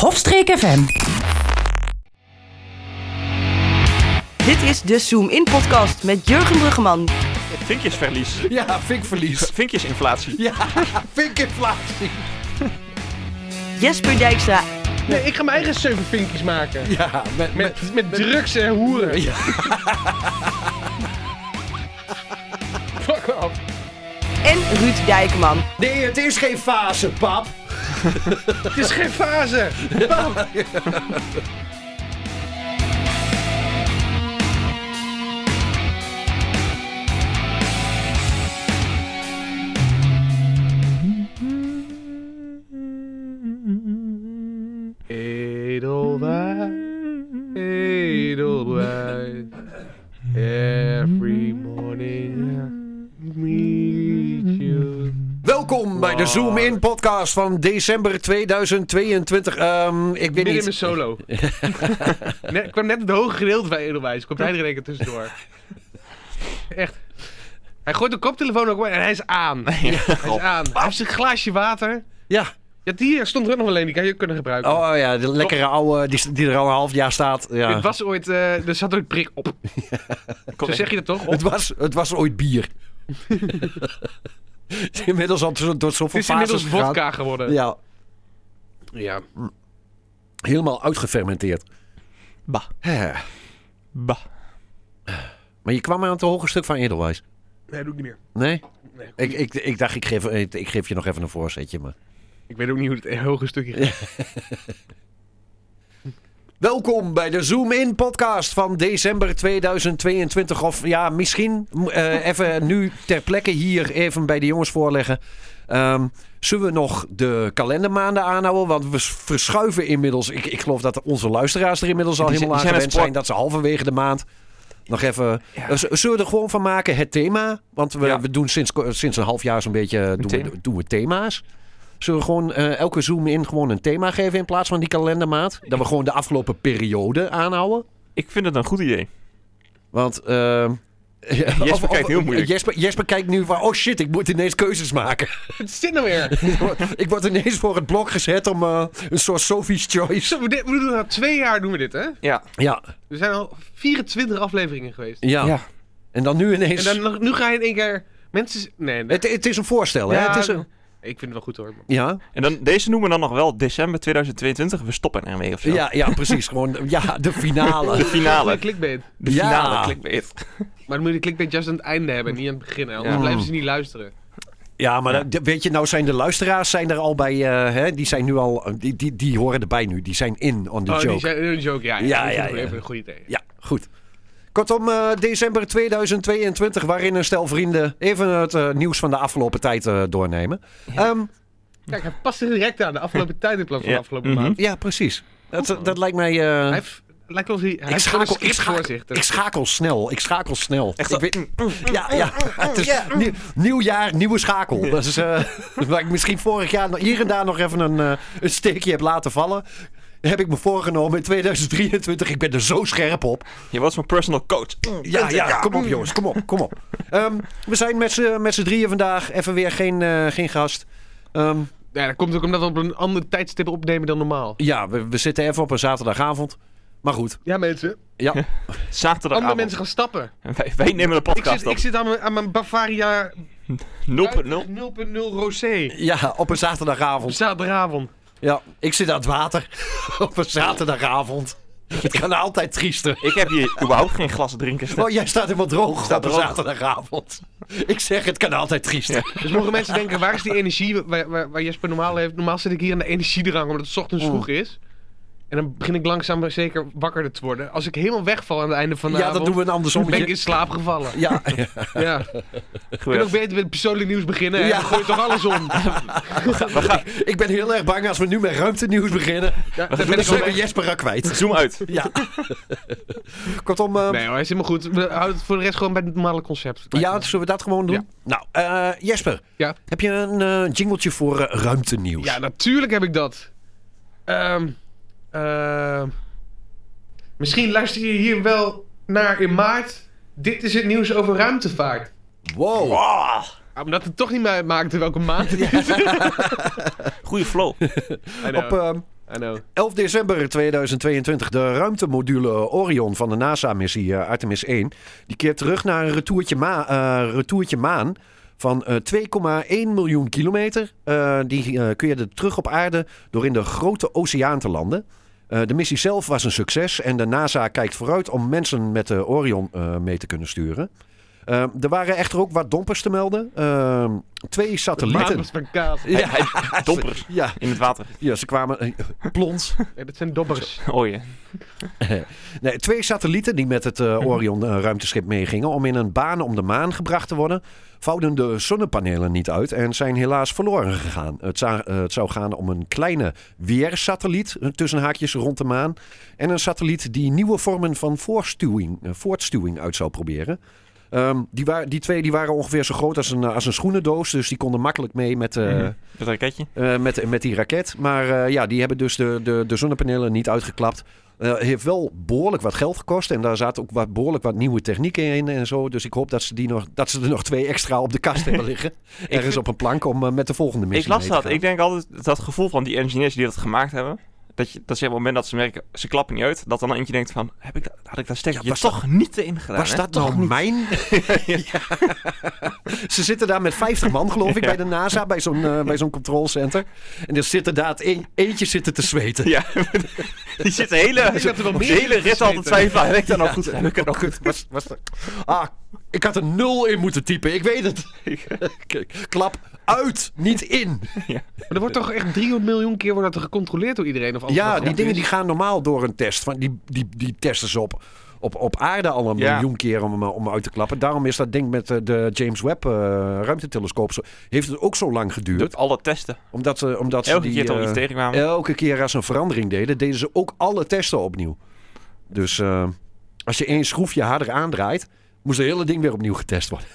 Hofstreek FM. Dit is de Zoom In Podcast met Jurgen Bruggeman. Vinkjesverlies. Ja, vinkverlies. Vinkjesinflatie. Ja, vinkinflatie. Jesper Dijkstra Nee, ik ga mijn eigen zeven vinkjes maken. Ja, met, Met, met, drugs en hoeren. Ja. Fuck af. en Ruud Dijkman. Nee, het is geen fase, pap. Het is geen fase. Edelwijn, Edelwijn, every morning I meet you. Welkom bij de Zoom In podcast van december 2022. Ehm, ik weet Midden in niet. mijn solo. net, ik kwam net het hoge gedeelte bij Edelwijs. Komt hij er in één keer tussendoor. Echt. Hij gooit de koptelefoon ook maar en hij is aan. Hij is aan. Hij heeft zijn glaasje water. Ja. Ja, die eh, stond er ook nog wel een. Die kan je ook kunnen gebruiken. Oh ja, de lekkere oude die, die er al een half jaar staat. Ja. Dit was ooit... eh, er zat ooit prik op. Zo zeg je dat toch? Op. het, was, het was ooit bier. Het is inmiddels al zo- door Het zoveel is inmiddels fases gegaan. vodka geworden. Ja, Ja. helemaal uitgefermenteerd. Bah. Hè. Bah. Maar je kwam aan het hoge stuk van Edelweiss. Nee, doe ik niet meer. Nee? Nee. Ik, ik, ik dacht, ik geef, ik, ik geef je nog even een voorzetje. Maar... Ik weet ook niet hoe het hoge stukje gaat. Welkom bij de Zoom In podcast van december 2022. Of ja, misschien m- eh, even nu ter plekke hier even bij de jongens voorleggen. Ehm, zullen we nog de kalendermaanden aanhouden? Want we s- verschuiven inmiddels. Ik, ik geloof dat onze luisteraars er inmiddels al Die helemaal aan zijn- die zijn gewend het sport- zijn. Dat ze halverwege de maand nog even... Eh, z- Zullen we er gewoon van maken het thema? Want we, Ja. we doen sinds, ko- sinds een half jaar zo'n beetje doen thema. we, doen we thema's. Zullen we gewoon eh, elke Zoom in gewoon een thema geven in plaats van die kalendermaat? Dat we gewoon de afgelopen periode aanhouden? Ik vind het een goed idee. Want... ehm, eh, Jesper kijkt heel moeilijk. Jesper, Jesper kijkt nu van, oh shit, ik moet ineens keuzes maken. Wat is dit nou weer? ik, word, ik word ineens voor het blok gezet om eh, een soort Sophie's Choice. Zo, we, dit- we doen al twee jaar doen we dit, hè? Ja. Ja, Er zijn al 24 afleveringen geweest. ja. En dan nu ineens... En dan, nog- nu ga je in één keer... Mensen... Nee, nee. Het, het is een voorstel, hè? Ja, nou, Het is nou. een... Ik vind het wel goed hoor. man. Ja, En dan, deze noemen we dan nog wel december 2022. We stoppen ermee of zo. ja, ja, precies. Gewoon, ja, de De finale. finale. Goeie clickbait. De Ja. finale clickbait. Maar dan moet je de clickbait juist aan het einde hebben, niet aan het begin. hè, Anders Ja. Oh. blijven ze niet luisteren. Ja, maar dat- weet je, nou zijn de luisteraars zijn er al bij, eh, hè, die zijn nu al, die, die, die horen erbij nu, die zijn in on the oh, joke. die zijn een joke. Ja, ja, Ja, ja. ja, ja. Even een goed idee. Ja, goed. Kortom, eh, december 2022, waarin een stel vrienden even het eh, nieuws van de afgelopen tijd eh, doornemen. Ehm, Kijk, hij past er direct aan de afgelopen tijd in plaats van Ja. de afgelopen Mhm. maand. ja, precies. Dat, dat lijkt mij... eh, Oh. Hij heeft, lijkt wel eens hij ik, heeft gewoon een schakel, ik, script voor zich. dus- schakel, ik schakel snel, ik schakel snel. Echt Mm, ik zo- Ja, oh, ja. Het is nieuw, nieuw jaar, nieuwe schakel. Dat is, eh, waar ik misschien vorig jaar nog- hier en daar nog even een, eh, een steekje heb laten vallen. Heb ik me voorgenomen in 2023. Ik ben er zo scherp op. Je was mijn personal coach. Mm, Ja, ja, Mm. kom op jongens, kom op, kom op. Ehm, we zijn met z'n met z'n drieën vandaag. Even weer geen, eh, geen gast. Ehm, Ja, dat komt ook omdat we op een ander tijdstip opnemen dan normaal. ja, we, we zitten even op een zaterdagavond. Maar goed, Ja, mensen. ja. Zaterdagavond. Andere mensen gaan stappen. Wij, wij nemen de Ik podcast zit, ik zit aan, mijn, aan mijn Bavaria 0.0 op. 0.0. rosé. ja, op een zaterdagavond. Zaterdagavond. Ja, ik zit aan het water op een zaterdagavond. Het kan altijd triester. Ik heb hier überhaupt geen glas drinken staan. Oh, jij staat helemaal droog Staat op een droog. zaterdagavond. Ik zeg, het kan altijd triester. Dus mogen mensen denken, waar is die energie waar, waar, waar Jesper normaal heeft? Normaal zit ik hier aan de energiedrang, omdat het 's ochtends vroeg Mm. is. En dan begin ik langzaam maar zeker wakker te worden. Als ik helemaal wegval aan het einde van de Ja, avond, dat doen we een ben ik andersommetje. in slaap gevallen. Ja, Ja. Je kunt ook beter met persoonlijk nieuws beginnen. Ja. Ja. Dan gooi je toch alles om. ik ben heel erg bang als we nu met ruimtenieuws beginnen. Ja, Dan dat ben ik al weer Jesper al kwijt. Zoom uit. Ja. Kortom, eh, Nee hoor, hij is helemaal goed. We houden het voor de rest gewoon bij het normale concept. ja, zullen we dat gewoon doen? Ja. Nou, eh, Jesper, Ja. heb je een eh, jingletje voor eh, ruimtenieuws? Ja, natuurlijk heb ik dat. Ehm, ehm, misschien luister je hier wel naar in maart. Dit is het nieuws over ruimtevaart. Wow. Wow. Ah, Omdat het toch niet meer uitmaakte welke maand het is. Goeie flow. I know. Op, eh, I know. 11 december 2022, de ruimtemodule Orion van de NASA-missie eh, Artemis 1. Die keert terug naar een retourtje, ma- eh, retourtje maan van eh, 2,1 miljoen kilometer. Eh, die eh, keerde terug op aarde door in de grote oceaan te landen. Eh, de missie zelf was een succes en de NASA kijkt vooruit om mensen met de Orion eh, mee te kunnen sturen. Eh, er waren echter ook wat dompers te melden. Eh, twee Maan satellieten. was van kaas. Ja, Dompers ja, in het water. ja, ze kwamen eh, plons. Ja, dat zijn dobbers. Oh je. Nee, twee satellieten die met het eh, Orion eh, ruimteschip meegingen om in een baan om de maan gebracht te worden, vouwden de zonnepanelen niet uit en zijn helaas verloren gegaan. Het, za- eh, het zou gaan om een kleine weersatelliet eh, tussen haakjes rond de maan en een satelliet die nieuwe vormen van voortstuwing, eh, voortstuwing uit zou proberen. Ehm, die, wa- die twee die waren ongeveer zo groot als een, eh, als een schoenendoos, dus die konden makkelijk mee met, eh, Mhm. Dat raketje. eh, met, met die raket. Maar eh, ja, die hebben dus de, de, de zonnepanelen niet uitgeklapt. Eh heeft wel behoorlijk wat geld gekost. En daar zaten ook wat, behoorlijk wat nieuwe technieken in en zo. Dus ik hoop dat ze, die nog, dat ze er nog twee extra op de kast hebben liggen. Ergens op een plank om eh, met de volgende missie Ik las mee te dat. gaan. Ik denk altijd dat gevoel van die engineers die dat gemaakt hebben. Dat, je, dat ze op het moment dat ze merken, ze klappen niet uit. Dat dan eentje denkt van, heb ik dat, had ik daar stekker Ja, je was dat- toch niet in gedaan. Was hè? dat Toch nou niet. mijn? Ja. Ze zitten daar met 50 man, geloof ik, bij de NASA, bij zo'n eh, bij zo'n control center. En er zit inderdaad een, eentje zitten te zweten. Ja, die zit de hele, Ik denk dat er wel de meer hele rit zitten. altijd twijfelen. Heb ik dat nou goed? Heb ik dat nou goed? Was, was er- Ah, ik had een nul in moeten typen. Ik weet het. Kijk, Klap uit, niet in. Maar er wordt toch echt 300 miljoen keer wordt dat er gecontroleerd door Oh, iedereen? Of alles wat Ja, die goed dingen is? die gaan normaal door een test. Van die, die, die testen ze op, op, op aarde al een Ja. miljoen keer om, eh, om uit te klappen. Daarom is dat ding met eh, de James Webb eh, ruimtetelescoop... Zo, heeft het ook zo lang geduurd. Doet alle testen. Omdat, ze- omdat ze Elke die, keer toch eh, iets tegenkwamen. Elke keer als ze een verandering deden, deden ze ook alle testen opnieuw. Dus eh, als je één schroefje harder aandraait... moest het hele ding weer opnieuw getest worden.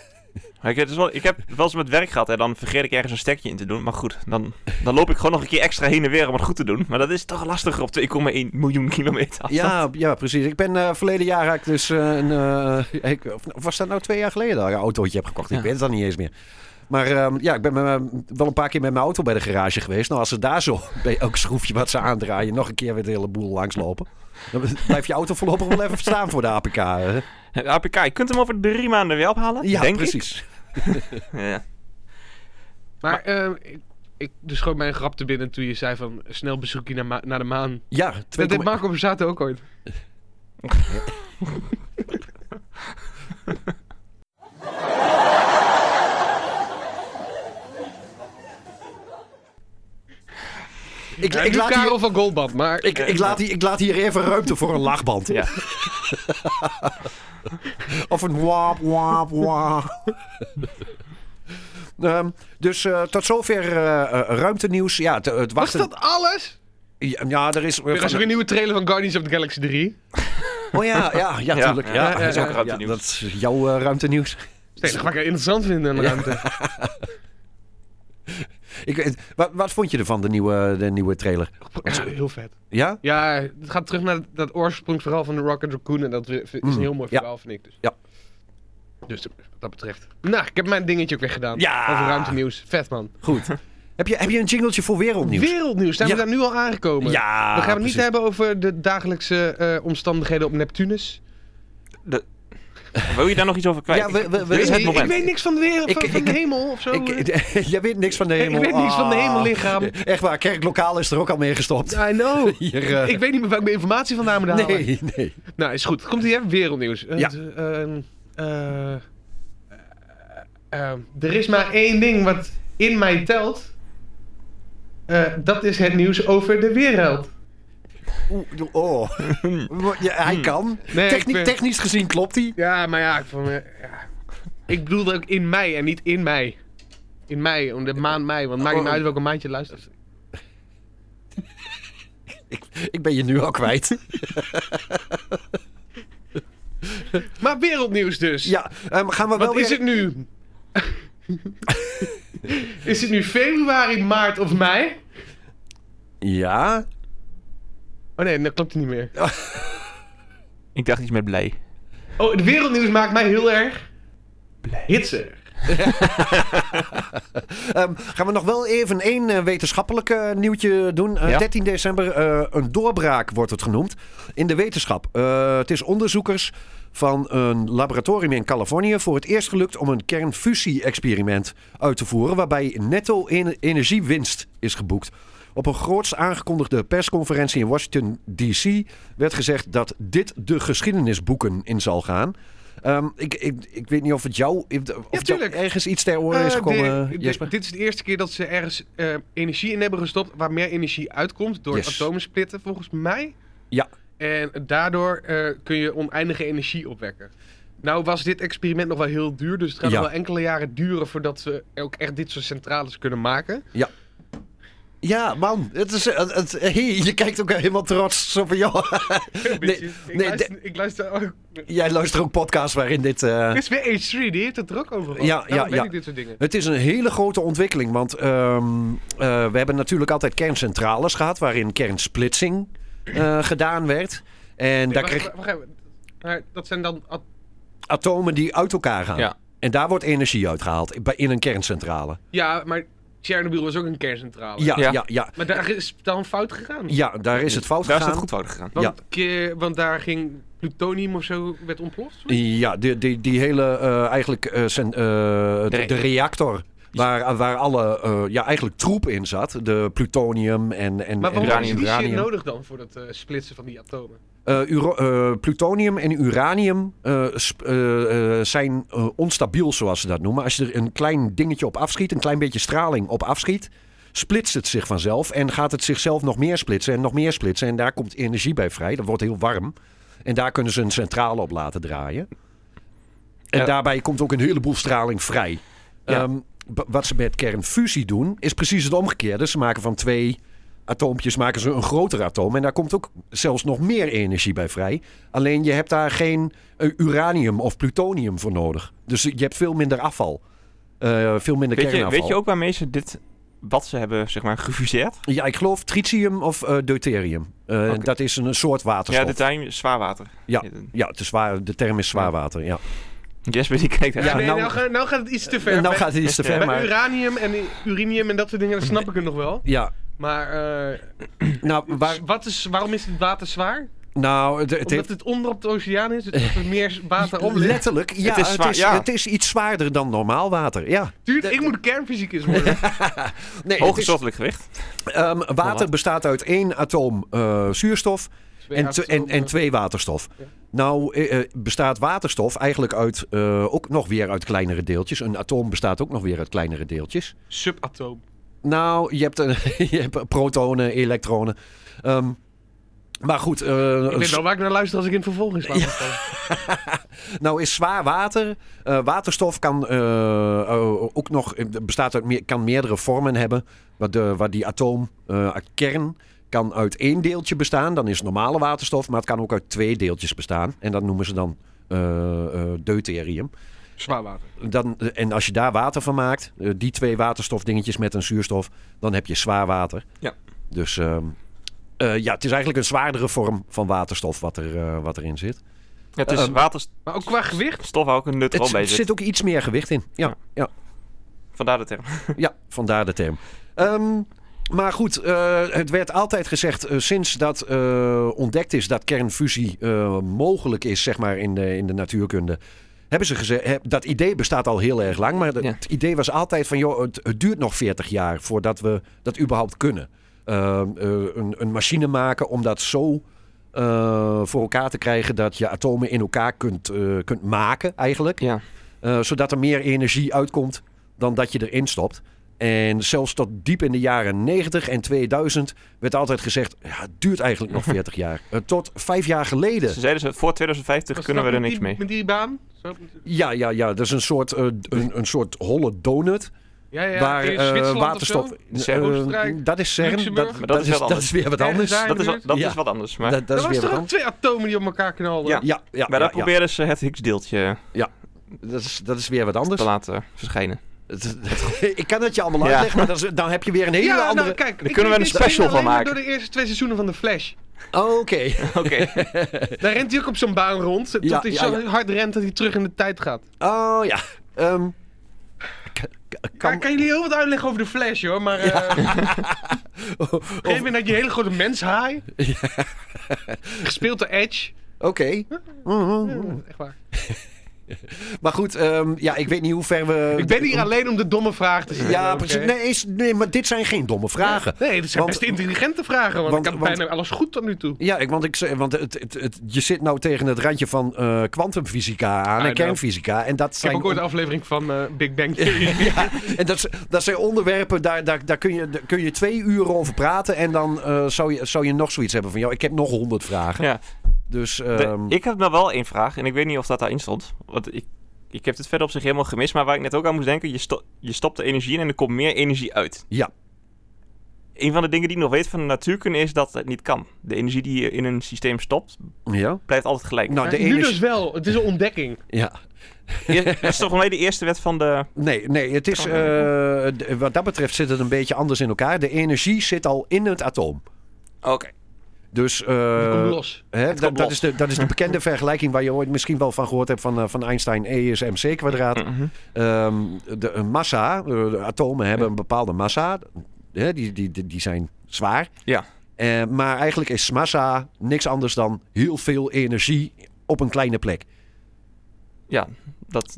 Maar Ik, het is wel, ik heb wel eens met werk gehad en dan vergeet ik ergens een stekje in te doen. Maar goed, dan, dan loop ik gewoon nog een keer extra heen en weer om het goed te doen. Maar dat is toch lastiger op 2,1 miljoen kilometer afstand. Ja, ja, precies. Ik ben eh, verleden jaar had ik dus eh, een. eh, ik, of was dat nou twee jaar geleden dat ik een autootje heb gekocht? Ik Ja. weet het dan niet eens meer. Maar ehm, ja, ik ben met mijn- wel een paar keer met mijn auto bij de garage geweest. Nou, als ze daar zo bij elk schroefje wat ze aandraaien, nog een keer weer de hele boel langslopen. Dan blijft je auto voorlopig wel even staan voor de APK. hè? De APK, je kunt hem over drie maanden weer ophalen. Ja, denk precies. Ik. Ja. Maar ehm, ik, ik dus schoot mijn grap te binnen toen je zei van snel bezoek je naar, ma- naar de maan. Ja, Dat deed 2,1 Marco Borsato ook ooit. ik, Ja, ik, nu laat Karel hier, van Goldband, maar... ik, ik, laat hier, ik laat hier even ruimte voor een lachband. Ja. Of een wap, wap, wap. Ehm, dus eh, tot zover eh, eh, ruimtenieuws. Ja, het, het Was wachten. dat alles? Ja, ja, er is. Er is ook een nieuwe trailer van Guardians of the Galaxy 3. Oh ja, ja, ja, Ja, natuurlijk. Ja, ja, dat is ook ruimtenieuws. dat is jouw eh, ruimtenieuws. Steeds ga ik interessant vinden in de ruimte. Ik, weet- wat, wat vond je ervan, de nieuwe, de nieuwe trailer? Echt heel vet. Ja? Ja, het gaat terug naar dat oorsprongsverhaal van de Rocket Raccoon. En dat is een heel mooi Mm. ja. verhaal, vind ik dus. Ja. Dus wat dat betreft. Nou, ik heb mijn dingetje ook weer gedaan. Ja! Over ruimtenieuws. Vet, man. Goed. heb, je, heb je een jingletje voor wereldnieuws? Wereldnieuws. Zijn Ja. we daar nu al aangekomen? Ja. we gaan het precies. niet hebben over de dagelijkse eh, omstandigheden op Neptunus. Wil je daar nog iets over kwijt? Ja, we- we- we- Dit is Ik het weet- ik moment. weet niks van de wereld, Ik- van, van ik- de hemel of zo. Eh, Ik, jij weet niks van de hemel. weet niks van de Ah. hemellichaam. Echt waar, kerklokaal is er ook al mee gestopt. I know. Hier, eh, Ik weet niet meer waar ik mijn informatie vandaan moet halen. nee, nee. Nou, is goed. Komt hier wereldnieuws. Eh, Ja. d- ehm, eh, eh, ehm, er is maar één ding wat in mij telt. Eh, dat is het nieuws over de wereld. Oeh, doe- oh. Ja, hij kan. Hm. Nee, Techni- ik ben- Technisch gezien klopt hij. Ja, maar ja, ik, vond, eh, ja. ik bedoelde ook in mei en niet in mei. In mei, om de maand mei, want het maakt niet Oh. uit welke maand je luistert. Ik ben je nu al kwijt. Maar wereldnieuws dus. Ja, ehm, gaan we wel Wat weer... is het nu? is het nu februari, maart of mei? Ja? Oh nee, dat klopt niet meer. Ik dacht iets met blij. Oh, het wereldnieuws maakt mij heel erg hitser. Ehm, gaan we nog wel even één eh, wetenschappelijk eh, nieuwtje doen. Eh, Ja. 13 december, eh, een doorbraak wordt het genoemd in de wetenschap. Eh, het is onderzoekers van een laboratorium in Californië voor het eerst gelukt om een kernfusie-experiment uit te voeren waarbij netto en- energiewinst is geboekt. Op een groots aangekondigde persconferentie in Washington D.C. werd gezegd dat dit de geschiedenisboeken in zal gaan. Ehm, ik, ik, ik weet niet of het jou, of het jou tuurlijk. ergens iets ter oren is Eh, gekomen, di- di- Jesper. Dit is de eerste keer dat ze ergens eh, energie in hebben gestopt waar meer energie uitkomt door Yes. atomen splitten, volgens mij. Ja. En daardoor eh, kun je oneindige energie opwekken. Nou was dit experiment nog wel heel duur, dus het gaat Ja. nog wel enkele jaren duren voordat we ook echt dit soort centrales kunnen maken. Ja, man. Het is, het, het- hey, je kijkt ook helemaal trots. Zo van, joh. Een beetje. ik, nee, luister, ik luister ook. Jij luistert ook podcasts waarin dit... eh, Dit is weer H3, die heeft het er ook over. gehad. Ja, Daarom ja, weet ja. ik dit soort dingen. het is een hele grote ontwikkeling. Want ehm, eh, we hebben natuurlijk altijd kerncentrales gehad... waarin kernsplitsing eh, gedaan werd. En daar Wacht, kreeg wacht, wacht even. Maar dat zijn dan at- atomen die uit elkaar gaan. Ja. En daar wordt energie uitgehaald. bij- In een kerncentrale. Ja, maar Tsjernobyl was ook een kerncentrale. Ja, ja, Ja. ja. ja. Maar daar is dan fout gegaan. daar is het fout Daar is gegaan. het goed fout gegaan. Want, ke- want daar ging plutonium of zo, werd ontploft. Ja, die, die, die hele eh, eigenlijk eh, zijn, eh, de, re- de reactor. Waar, waar alle eh, ja, eigenlijk troep in zat. De plutonium en, en, Maar en waarom is die shit uranium. nodig dan voor het eh, splitsen van die atomen? Eh, uro- eh, plutonium en uranium eh, sp- eh, eh, zijn eh, onstabiel, zoals ze dat noemen. Als je er een klein dingetje op afschiet, een klein beetje straling op afschiet, splitst het zich vanzelf en gaat het zichzelf nog meer splitsen en nog meer splitsen. En daar komt energie bij vrij. Dat wordt heel warm. En daar kunnen ze een centrale op laten draaien. En Ja. daarbij komt ook een heleboel straling vrij. Ja. Ehm, b- wat ze met kernfusie doen, is precies het omgekeerde. Ze maken van twee atoompjes maken ze een groter atoom. En daar komt ook zelfs nog meer energie bij vrij. Alleen je hebt daar geen eh, uranium of plutonium voor nodig. Dus je hebt veel minder afval. Eh, veel minder Weet je, kernafval. weet je ook waarmee ze dit, wat ze hebben, zeg maar, gefuseerd? Ja, ik geloof tritium of eh, deuterium. Eh, Oké. Dat is een soort waterstof. Ja, Ja, de tuin, zwaarwater. Ja. het is zwaar, de term is zwaarwater. Ja. Jesper die kijkt Ja, uit. nee, nou- nou, ga- nou gaat het iets te ver. En nou Bij- gaat het iets te ver, bij maar... uranium en i- uranium en dat soort dingen, dat snap ik het nog wel. Ja, Maar eh, nou, waar, s- wat is, waarom is het water zwaar? nou het, het Omdat heeft... het onder op de oceaan is, dus dat er meer water op ligt. Letterlijk, ja het, is is zwaar- ja. het is iets zwaarder dan normaal water. Ja. Duurt, ik moet kernfysicus worden. Nee, het is- Hooggezottelijk gewicht. Ehm, water bestaat uit één atoom eh, zuurstof en, tw- en, en twee waterstof. Ja. Nou eh, eh, bestaat waterstof eigenlijk uit, eh, ook nog weer uit kleinere deeltjes. Een atoom bestaat ook nog weer uit kleinere deeltjes. Subatoom. Nou, je hebt, een, je hebt protonen, elektronen. Ehm, maar goed, eh, Ik weet wel waar ik naar luister als ik in het vervolg is. nou is zwaar water. eh, waterstof kan eh, eh, ook nog eh, bestaat uit meer, kan meerdere vormen hebben. Waar, de, waar die atoomkern kan uit één deeltje bestaan, dan is het normale waterstof, maar het kan ook uit twee deeltjes bestaan. En dat noemen ze dan eh, eh, deuterium. Zwaar water. Dan, en als je daar water van maakt, eh, die twee waterstofdingetjes met een zuurstof, dan heb je zwaar water. Ja. Dus ehm, eh, ja, het is eigenlijk een zwaardere vorm van waterstof wat, er, eh, wat erin zit. Ja, het is Ehm, waterstof, Maar ook qua gewicht. waar ook een nut Het rol bij zit, zit. ook iets meer gewicht in. Ja, Ja. ja. Vandaar de term. ja, vandaar de term. Ehm, maar goed, eh, het werd altijd gezegd eh, sinds dat eh, ontdekt is dat kernfusie eh, mogelijk is, zeg maar, in de, in de natuurkunde. Hebben ze gezegd, heb- dat idee bestaat al heel erg lang, maar dat- Ja. het idee was altijd van, joh, het, het duurt nog 40 jaar voordat we dat überhaupt kunnen. Ehm, eh, een, een machine maken om dat zo eh, voor elkaar te krijgen dat je atomen in elkaar kunt, eh, kunt maken, eigenlijk. Ja. Eh, zodat er meer energie uitkomt dan dat je erin stopt. En zelfs tot diep in de jaren 90 en 2000 werd altijd gezegd... Ja, het duurt eigenlijk nog 40 jaar. Eh, tot vijf jaar geleden. Ze zeiden ze, voor 2050 kunnen we er niks mee. nou Met die baan? Zo, met- Ja, ja, ja. Dat is een soort, eh, een, een soort holle donut. ja, ja, waar in eh, Zwitserland of waterstof... zo? CERN. eh, Oostenrijk, dat is CERN. Luxemburg. Dat, Maar dat dat is wel is, dat is anders. weer wat Ergens anders. daar in Dat, Dat is, wa- dat Ja. is wat anders. Maar, dat, Er is weer was toch wat ook anders. twee atomen die op elkaar knalden? Ja. Ja, ja, maar ja, daar ja. proberen ze het Higgs-deeltje Dat is, dat is weer wat anders. te laten verschijnen. Ik kan het je allemaal Ja. uitleggen, maar dat is- dan heb je weer een hele Ja, andere... nou kijk. Daar ik kunnen we weet een dit special alleen van maar maken. door de eerste twee seizoenen van The Flash. Oké. Oké. Daar rent hij ook op zo'n baan rond. Ja, dat hij ja, zo ja. hard rent dat hij terug in de tijd gaat. Oh ja. Ehm, Kan... kan jullie heel wat uitleggen over de Flash, hoor. Maar eh op een gegeven moment had je een hele grote menshaai. Gespeeld door Edge. Oké. Oh. Echt waar. Maar goed, ehm, ja, ik weet niet hoe ver we... Ik ben hier alleen om de domme vraag te stellen. Ja, oké? precies. Nee, is, nee, maar dit zijn geen domme vragen. Nee, dat zijn Want- best intelligente vragen, want, want- ik had want- bijna alles goed tot nu toe. Ja, ik, want, ik, ze- want het, het, het- je zit nou tegen het randje van eh, kwantumfysica aan en nou. kernfysica. En dat Ik heb zijn, ook ooit een aflevering van eh, Big Bang Theory. ja, en dat, z- dat zijn onderwerpen, daar, daar, daar, kun je, daar kun je twee uur over praten. En dan eh, zou, je, zou je nog zoiets hebben van, joh, ik heb nog honderd vragen. Ja. Dus, De- ehm, ik heb nog wel één vraag en ik weet niet of dat daarin stond. Want ik, ik heb het verder op zich helemaal gemist. Maar waar ik net ook aan moest denken, je, sto- je stopt de energie in en er komt meer energie uit. ja. Een van de dingen die ik nog weet van de natuurkunde is dat het niet kan. De energie die je in een systeem stopt, ja. blijft altijd gelijk. Nou, de nu energie... dus wel. Het is een ontdekking. Ja. Eer- dat is toch voor mij de eerste wet van de... Nee, nee, het is, Kan eh, d- wat dat betreft zit het een beetje anders in elkaar. De energie zit al in het atoom. Oké. Dus eh, Die komt los. hè, komt dat, dat, los. is de, dat is de bekende vergelijking waar je ooit misschien wel van gehoord hebt van, eh, van Einstein E is mc kwadraat. Mhm. Ehm, de een massa, eh, de atomen hebben een bepaalde massa. Hè, die, die, die, die zijn zwaar. Ja. Eh, maar eigenlijk is massa niks anders dan heel veel energie op een kleine plek. Ja, dat...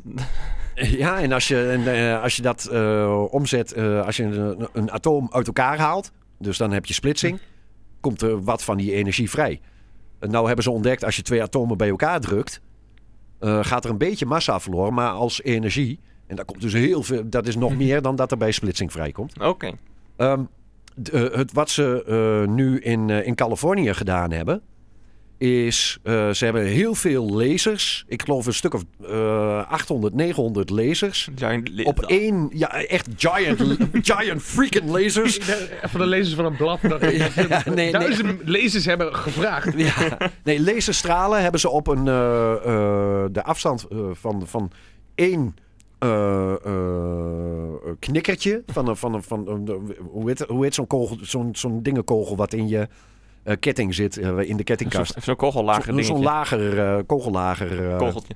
Ja, en als je, en, eh, als je dat eh, omzet, eh, als je een, een atoom uit elkaar haalt, dus dan heb je splitsing, komt er wat van die energie vrij. En nou hebben ze ontdekt, als je twee atomen bij elkaar drukt, eh, gaat er een beetje massa verloren, maar als energie. En dat, komt dus heel veel, dat is nog meer dan dat er bij splitsing vrijkomt. Oké. Ehm, d- eh, het, wat ze eh, nu in, eh, in Californië gedaan hebben, is eh, ze hebben heel veel lasers. Ik geloof een stuk of eh, 800, 900 lasers. Giant li- Op één, ja, echt giant, giant freaking lasers. Ik dacht, Van de lezers van een blad. dacht ik. nee, Duizend lezers hebben gevraagd. Ja. Nee, laserstralen hebben ze op een, eh, eh, de afstand eh, van, van één eh, eh, knikkertje. Van, een- van, een- van, een- hoe heet, hoe heet zo'n, kogel, zo'n, zo'n dingenkogel wat in je eh, ketting zit, eh, in de Zo'n kettingkast? zo'n kogellager Zo'n, dingetje. zo'n lager, eh, kogellager. eh, kogeltje.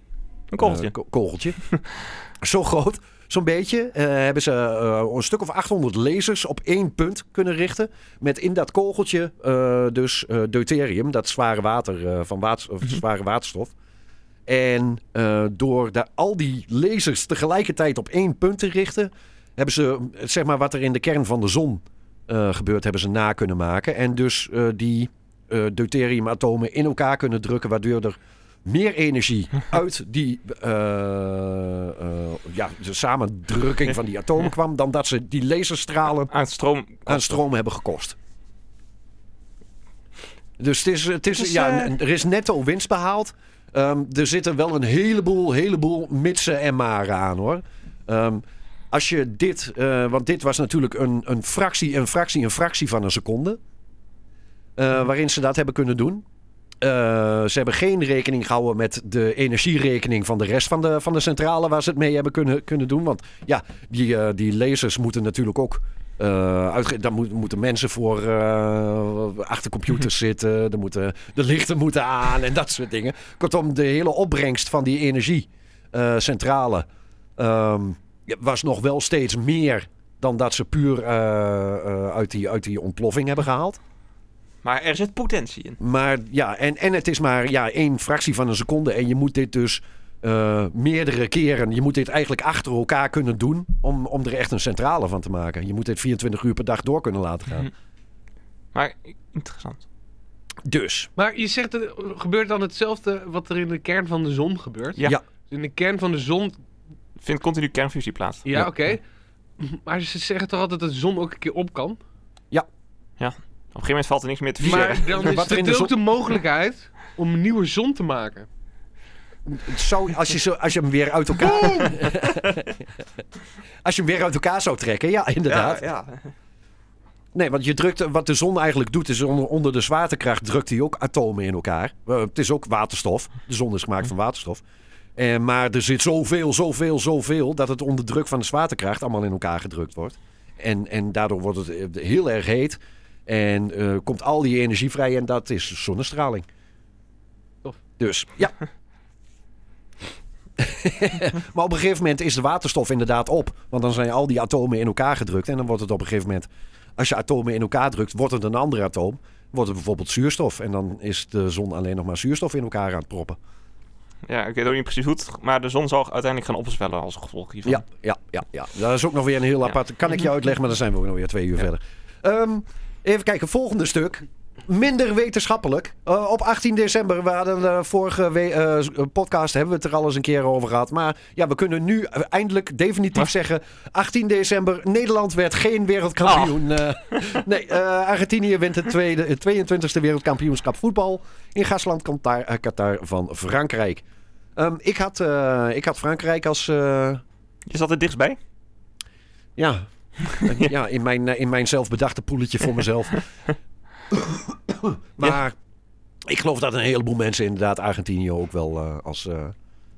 Een kogeltje. eh, ko- kogeltje. Zo groot, zo'n beetje. eh, hebben ze eh, een stuk of 800 lasers op één punt kunnen richten. Met in dat kogeltje eh, dus eh, deuterium, dat zware water eh, van water, Mhm. of zware waterstof. En eh, door daar al die lasers tegelijkertijd op één punt te richten, hebben ze eh, zeg maar wat er in de kern van de zon eh, gebeurt, hebben ze na kunnen maken. En dus eh, die eh, deuteriumatomen in elkaar kunnen drukken, waardoor er meer energie uit die eh eh, ja, de samendrukking van die atomen kwam, dan dat ze die laserstralen Aan het stroom... aan stroom hebben gekost. Dus het is, het is, Het is, ja, eh, n- er is netto winst behaald. Ehm, er zitten wel een heleboel, heleboel mitsen en maren aan hoor. Ehm, als je dit, eh, want dit was natuurlijk een, een fractie, een fractie, een fractie van een seconde. eh, waarin ze dat hebben kunnen doen. Eh, ze hebben geen rekening gehouden met de energierekening van de rest van de, van de centrale waar ze het mee hebben kunnen, kunnen doen. Want ja, die, eh, die lasers moeten natuurlijk ook. eh uitge- daar moet- moeten mensen voor eh, achter computers zitten. Er moeten, de lichten moeten aan en dat soort dingen. Kortom, de hele opbrengst van die eh, energiecentrale ehm, was nog wel steeds meer dan dat ze puur eh, eh, uit, die, uit die ontploffing hebben gehaald. Maar er zit potentie in. Maar ja, en, en het is maar ja, één fractie van een seconde. En je moet dit dus eh, meerdere keren. Je moet dit eigenlijk achter elkaar kunnen doen. Om, om er echt een centrale van te maken. Je moet dit 24 uur per dag door kunnen laten gaan. Maar interessant. Dus. Maar je zegt, er gebeurt dan hetzelfde wat er in de kern van de zon gebeurt? Ja. Dus Ja. In de kern van de zon, Vindt continu kernfusie plaats. ja, Ja. oké. Maar ze zeggen toch altijd dat de zon ook een keer op kan? Op een gegeven moment valt er niks meer te fuseren. Maar dan is Wat er er in de natuurlijk ook zon- de mogelijkheid om een nieuwe zon te maken. het zou, als, je zo, als je hem weer uit elkaar. als je hem weer uit elkaar zou trekken. Ja, inderdaad. Ja, ja. Nee, want je drukt, wat de zon eigenlijk doet, is onder, onder de zwaartekracht drukt hij ook atomen in elkaar. Eh, het is ook waterstof. De zon is gemaakt van waterstof. Eh, maar er zit zoveel, zoveel, zoveel dat het onder druk van de zwaartekracht allemaal in elkaar gedrukt wordt. En, en daardoor wordt het eh, heel erg heet. En eh, komt al die energie vrij en Dus, dat is zonnestraling. Tof. Dus ja. Maar op een gegeven moment is de waterstof inderdaad op. Want dan zijn al die atomen in elkaar gedrukt. En dan wordt het op een gegeven moment... Als je atomen in elkaar drukt, wordt het een ander atoom. Wordt het bijvoorbeeld zuurstof. En dan is de zon alleen nog maar zuurstof in elkaar aan het proppen. Ja, ik weet ook niet precies hoe het... Maar de zon zal uiteindelijk gaan opzwellen als gevolg hiervan. Ja, ja, ja, ja. Mhm. Dat is ook nog weer een heel Ja. apart. Kan ik je uitleggen, maar dan zijn we ook nog weer twee uur verder. Ehm, even kijken, volgende stuk. Minder wetenschappelijk. Eh, op 18 december, we hadden eh, vorige we- eh, s- eh, podcast, hebben we het er al eens een keer over gehad. Maar ja, we kunnen nu eh, eindelijk definitief Wat? zeggen: 18 december, Nederland werd geen wereldkampioen. Eh, nee, eh, Argentinië wint het tweede, het 22e wereldkampioenschap voetbal. In Gastland Qatar, eh, Qatar van Frankrijk. Ehm, ik, had, eh, ik had Frankrijk als. eh, Je zat er dichtstbij. ja. ja, in mijn, eh, in mijn zelfbedachte poeletje voor mezelf. maar ik geloof dat een heleboel mensen inderdaad Argentinië ook wel eh, als, eh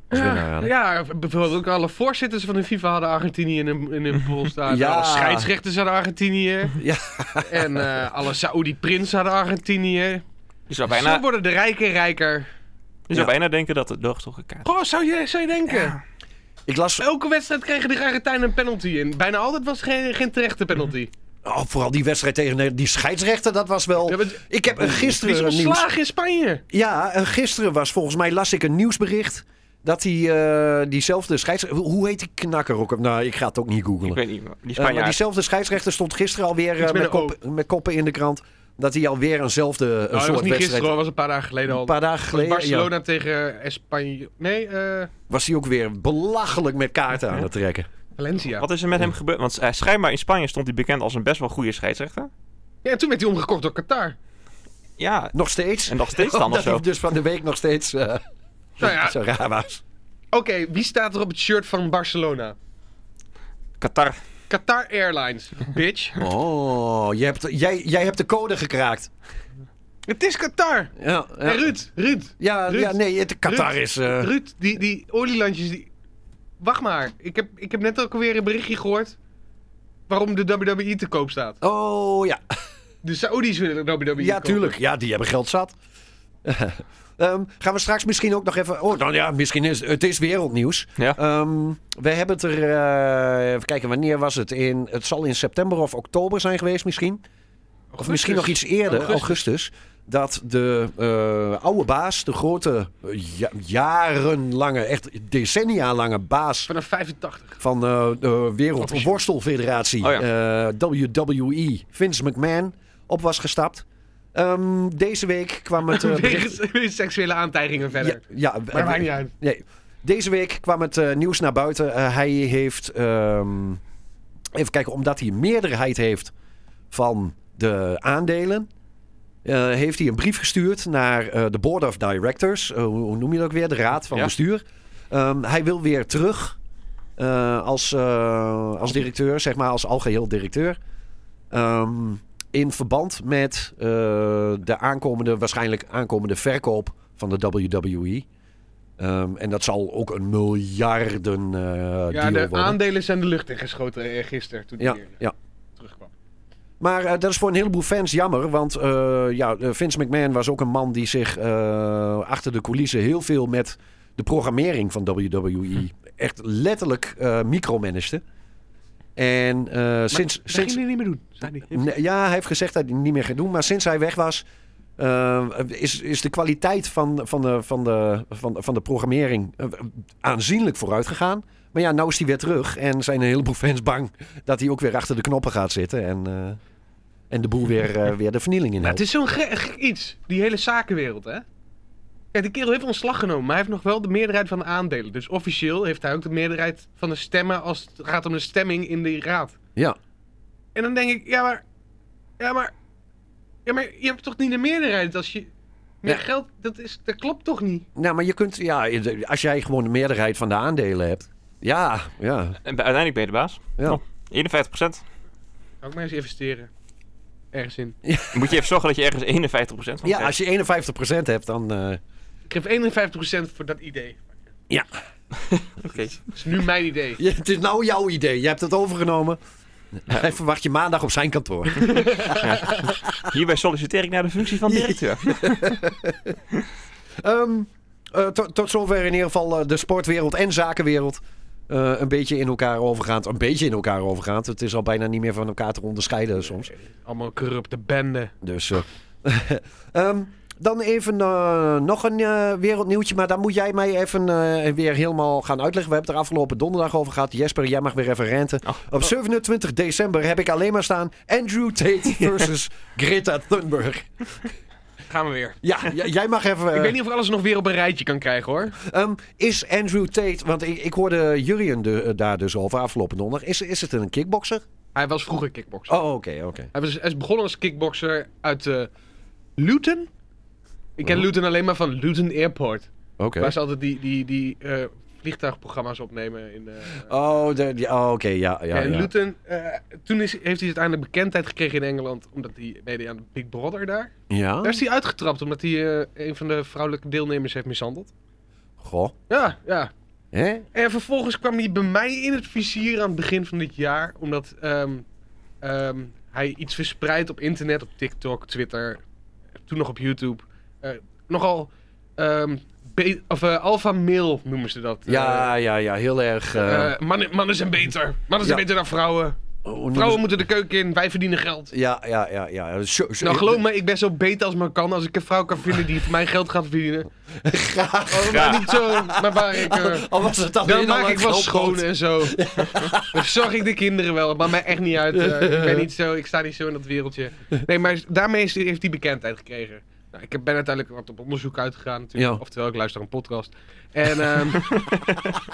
als winnaar Ja, hadden. ja, bijvoorbeeld ook alle voorzitters van de FIFA hadden Argentinië in hun, in hun pool staan. Ja. Alle scheidsrechters hadden Argentinië. Ja. En eh, alle Saoedi-prinsen hadden Argentinië. Je zou Bijna... bijna, Zo worden de rijken rijker. je zou Ja. bijna denken dat het door toch kaart. Goh, zou je, zou je denken? Ik las eh, Elke wedstrijd kregen de Argentijnen een penalty in. Bijna altijd was het geen, geen terechte penalty. oh, vooral die wedstrijd tegen Nederland. die scheidsrechter, dat was wel... Ja, maar- Ik heb eh, Die is gisteren een nieuws... ontslagen in Spanje. Ja, eh, gisteren was volgens mij, las ik een nieuwsbericht... dat die, eh, diezelfde scheidsrechter... Hoe heet die knakker ook? Nou, ik ga het ook niet googlen. Ik weet niet, maar die Eh, Spanjaard. maar diezelfde scheidsrechter stond gisteren alweer eh, Iets met met, een kop- met koppen in de krant... dat hij alweer eenzelfde eh, Nou, dat was soort niet gisteren, wedstrijd... hoor, dat was een paar dagen geleden al. Een paar dagen geleden ja, Barcelona tegen eh, Spanje. Nee, eh, was hij ook weer belachelijk met kaarten aan het trekken. Valencia. Wat is er met hem gebeurd? Want eh, schijnbaar in Spanje stond hij bekend als een best wel goede scheidsrechter. Ja, en toen werd hij omgekocht door Qatar. Ja, Nog steeds. en nog steeds dan of Omdat hij zo. dus van de week nog steeds eh, Nou ja, zo oké, raar was. wie staat er op het shirt van Barcelona? Qatar. Qatar Airlines, bitch. Oh, je hebt, jij, jij hebt de code gekraakt. Het is Qatar. Ja, ja. En Ruud, Ruud. ja, Ruud. ja, nee, het Qatar Ruud. is... eh, Ruud, die, die olielandjes, die... Wacht maar, ik heb, ik heb net ook alweer een berichtje gehoord waarom de WWE te koop staat. oh ja, De Saoedi's willen de WWE ja kopen. tuurlijk. Ja, die hebben geld zat. Ehm, gaan we straks misschien ook nog even... Oh, nou ja, misschien is het is wereldnieuws. Ja. Ehm, we hebben het er... eh, even kijken, wanneer was het? In, het zal in september of oktober zijn geweest misschien. Of Augustus. misschien nog iets eerder, augustus, Augustus. dat de eh, oude baas, de grote, eh, ja- jarenlange, echt decennia lange baas Vanaf 85. van eh, de Wereld Worstelfederatie, Oh eh, WWE, Vince McMahon, op was gestapt. Ehm, deze week kwam het... eh, bericht- Wegens wegens seksuele aantijgingen verder. ja, ja, Maar eh, maakt niet uit. Nee. Deze week kwam het eh, nieuws naar buiten. Eh, hij heeft. ehm, even kijken, omdat hij een meerderheid heeft van de aandelen. eh, heeft hij een brief gestuurd naar eh, de Board of Directors. Eh, hoe, hoe noem je dat ook weer? De Raad van Ja. Bestuur. Ehm, hij wil weer terug eh, als, eh, als directeur, zeg maar, als algeheel directeur. Ehm, in verband met eh, de aankomende, waarschijnlijk aankomende verkoop van de WWE. Ehm, en dat zal ook een miljarden eh Ja, deal de worden. aandelen zijn de lucht ingeschoten eh, gisteren toen hij ja, hier eh, ja. terugkwam. Maar eh, dat is voor een heleboel fans jammer. Want eh, ja, eh, Vince McMahon was ook een man die zich eh, achter de coulissen heel veel met de programmering van WWE echt letterlijk eh micromanagte. En eh, sinds. Dat sinds ging hij niet meer doen, zei hij. Nee, ja, hij heeft gezegd dat hij het niet meer gaat doen. Maar sinds hij weg was, eh, is, is de kwaliteit van, van, de, van, de, van, van de programmering eh, aanzienlijk vooruit gegaan. Maar ja, nou is hij weer terug. En zijn een heleboel fans bang dat hij ook weer achter de knoppen gaat zitten. En, eh, en de boel weer, eh, weer de vernieling in Nou, helpt. het is zo'n gek, gek iets, die hele zakenwereld, hè? Kijk, die kerel heeft ontslag genomen, maar hij heeft nog wel de meerderheid van de aandelen. Dus officieel heeft hij ook de meerderheid van de stemmen als het gaat om de stemming in de raad. Ja. En dan denk ik, ja maar, ja maar, ja maar je hebt toch niet de meerderheid als je meer Ja. geld, dat, is, dat klopt toch niet? Nou, maar je kunt, ja, als jij gewoon de meerderheid van de aandelen hebt. Ja, ja. En bij- uiteindelijk ben je de baas. Ja. Oh, 51 Ga ik maar eens investeren. Ergens in. Dan moet je even zorgen dat je ergens 51 van ja krijgt. als je 51% hebt, dan. eh, Ik geef 51% voor dat idee. ja. Oké. Dat is nu mijn idee. Ja, het is nou jouw idee. Je hebt het overgenomen. Hij verwacht je maandag op zijn kantoor. Hierbij solliciteer ik naar de functie van directeur. Ehm, eh, to- tot zover in ieder geval eh, de sportwereld en zakenwereld. eh, een beetje in elkaar overgaand. Een beetje in elkaar overgaand. Het is al bijna niet meer van elkaar te onderscheiden soms. Allemaal corrupte bende. Dus. eh, ehm, dan even eh, nog een eh, wereldnieuwtje. Maar daar moet jij mij even eh, weer helemaal gaan uitleggen. We hebben het er afgelopen donderdag over gehad. Jesper, jij mag weer even renten. Oh. Op 27 december heb ik alleen maar staan. Andrew Tate versus Greta Thunberg. Gaan we weer. Ja, j- jij mag even. eh, Ik weet niet of ik alles nog weer op een rijtje kan krijgen hoor. Ehm, is Andrew Tate, want ik, ik hoorde Jurien de- eh, daar dus over afgelopen donderdag. Is, is het een kickboxer? Hij was vroeger kickboxer. Oh, oké, oké. Hij, was, hij is begonnen als kickboxer uit eh, Luton. Ik ken Oh. Luton alleen maar van Luton Airport. Oké. Waar ze altijd die, die, die eh, vliegtuigprogramma's opnemen in... eh, Oh, de- die- oh, oké, ja, ja. en ja. Luton, eh, toen is, heeft hij uiteindelijk bekendheid gekregen in Engeland, omdat hij meedeed aan Big Brother daar. Daar Ja? is hij uitgetrapt, omdat hij eh, een van de vrouwelijke deelnemers heeft mishandeld. Goh. Ja, ja. Hè? En vervolgens kwam hij bij mij in het vizier aan het begin van dit jaar, omdat ehm, ehm, hij iets verspreidt op internet, op TikTok, Twitter, toen nog op YouTube. Eh, nogal ehm be- of eh, alpha male noemen ze dat. Ja, ja, ja, heel erg. eh, Eh, eh, mannen, mannen zijn beter. Mannen zijn Ja. beter dan vrouwen. hoe noemen Vrouwen ze- moeten de keuken in, wij verdienen geld. Ja, ja, ja, ja. Zo- zo- Nou, geloof me, ik ben zo beter als maar kan. Als ik een vrouw kan vinden die voor mij geld gaat verdienen. Graag. maar niet zo, maar waar ik... eh, Al Oh, was het alleen dan al maak een ik wel groot schoon pot. en zo. Dan zorg ik de kinderen wel. Het maakt mij echt niet uit. eh, ik ben niet zo, ik sta niet zo in dat wereldje. Nee, maar daarmee is- heeft hij bekendheid gekregen. Nou, ik ben uiteindelijk wat op onderzoek uitgegaan natuurlijk. Ja. Oftewel, ik luister een podcast. En ehm,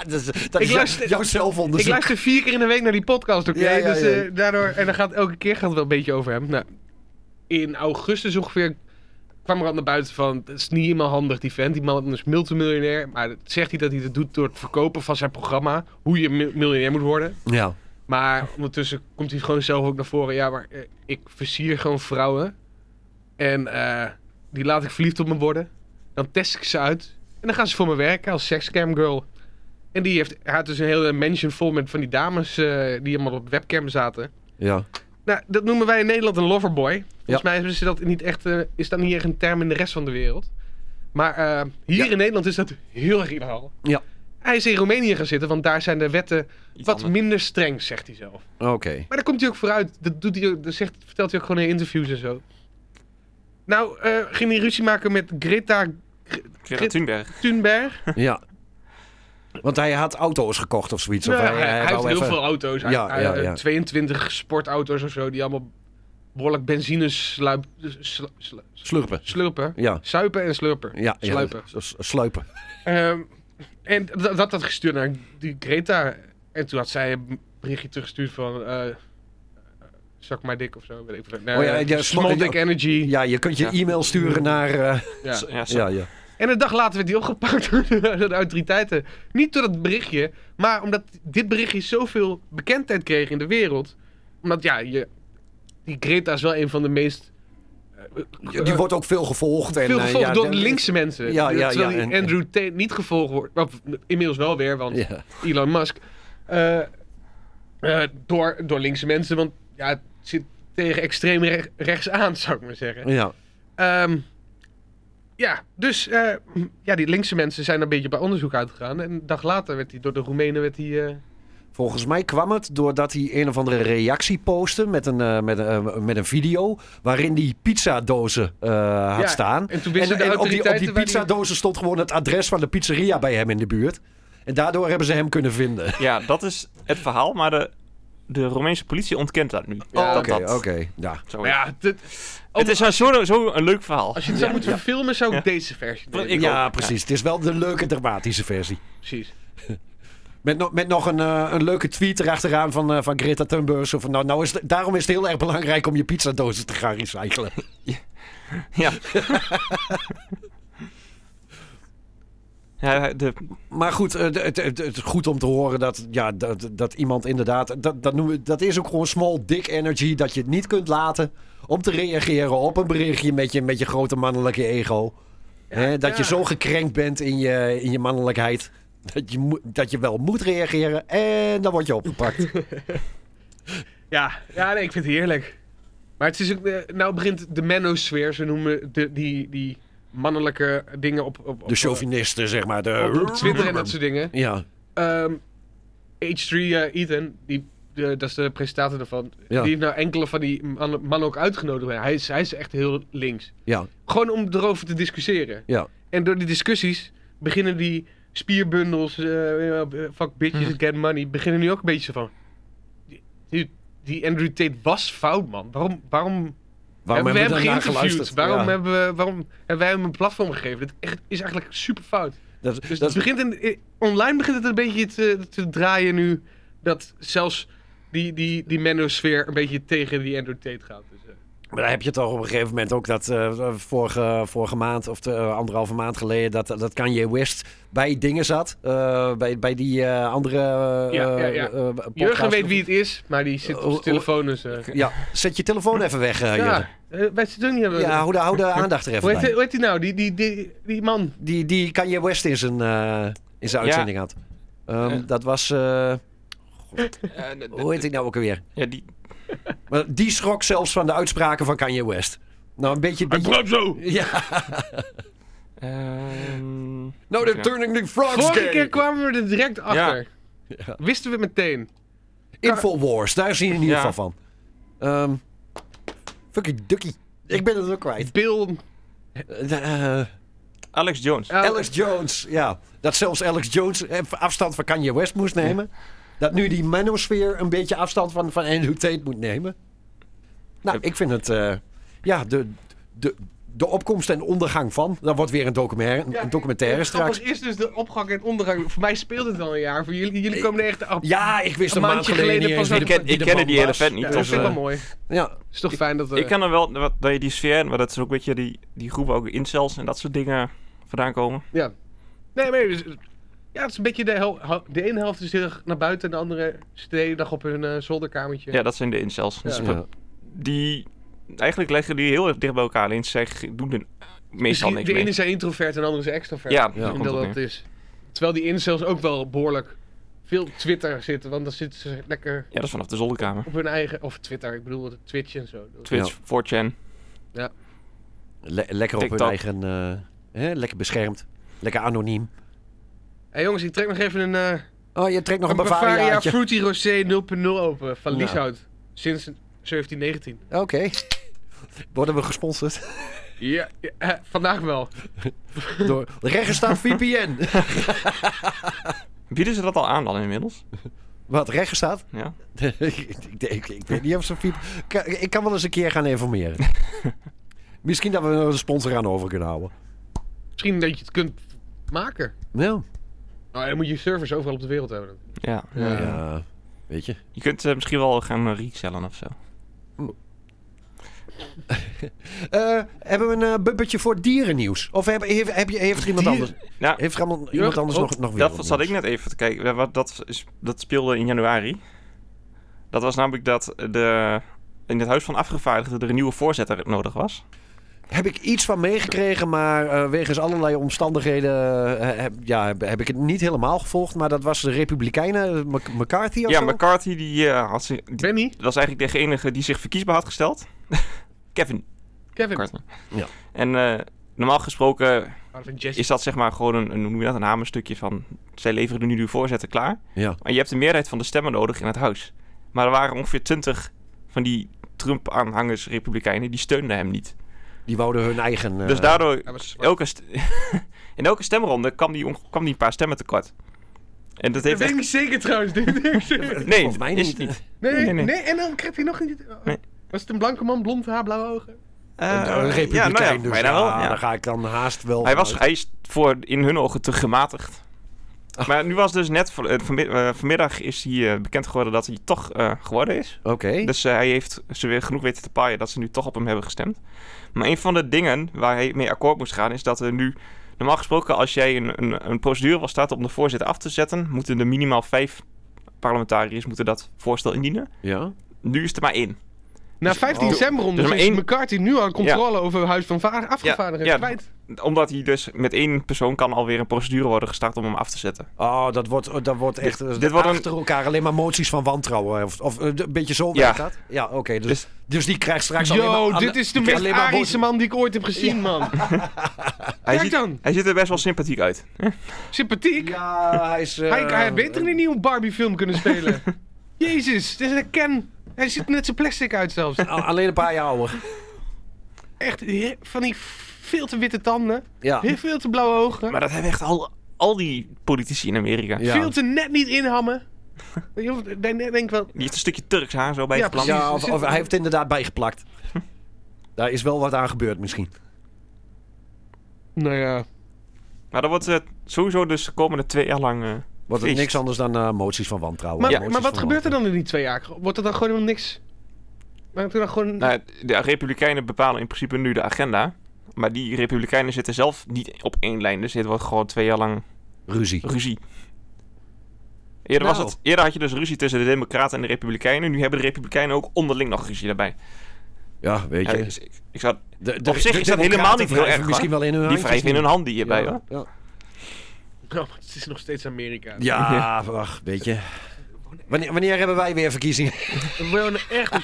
Dat is, dat Ik is jou- luister- jouw ik zelfonderzoek. luister vier keer in de week naar die podcast, oké? Ja, ja, dus ja. eh, daardoor... En dan gaat elke keer gaat het wel een beetje over hem. Nou, in augustus ongeveer kwam er al naar buiten van... Het is niet helemaal handig, die vent. Die man is multimiljonair. Maar dat zegt hij dat hij dat doet door het verkopen van zijn programma. Hoe je mi- miljonair moet worden. Ja. Maar ondertussen komt hij gewoon zelf ook naar voren. Ja, maar eh, ik versier gewoon vrouwen. En eh, die laat ik verliefd op me worden. Dan test ik ze uit. En dan gaan ze voor me werken als sexcam girl. En die heeft, hij had dus een hele mansion vol met van die dames eh, die allemaal op webcam zaten. Ja. Nou, dat noemen wij in Nederland een loverboy. Volgens Ja. mij is dat, niet echt, eh, is dat niet echt een term in de rest van de wereld. Maar eh, hier in Nederland is dat heel erg illegaal. Ja. Hij is in Roemenië gaan zitten, want daar zijn de wetten Iets wat anders. minder streng, zegt hij zelf. Oké. Maar daar komt hij ook vooruit. Dat, doet hij, ook- dat zegt, vertelt hij ook gewoon in interviews en zo. Nou, eh, ging hij ruzie maken met Greta Greta Thunberg. Thunberg. Ja. Want hij had auto's gekocht of zoiets. of Nou, hij, hij heeft eh, wou heel even- veel auto's. Hij- Ja, hij- ja, eh, ja. 22 sportauto's of zo, die allemaal behoorlijk benzine sluip, slu- slu- Slurpen. slurpen. Ja. Zuipen en slurpen. Ja, ja. Sluipen. S- sluipen. Ehm, en dat dat had gestuurd naar die Greta. En toen had zij een berichtje teruggestuurd van... eh zak maar dik of zo, weet ik veel. Nee, Oh ja, ja, small dick energy. Ja, je kunt je Ja. e-mail sturen naar... eh, Ja. Ja, zo. ja, ja. En een dag later werd hij opgepakt door de, door de autoriteiten. Niet door dat berichtje, maar omdat dit berichtje zoveel bekendheid kreeg in de wereld. Omdat ja, je, die Greta is wel een van de meest. eh, Ja, Die wordt ook veel gevolgd. En, veel eh, gevolgd ja, door dat- de linkse Ja, mensen. ja, terwijl ja, die en- Andrew Tate niet gevolgd wordt. Of, inmiddels wel weer, want Ja. Elon Musk. eh, eh, door, door linkse mensen, want ja, het zit tegen extreem rech- rechts aan, zou ik maar zeggen. Ja. Ehm, ja, dus eh, ja, die linkse mensen zijn een beetje bij onderzoek uitgegaan. En een dag later werd hij door de Roemenen... Werd hij, eh, Volgens mij kwam het doordat hij een of andere reactie postte met een, eh, met, een, eh, met een video waarin die pizzadozen eh had Ja, staan. en toen wisten de op die, op die autoriteiten waar die- pizzadozen stond gewoon het adres van de pizzeria bij hem in de buurt. En daardoor hebben ze hem kunnen vinden. Ja, dat is het verhaal, maar de, de Romeinse politie ontkent dat nu. Ja, Oh, Dat Oké, dat oké. Ja. zo maar is. ja, dit- Het is zo'n zo, zo een leuk verhaal. als je het zou moeten verfilmen, zou ik deze versie doen. Ik ja, ook. precies. Het is wel de leuke dramatische versie. Precies. Met, nog met nog een, eh, een leuke tweet erachteraan van, eh, van Greta Thunberg. Of, nou, nou is het- daarom is het heel erg belangrijk om je pizzadozen te gaan recyclen. Ja. ja, de, Maar goed, eh, het, het, het is goed om te horen dat, ja, dat, dat iemand inderdaad... Dat, dat, noemen we, dat is ook gewoon small dick energy. Dat je het niet kunt laten om te reageren op een berichtje met je, met je grote mannelijke ego. Hè, dat je ja. zo gekrenkt bent in je, in je mannelijkheid. Dat je, moet- dat je wel moet reageren en dan word je opgepakt. Ja, ja nee, ik vind het heerlijk. Maar het is ook... eh, nou begint de menosfeer, ze noemen de, die, die mannelijke dingen op, op, op, De chauvinisten, zeg maar. op, De... op Twitter en dat soort dingen. Ja, Ehm, H3 eh, Ethan, die, de- dat is de presentator daarvan, Ja. die heeft nou enkele van die mannen, mannen ook uitgenodigd. Hij is, hij is echt heel links. ja, Gewoon om erover te discussiëren. ja. En door die discussies beginnen die spierbundels, eh, eh, fuck bitches Hmm. and get money, beginnen nu ook een beetje zo van... Die, die Andrew Tate was fout, man. Waarom, waarom Waarom hebben we hem daarnaar geïnterviewd? geluisterd? Waarom, Ja. hebben we, waarom hebben wij hem een platform gegeven? Dat echt- is eigenlijk super fout. Dat, Dus dat, het begint in, i- online begint het een beetje te, te draaien nu. Dat zelfs die, die, die menosfeer een beetje tegen die Andrew Tate gaat. Dus, eh, Maar daar heb je toch op een gegeven moment ook dat eh, vorige, vorige maand of de, eh, anderhalve maand geleden dat, dat Kanye West bij dingen zat. eh, bij, bij die eh, andere. eh, Ja, ja, ja. eh, eh, podcast. Jurgen weet wie het is, maar die zit Oh, op oh, zijn telefoon. Dus, eh, Ja, zet je telefoon even weg. eh, ja, Jurgen. eh, wij zitten ook niet hebben. ja hou, de, hou de aandacht er even hoe, heet, bij. hoe heet die nou? Die, die, die, die man. Die, die Kanye West in zijn, eh, in zijn Ja. uitzending had. Ehm, Eh. Dat was. eh, Eh, de- de- hoe heet ik nou ook alweer? ja, die, Maar Die schrok zelfs van de uitspraken van Kanye West. Nou, een beetje. beetje zo! ja. ehm, No, Nou, they're turning the frogs Vorige gay. keer kwamen we er direct achter. Wisten we het meteen. Infowars, daar zie je in ieder Ja. geval van. Ehm fucking Ducky. Ik ben het ook kwijt. Bill. Eh, eh, Alex Jones. eh, Alex Jones, ja. Dat zelfs Alex Jones even afstand van Kanye West moest nemen. Dat nu die manosfeer een beetje afstand van, van Andrew Tate moet nemen. Nou, ik vind het... eh, ja, de, de, de opkomst en ondergang van. Dat wordt weer een documentaire, Ja, een documentaire het straks. grappige is dus de opgang en ondergang. Voor mij speelt het al een jaar. Voor jullie, jullie komen er echt af. Ja, ik wist Een een maand maandje geleden, geleden niet eens pas ik wie de ken, man- ik wie ken de die man hele was. vent niet. Ja, of, dat vind ik wel eh, mooi. Ja, is toch fijn dat eh, we... ik ken dan wel dat, dat je die sfeer, maar dat is ook een beetje die, die groepen ook incels en dat soort dingen vandaan komen. Ja. Nee, maar... dus- ja, het is een beetje de, hel- hel- de ene helft is heel erg naar buiten en de andere zit de hele dag op hun eh, zolderkamertje. Ja, dat zijn de incels. Dus Ja. ja. die, eigenlijk leggen die heel erg dicht bij elkaar. Alleen zij g- doen er meestal Misschien- niks Dus de mee. ene is extrovert en de andere is extrovert. Ja, ja. Ik denk Nou, komt dat op dat neer. is. Terwijl die incels ook wel behoorlijk veel op Twitter zitten, want dan zitten ze lekker Ja, dat is vanaf de zolderkamer. op hun eigen... Of Twitter, ik bedoel Twitch en zo. Twitch, 4chan. Le- lekker op TikTok. hun eigen... eh, hè, lekker beschermd. Lekker anoniem. Hé jongens, ik trek nog even een... eh, Oh, je trekt nog een Een Bavaria Bavariaatje. Fruity Rosé 0.0 open van Ja. Lieshout. Sinds 1719. Oké. Worden we gesponsord? Ja, ja, eh, vandaag wel. Door Regenstaat VPN. Bieden ze dat al aan dan inmiddels? Wat, Regenstaat? Ja. ik, ik, ik weet niet of ze VPN... Ka- Ik kan wel eens een keer gaan informeren. Misschien dat we er een sponsor aan over kunnen houden. Misschien dat je het kunt maken. Nou, Nou, dan moet je servers overal op de wereld Eh, hebben. Ja. Ja. ja, weet je. Je kunt eh, misschien wel gaan eh, resellen of zo. Eh, hebben we een eh, bumpertje voor dierennieuws? Of heb, heeft, heb je, heeft er iemand Dieren- anders, Nou, heeft er iemand, iemand anders Oh, nog, nog weer Dat zat ik net even te kijken. Ja, wat- Dat, is- dat speelde in januari. Dat was namelijk dat de, in het Huis van Afgevaardigden er een nieuwe voorzitter nodig was. Heb ik iets van meegekregen, maar eh, wegens allerlei omstandigheden eh, heb, ja, heb, heb ik het niet helemaal gevolgd. Maar dat was de Republikeinen, eh, Mc- McCarthy of ja, zo? McCarthy die, eh, had zich, die Benny? was eigenlijk de enige die zich verkiesbaar had gesteld. Kevin Kevin? Oh, McCarthy. Ja. En eh, normaal gesproken Marvin Jesse. is dat zeg maar gewoon een, een, hoe noem je dat, een hamerstukje van... zij leveren nu de voorzitter klaar. ja. Maar je hebt de meerderheid van de stemmen nodig in het huis. Maar er waren ongeveer 20 van die Trump-aanhangers, republikeinen, die steunden hem niet. Die wouden hun eigen... eh, Dus daardoor, Hij was zwart. elke st- in elke stemronde kwam die, onge- kwam die een paar stemmen tekort. En dat Dat heeft weet echt... ik niet zeker trouwens. Dit- dit- Nee, Volgens mij is niet. Eh, het niet. nee, Nee, nee, nee. en dan krijgt hij nog niet... oh, Nee. Was het een blanke man, blond haar, blauwe ogen? Eh, Een republikein, ja, nou ja, dus bijna wel, ja, ja. daar ga ik dan haast wel Hij was vanuit. hij is voor, in hun ogen te gematigd. Maar nu was dus net, van- eh, vanmi- eh, vanmiddag is hij eh, bekend geworden dat hij toch eh, geworden is. Oké, Dus eh, hij heeft ze weer genoeg weten te paaien dat ze nu toch op hem hebben gestemd. Maar een van de dingen waar hij mee akkoord moest gaan is dat er nu... Normaal gesproken als jij een, een, een procedure wil starten om de voorzitter af te zetten... moeten er minimaal vijf parlementariërs moeten dat voorstel indienen. ja. Nu is er maar één. Na 15 oh. december Dus maar is één- McCarthy nu aan controle over Huis van Vaar afgevaardigden Ja, ja. kwijt. Omdat hij dus met één persoon kan alweer een procedure worden gestart om hem af te zetten. Oh, dat wordt, dat wordt echt eh, dit wordt een- achter elkaar alleen maar moties van wantrouwen. Of, of eh, een beetje zo Ja. werkt dat? Ja, oké. dus, dus, Dus- die krijgt straks alleen maar... Yo, alle- dit is de krijgt meest alleen maar Arische man die ik ooit heb gezien, man. Hij Kijk ziet, dan. Hij ziet er best wel sympathiek uit. Sympathiek. Ja, hij is... eh, hij, hij had beter in die nieuwe Barbie film kunnen spelen. Jezus, dit is een Ken. Hij ziet er net zo plastic uit zelfs. a- Alleen een paar jaar ouder. Echt he- van die veel te witte tanden. Ja. Heel veel te blauwe ogen. Maar dat hebben echt al, al die politici in Amerika. Ja. Veel te net niet inhammen. Weet je, of- Denk denk wel, Die heeft een stukje Turks haar zo bij Ja, geplant. precies. Ja, of, of hij heeft inderdaad bijgeplakt. Daar is wel wat aan gebeurd misschien. nou ja. Maar dat wordt eh, sowieso dus de komende twee jaar lang... eh, Wordt het feest. niks anders dan eh, moties van wantrouwen. Maar, Moties maar wat van gebeurt er dan in die twee jaar? Wordt er dan gewoon helemaal niks? Wordt er dan gewoon... Nou, de Republikeinen bepalen in principe nu de agenda. Maar die Republikeinen zitten zelf niet op één lijn. Dus dit wordt gewoon twee jaar lang wantrouwen. Ruzie. ruzie. Eerder, Nou. was het, eerder had je dus ruzie tussen de Democraten en de Republikeinen. Nu hebben de Republikeinen ook onderling nog ruzie daarbij. Ja, weet Ja, je. dus ik, ik zou, De, op zich is dat helemaal niet heel Democraten erg, hoor. Misschien wel in hun die handjes wrijven in hun nemen. hand die hierbij hoor. Ja, Oh, maar het is nog steeds Amerika. ja. ja wacht, weet je. Wanneer, wanneer hebben wij weer verkiezingen? We wonen echt een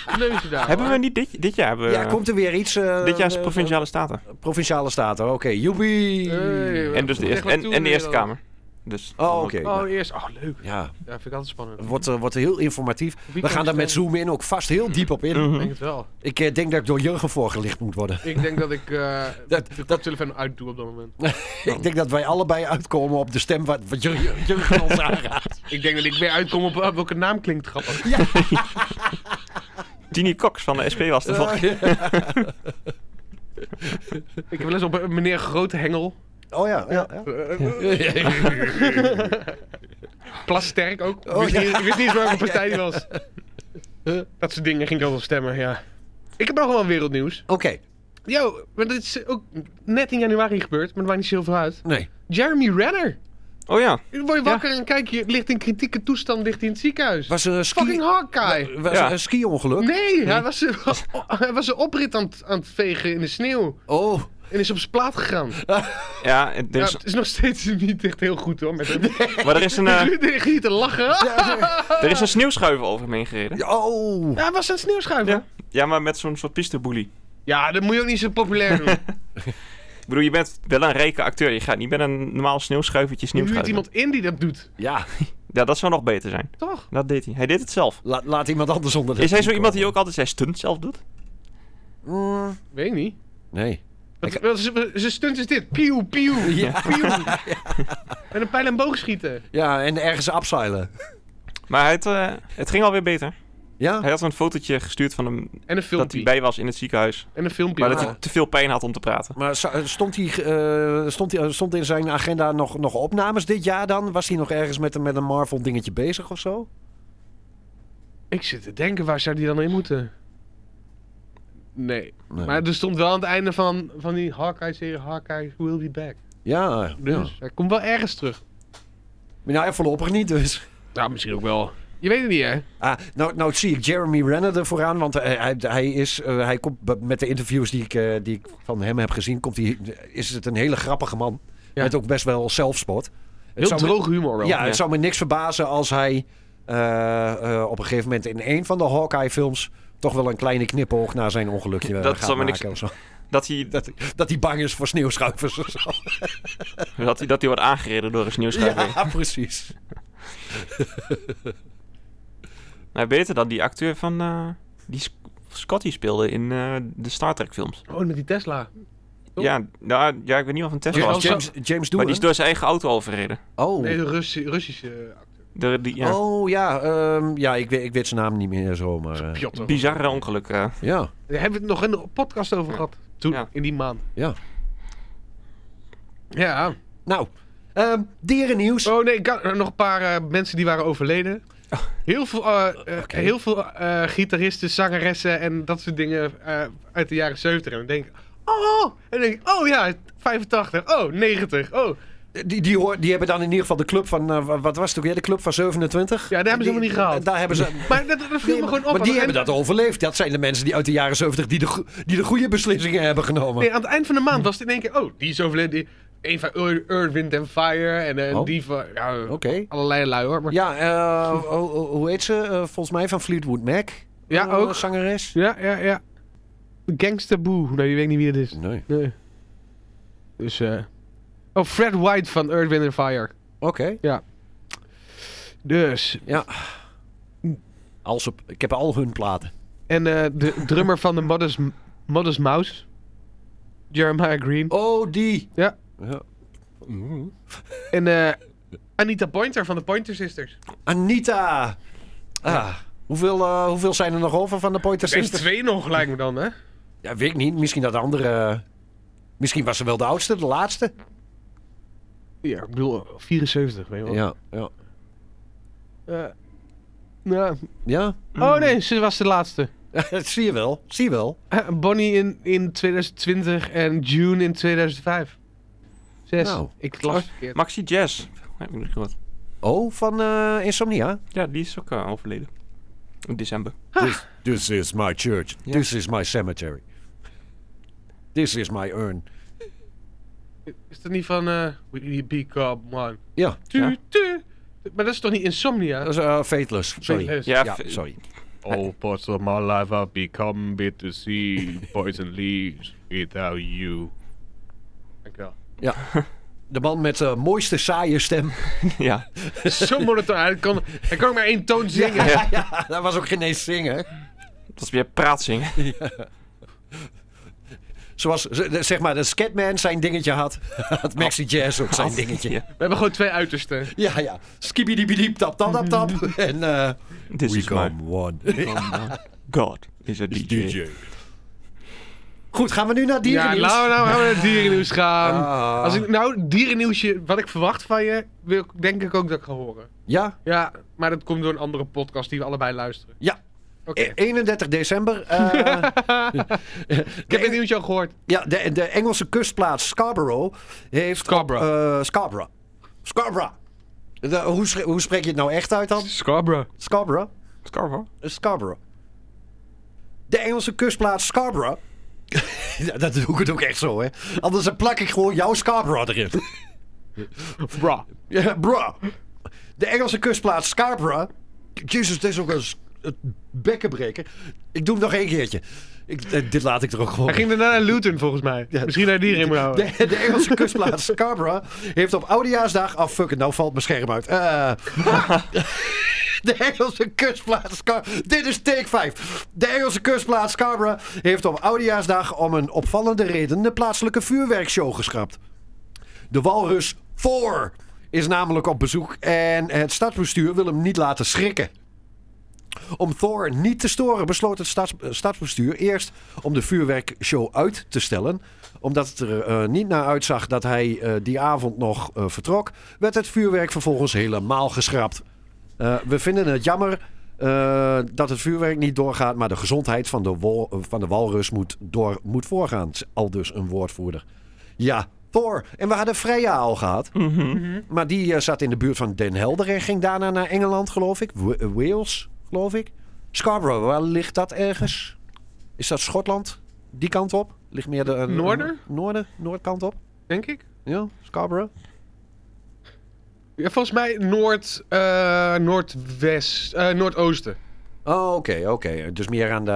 kleuter daar. Hebben we hoor. niet dit, dit jaar? Hebben we, ja, komt er weer iets? eh, dit jaar is eh, Provinciale Staten. eh, Provinciale Staten, oké. Joepie! Hey, en, dus de zeg eerste, maar en, toe en de weer Eerste dan. Kamer. Dus, eh, Oh, oké. Oh, eerst. Oh, leuk. Ja, Ja, vind ik altijd spannend. wordt, eh, wordt heel informatief. Wie We kan gaan daar met stemmen? Zoom in ook vast heel diep op in. Ik Mhm. denk het wel. Ik eh, denk dat ik door Jurgen voorgelicht moet worden. Ik denk dat ik eh Dat- de koptelefoon uitdoe op dat moment. ik denk dat wij allebei uitkomen op de stem wat, wat Jur- Jurgen ons aanraadt. Ik denk dat ik weer uitkom op eh, welke naam klinkt grappig. Tini Cox van de SP was Eh, de volgende. Ik heb wel eens op eh, meneer Grote Hengel. Oh ja, ja, ja. Plasterk ook. Ik Oh, wist, ja. niet, ik wist niet eens welke partij die was. Dat soort dingen ging ik altijd op stemmen, ja. Ik heb nog wel wereldnieuws. Oké, Yo, maar dit is ook net in januari gebeurd, maar er maakt niet zoveel uit. nee. Jeremy Renner. Oh ja, Dan word je wakker en kijk, je ligt in kritieke toestand, ligt hij in het ziekenhuis. Was een ski... Fucking Hawkeye. was Ja. een ski-ongeluk? Nee, hij was, hij was zijn oprit aan, het- aan het vegen in de sneeuw. Oh, En is op zijn plaat gegaan. ja, het Ja, is- het is nog steeds niet echt heel goed hoor. Met hem. maar er is, een, eh, Ik lig hier te lachen. er is een sneeuwschuiver over hem heen gereden. oh. Ja, hij was aan het sneeuwschuiven. Ja. Ja, maar met zo'n soort pisteboelie. Ja, dat moet je ook niet zo populair doen. Ik bedoel, je bent wel een rijke acteur. Je gaat niet met een normaal sneeuwschuivertje Nu huurt sneeuwschuiven. iemand in die dat doet. Ja, Ja, dat zou nog beter zijn. Toch? Dat deed hij. Hij deed het zelf. La- laat iemand anders onder de Is hij zo ski iemand die komen. ook altijd zijn stunt zelf doet? Mm, Weet ik niet. nee. Wat, wat- ze- ze stunt is dit. Pieuw, pieuw, Ja. pieuw. En een pijl en boog schieten. Ja, en ergens abseilen. Maar het, eh, het ging alweer beter. Ja? Hij had een fotootje gestuurd van hem En een dat hij filmpje. bij was in het ziekenhuis. En een filmpje. Maar Ja. dat hij te veel pijn had om te praten. Maar zo- stond, hij, eh, stond, hij, stond in zijn agenda nog, nog opnames dit jaar dan? Was hij nog ergens met, een- met een Marvel dingetje bezig of zo? Ik zit te denken, waar zou die dan in moeten? Nee. Nee. Maar er stond wel aan het einde van, van die Hawkeye-serie, Hawkeye Will Be Back. Ja, Dus hij komt wel ergens terug. Maar nou ja, voorlopig niet dus. Nou, misschien ook wel. Je weet het niet, hè? Ah, nou, nou zie ik Jeremy Renner er vooraan, want hij, hij, hij is, eh, hij komt be- met de interviews die ik, eh, die ik van hem heb gezien, komt hij, is het een hele grappige man. Ja. Met ook best wel zelfspot. Heel zou me- droge humor wel. Ja, Ja. het zou me niks verbazen als hij eh, eh, op een gegeven moment in een van de Hawkeye-films toch wel een kleine knipoog naar zijn ongelukje eh, Dat gaat zou me maken niks- of zo. Dat hij, Dat, dat hij bang is voor sneeuwschuivers of zo. dat hij, dat hij wordt aangereden door een sneeuwschuiver. Ja, precies. Nou, beter dan die acteur van... eh, die Sc- Scotty speelde in eh, de Star Trek films. Oh, en met die Tesla. Oh. Ja, nou, ja, ik weet niet of een Tesla Ja, was. als- James, James Maar Doohan? die is door zijn eigen auto overreden. Oh. Nee, de Russi- Russische acteur. Door die, ja, Oh ja, ehm, ja ik, weet, ik weet zijn naam niet meer zo, maar... eh, Piotr. Bizarre ongeluk. eh. ja. Daar hebben we het nog in de podcast over gehad. Toen, Ja. in die maand. Ja. Ja. Nou, ehm dierennieuws. Oh nee, ik had- eh, nog een paar eh, mensen die waren overleden. Heel veel, eh, eh, Oh. Oké. heel veel eh, gitaristen, zangeressen en dat soort dingen eh, uit de jaren 70. En dan denk ik, oh, en dan denk ik, oh ja, 85, oh, 90, oh. Eh, Die, die, hoor, die hebben dan in ieder geval de club van, eh, wa- wat was het ook weer, de club van 27? Ja, daar hebben ze Die- helemaal niet gehaald. Daar hebben ze... Maar dat, dat viel me gewoon op. maar Aan die het hebben dat eind- overleefd. Dat zijn de mensen die uit de jaren 70 die de, go- die de goede beslissingen hebben genomen. Nee, aan het eind van de maand was het in één keer, oh, die is overleden. Die, een van Earth, Earth, Wind and Fire en eh, Oh. die van, ja, Oké. allerlei lui hoor. Maar, ja. Ja, eh, ho- ho- hoe heet ze? Eh, volgens mij van Fleetwood Mac. Ja, Eh, ook. Zangeres. ja, ja, ja. Gangsta Boo, nou die weet ik niet wie dat is. Nee. Nee. Dus, eh Oh, Fred White van Earth, Wind and Fire. Oké. Dus. Als op- Ik heb al hun platen. En eh, de drummer van de Modest, Modest Mouse. Jeremiah Green. Oh, die. Ja. Ja. En eh, Anita Pointer van de Pointer Sisters. Anita. Ah. Hoeveel, eh, hoeveel zijn er nog over van de Pointer Er is Sisters? twee nog, lijkt me dan, hè? Ja, weet ik niet. Misschien dat de andere... eh, Misschien was ze wel de oudste, de laatste. Ja, ik bedoel, 74, weet je wel. ja. Eh, ja. Ja, Oh nee, ze was de laatste. dat zie je wel. Zie je wel. Eh, Bonnie in, in 2020 en June in 2005. Zes. Nou. ik las het verkeerd. Maxi Jazz. Heb ik nog wat. Oh, van eh, Insomnia. Ja, die is ook eh, overleden. In december. This, this is my church. This is my cemetery. This is my urn. Is dat niet van eh We Become One? Ja, Tu, Ja. tu. Maar dat is toch niet Insomnia? dat is eh, Fateless. Sorry. Fateless. Ja, Ja, v- sorry. All parts of my life have become bitter sea, poison leaves without you. Dankjewel. De man met de mooiste saaie stem. ja. Zo monotoon. Hij kan, hij kan ook maar één toon zingen. ja. ja, dat was ook geen eens zingen. Dat is weer praatzingen. Zoals, z- zeg maar, dat Scatman zijn dingetje had. Had Maxi Jazz ook zijn dingetje. Ja. We hebben gewoon twee uitersten. Ja, ja. Skibidibidiep, tap, tap, tap, tap. En eh This we is my come one. God is a DJ. Goed, gaan we nu naar Ja, dierennieuws? laten we nou gaan we naar het dierennieuws gaan. Ah. Als ik nou dierennieuwsje, wat ik verwacht van je, wil, ik- denk ik ook dat ik ga horen. Ja, Ja, maar dat komt door een andere podcast die we allebei luisteren. ja. Oké. Eh, E- 31 december. eh, Ik heb het nieuwtje al gehoord. Ja, de, de Engelse kustplaats Scarborough heeft... Scarborough. eh, Scarborough. Scarborough. De- hoe, schre- hoe spreek je het nou echt uit dan? Scarborough. Scarborough? Scarvo? Eh, Scarborough. De Engelse kustplaats Scarborough... Ja, dat doe ik het ook echt zo, hè. Anders dan plak ik gewoon jouw Scarborough erin. Bra. Ja, bruh. De Engelse kustplaats Scarborough... Jezus, dit is ook een s- een bekkenbreker. Ik doe hem nog één keertje. Ik, eh, dit laat ik er ook gewoon Hij ging daarna naar Luton volgens mij. Misschien naar dieren moet houden. De, de Engelse kustplaats Scarborough heeft op Oudejaarsdag... Oh, fuck it, nou valt mijn scherm uit. Eh, de Engelse kustplaats Scarborough... Dit is take 5. De Engelse kustplaats Scarborough heeft op Oudejaarsdag... om een opvallende reden de plaatselijke vuurwerkshow geschrapt. De walrus 4 is namelijk op bezoek... en het stadsbestuur wil hem niet laten schrikken. Om Thor niet te storen besloot het stads- eh, stadsbestuur eerst om de vuurwerkshow uit te stellen. Omdat het er eh, niet naar uitzag dat hij eh, die avond nog eh, vertrok, werd het vuurwerk vervolgens helemaal geschrapt. Eh, we vinden het jammer eh, dat het vuurwerk niet doorgaat, maar de gezondheid van de, wol- eh, van de walrus moet, door, moet voorgaan. Al dus een woordvoerder. Ja, Thor. En we hadden Freya al gehad. Maar die eh, zat in de buurt van Den Helder en ging daarna naar Engeland, geloof ik. W- eh, Wales, geloof ik. Scarborough, waar ligt dat ergens? Is dat Schotland? Die kant op? Ligt meer de... eh, Noorder? Noorden, noordkant op. Denk ik. Ja, Scarborough. Ja, volgens mij noord, eh, noordwest, eh, noordoosten. Oh, oké, oké. Dus meer aan de...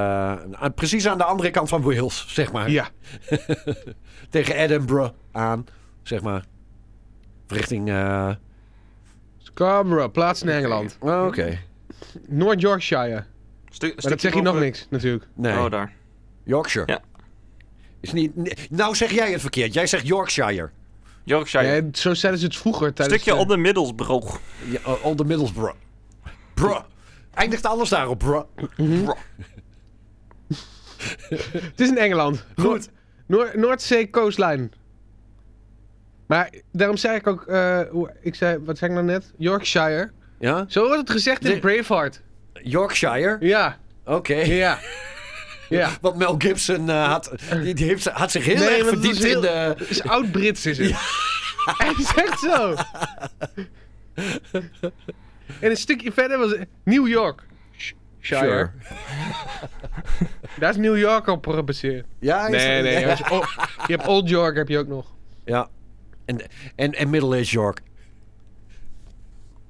aan- precies aan de andere kant van Wales, zeg maar. Ja. Tegen Edinburgh aan, zeg maar. Richting... eh, Scarborough, plaats in Engeland. oh, oké. Noord Yorkshire. Maar dat zeg je nog niks, natuurlijk. Nee, Oh, daar. Yorkshire. Ja. Is niet, nee, nou zeg jij het verkeerd. Jij zegt Yorkshire. Yorkshire. Ah, Ja, zo zeiden ze het vroeger tijdens... eh, Stukje de- onder Middelsbroog. Ja, eh, onder Middlesbrough. Bruh. Eindigt alles daarop, bruh. Het is in Engeland. Goed. Noor- Noordzee Coastline. Maar daarom zei ik ook... eh, hoe- ik zei, wat zei ik nou net? Yorkshire. Ja? Zo wordt het gezegd in De- Braveheart. Yorkshire? Ja. Oké. Ja. ja. Want Mel Gibson eh, had, die, die heeft, had zich heel Nee, erg want het verdiept is heel- in de... Het is oud-Brits, is het. Hij zegt zo. en een stukje verder was het New York. Sh- Shire. Sure. Daar is New York op gebaseerd. Ja, is Nee, dat- nee. Ja. dat is- oh, je hebt Old York heb je ook nog. Ja. En, en, en Middle Age York.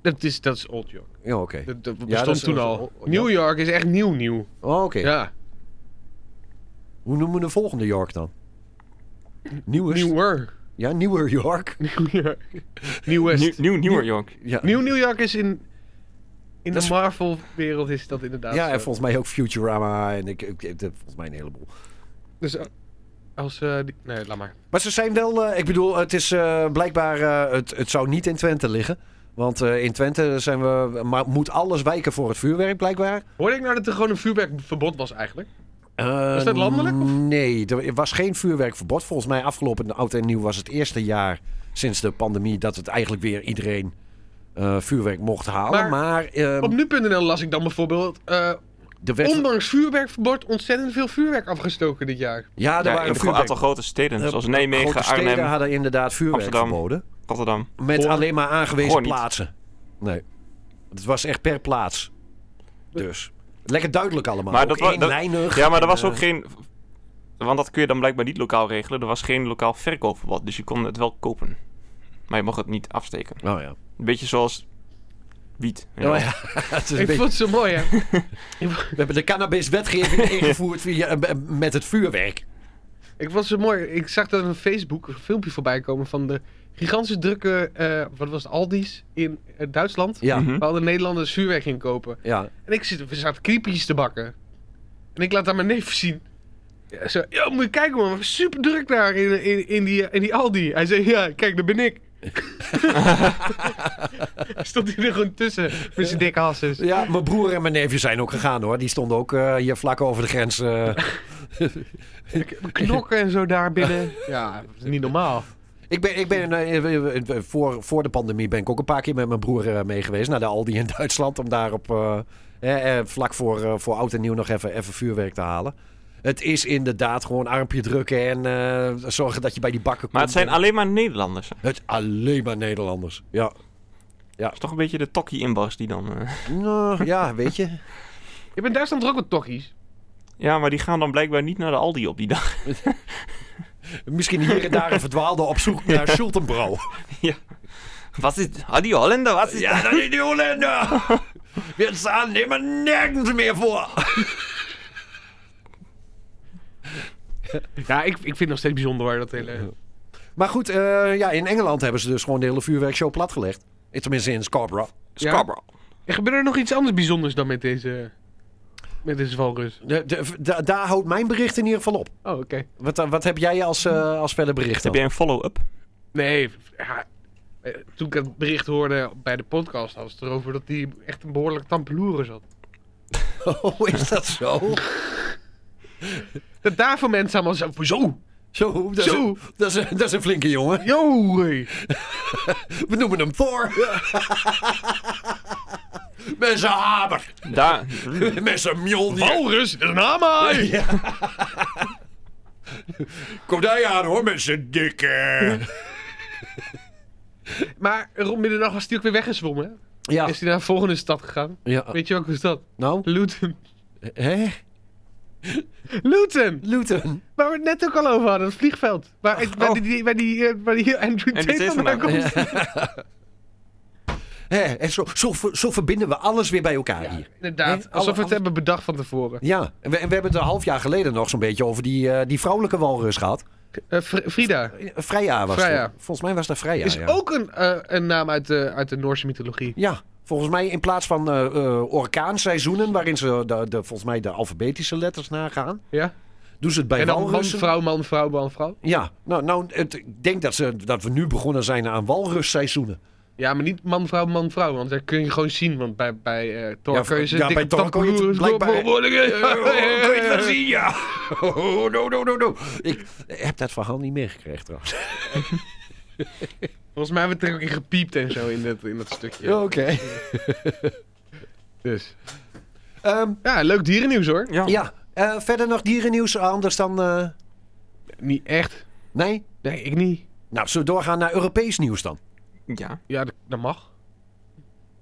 Dat is, dat is Old York. Ja, oké. Dat, dat bestond dat is- toen dat is- al. oh, ja. New York is echt nieuw nieuw. Oh, oké. Ja. Hoe noemen we de volgende York dan? Nieuwest? Newer. Ja, New York. Nieuw West. Nieuw, nieuw, New York. Ja, Nieuw New York is in... Dat In de is- Marvel-wereld is dat inderdaad ja zo. en volgens mij ook Futurama. En ik, ik, ik- volgens mij een heleboel. Dus eh, als... eh, die- Nee, laat maar. Maar ze zijn wel, eh, ik bedoel, het is eh, blijkbaar, eh, het, het zou niet in Twente liggen. Want eh, in Twente zijn we, maar moet alles wijken voor het vuurwerk blijkbaar. Hoorde ik nou dat er gewoon een vuurwerkverbod was eigenlijk? Is dat landelijk, of? Eh, Nee, er was geen vuurwerkverbod. Volgens mij afgelopen oud en nieuw was het eerste jaar sinds de pandemie dat het eigenlijk weer iedereen eh, vuurwerk mocht halen. Maar, Maar ehm, Op nu.nl las ik dan bijvoorbeeld... eh, er werd, ondanks vuurwerkverbod ontzettend veel vuurwerk afgestoken dit jaar. ja, er Ja, in waren een aantal vuurwerk. Eh, grote steden, zoals Nijmegen, Grote steden Arnhem, hadden inderdaad vuurwerk Amsterdam. verboden. Rotterdam. Met Hoorn. alleen maar aangewezen Hoorn niet. plaatsen. Nee. Het was echt per plaats. Dus. Lekker duidelijk allemaal. Maar Maar ook dat wa- dat- eenlijnig. Ja, maar er was En, ook geen... Want dat kun je dan blijkbaar niet lokaal regelen. Er was geen lokaal verkoopverbod, dus je kon het wel kopen. Maar je mocht het niet afsteken. eh, Oh ja. Een beetje zoals wiet. Oh ja. het is een ik beetje- vond het zo mooi, hè? We hebben de cannabiswetgeving ingevoerd via, eh, met het vuurwerk. ik vond het zo mooi. Ik zag dat op Facebook een filmpje voorbij komen van de gigantische drukke... eh, wat was het? Aldi's in eh, Duitsland. Ja. Mhm. Waar de Nederlanders vuurwerk in kopen. Ja. En ik zit, we zaten creepy's te bakken. En ik laat aan mijn neef zien. Ja, zo, "Yo, moet je kijken man, super druk daar in, in, in, die, in die Aldi. Hij zei, ja, kijk, daar ben ik. Stond hij er gewoon tussen, met zijn dikke hasses. ja, mijn broer en mijn neefje zijn ook gegaan hoor. Die stonden ook eh, hier vlak over de grens. eh. Knokken en zo daar binnen. Ja, dat is niet normaal. ik ben, ik ben eh, eh, eh, voor, voor de pandemie ben ik ook een paar keer met mijn broer eh, mee geweest. Naar de Aldi in Duitsland. Om daar op, eh, eh, eh, vlak voor, eh, voor oud en nieuw nog even, even vuurwerk te halen. Het is inderdaad gewoon armpje drukken en eh, zorgen dat je bij die bakken komt. Maar het zijn en- alleen maar Nederlanders. hè? het alleen maar Nederlanders. Ja. Dat is toch een beetje de tokkie-inbars die dan... eh, Nou, ja, weet je. Je bent in Duitsland toch ook wat tokkies. Ja, maar die gaan dan blijkbaar niet naar de Aldi op die dag. Misschien hier en daar een verdwaalde op zoek naar Schultenbrouw. Wat is... Ah, die Hollander, wat is... Ja, dat is die Hollander. We staan helemaal nergens meer voor. Ja, ik, ik vind het nog steeds bijzonder waar dat hele... Maar goed, eh, ja, in Engeland hebben ze dus gewoon de hele vuurwerkshow platgelegd. Tenminste in Scarborough. Ja. Scarborough. Er gebeurde er nog iets anders bijzonders dan met deze... Met deze valrus. De, de, da- daar houdt mijn bericht in ieder geval op. Oh, oké. Wat, eh, wat heb jij als, eh als verder bericht dan? Dus Heb jij een follow-up? Nee, ja, eh, toen ik het bericht hoorde bij de podcast, had het erover dat hij echt een behoorlijk tampeloeren zat. Oh, is dat zo? Dat daarvoor mensen allemaal zo, van, zo, Zo, dat is, Zo. Dat, is, dat is een flinke jongen. yo, Oh, hey. We noemen hem Thor. Met zijn hamer. Daar... Met zijn mjolnir. Walrus, dat is een hamer. Kom daar aan hoor, met zijn dikke. Maar rond middernacht was hij ook weer weggezwommen. hè? Ja, Is hij naar een volgende stad gegaan. ja. Weet je welke stad? nou, Luton. hè? Luton! Luton. Waar we het net ook al over hadden, het vliegveld. Waar, ik- waar, Oh. die, die- waar, die, eh, waar die Andrew Tate Tate vandaan vandaan. komt. Hè, en zo, zo, ver- zo verbinden we alles weer bij elkaar Ja, hier. inderdaad, Hè? alsof we Alle- het hebben bedacht van tevoren. Ja, en we, en we hebben het een half jaar geleden nog zo'n beetje over die, eh, die vrouwelijke walrus gehad. Eh, Fr- Frida Eh, Freya was Freya. dat. Volgens mij was dat Freya. is ja. ook een, eh, een naam uit de, uit de Noorse mythologie. Ja, volgens mij in plaats van eh, eh, orkaanseizoenen, waarin ze de, de, volgens mij de alfabetische letters nagaan, Ja? doen ze het bij En dan man, walrussen. vrouw, man, vrouw, man, vrouw. Ja, nou, nou het- ik denk dat, ze, dat we nu begonnen zijn aan walrusseizoenen. Ja, maar niet man, vrouw, man, vrouw. Want dat kun je gewoon zien. Want bij, bij eh Thor Ja, kun je ze ja, dikke bij Thor kon je het tampoenen- blijkbaar- Kun je dat zien? ja. Oh, no, no, no, no. Ik heb dat verhaal niet meegekregen trouwens. Volgens mij hebben we het er ook in gepiept en zo in dat, in dat stukje. Oké. Dus. Ehm, Ja, leuk dierennieuws hoor. Ja. ja, eh, verder nog dierennieuws anders dan... eh, Niet echt. nee? Nee, ik niet. Nou, zullen we doorgaan naar Europees nieuws dan? Ja. Ja, dat, dat mag.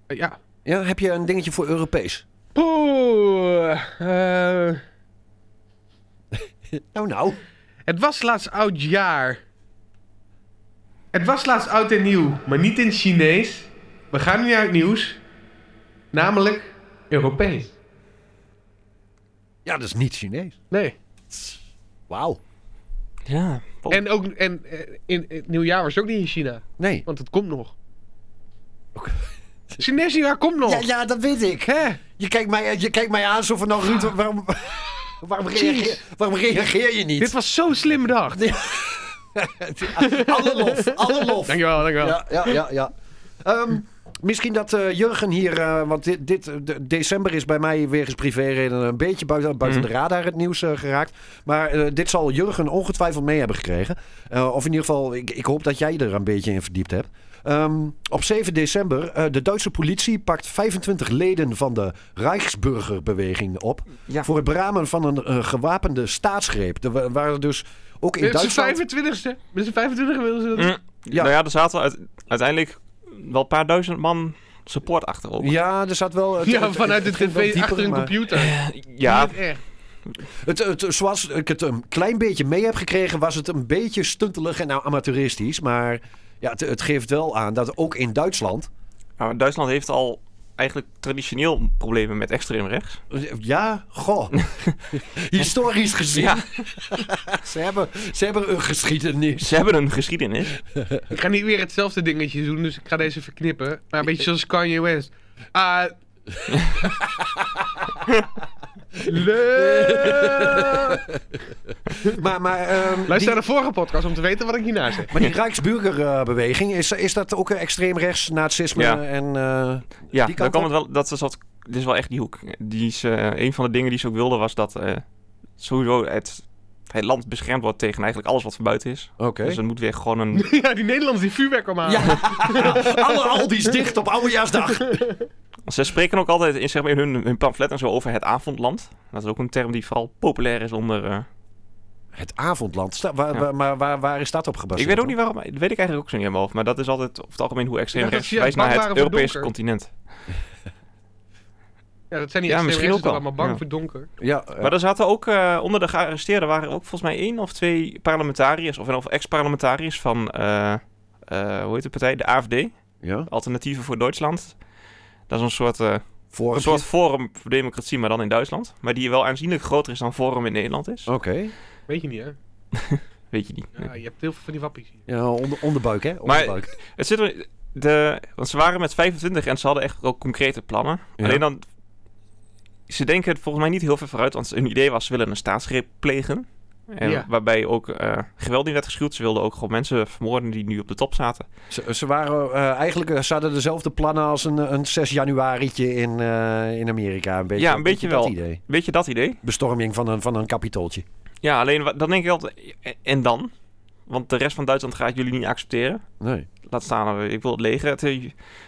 Eh, ja. Ja, heb je een dingetje voor Europees? Poeh. eh, Nou, nou. het was laatst oud jaar. Het was laatst oud en nieuw, maar niet in het Chinees. We gaan nu naar het nieuws. Namelijk Europees. Ja, dat is niet Chinees. Nee. Wauw. Ja. Paul. En ook en, eh, in, in, nieuwjaar was het ook niet in China. Nee. Want het komt nog. Chinees nieuwjaar komt nog. Ja, ja, dat weet ik. Hè? Je kijkt mij, je kijkt mij aan zo van, nou Ruud, waarom, waarom, reageer, waarom reageer je Dit niet? was zo'n slim bedacht. Alle lof, alle lof. Dankjewel, dankjewel. Ja, ja, ja. ja. Ehm, misschien dat eh, Jurgen hier, eh, want dit, dit eh, de- december is bij mij wegens privéredenen een beetje buiten, buiten Mhm. de radar het nieuws eh, geraakt. Maar eh, dit zal Jurgen ongetwijfeld mee hebben gekregen. Eh, of in ieder geval, ik, ik hoop dat jij er een beetje in verdiept hebt. Ehm, op 7 december, eh de Duitse politie pakt 25 leden van de Reichsburgerbeweging op. Ja. Voor het beramen van een eh, gewapende staatsgreep. Er wa- waren dus ook in Met zijn Duitsland... 25ste. Met zijn 25 wilden ze dat. Mm. Ja. Nou ja, er zaten uit- uiteindelijk wel een paar duizend man support achter ook. Ja, er zat wel... het- Ja, het- vanuit de het ging wel tv dieper, achter een maar- computer. Ja, Niet echt. Het, het, zoals ik het een klein beetje mee heb gekregen, was het een beetje stuntelig en nou amateuristisch. Maar ja, het, het geeft wel aan dat ook in Duitsland. maar Nou, Duitsland heeft al eigenlijk traditioneel problemen met extreem rechts. Ja, goh. Historisch gezien. Ja, Ze, hebben, ze hebben een geschiedenis. ze hebben een geschiedenis. Ik ga niet weer hetzelfde dingetje doen, dus ik ga deze verknippen. Maar een beetje zoals Kanye West. Ah. Le- Maar, maar, ehm, Luister die, naar de vorige podcast om te weten wat ik hierna zeg. maar die Rijksburgerbeweging, is, is dat ook een extreem rechts, nazisme Ja. en... eh, Ja, Die dan kant kwam op? het wel. Dat is wat, dit is wel echt die hoek. Die is, eh, een van de dingen die ze ook wilden was dat eh, sowieso het, het land beschermd wordt tegen eigenlijk alles wat van buiten is. Oké. Dus het moet weer gewoon een. Ja, die Nederlanders die vuurwerk kwam aan. Ja, alle Aldi's dicht op Oudejaarsdag. Ze spreken ook altijd in, zeg maar, in hun, hun pamflet en zo over het avondland. Dat is ook een term die vooral populair is onder. eh, Het avondland, sta- waar, Ja. waar- maar waar, waar is dat op gebaseerd? ik weet ook dan? niet waarom, dat weet ik eigenlijk ook zo niet helemaal over, maar dat is altijd over het algemeen hoe extreem Ja, dat rechts ze wijst bang naar het waren voor Europese donker. continent. Ja, dat zijn die Ja, ja, misschien ook wel. allemaal bang Ja. voor donker. Ja, eh, Maar er zaten ook eh, onder de gearresteerden waren ook volgens mij één of twee parlementariërs of, of ex-parlementariërs van, eh, eh, hoe heet de partij? De AFD, ja. Alternatieven voor Duitsland. Dat is een soort, eh, een Vormpje. soort forum voor democratie, maar dan in Duitsland. Maar die wel aanzienlijk groter is dan forum in Nederland is. Oké. Weet je niet, hè? Weet je niet. Ja, je hebt heel veel van die wappies hier. Ja, onder, onderbuik, hè? Maar- Onderbuik. Het zit er, de, want ze waren met 25 en ze hadden echt ook concrete plannen. Ja. Alleen dan, ze denken volgens mij niet heel ver vooruit, want hun idee was, ze willen een staatsgreep plegen. En Ja. Waarbij ook eh, geweld in werd geschuwd. Ze wilden ook gewoon mensen vermoorden die nu op de top zaten. Ze, ze waren eh, eigenlijk eh, ze hadden dezelfde plannen als een, een 6 januarietje in, eh, in Amerika. Een beetje, Ja, een beetje dat wel. idee. Weet je dat idee? Bestorming van een, van een kapitooltje. Ja, alleen wa- dan denk ik altijd, eh, en dan? Want de rest van Duitsland gaat jullie niet accepteren. Nee. Laat staan, eh, ik wil het leger. Het,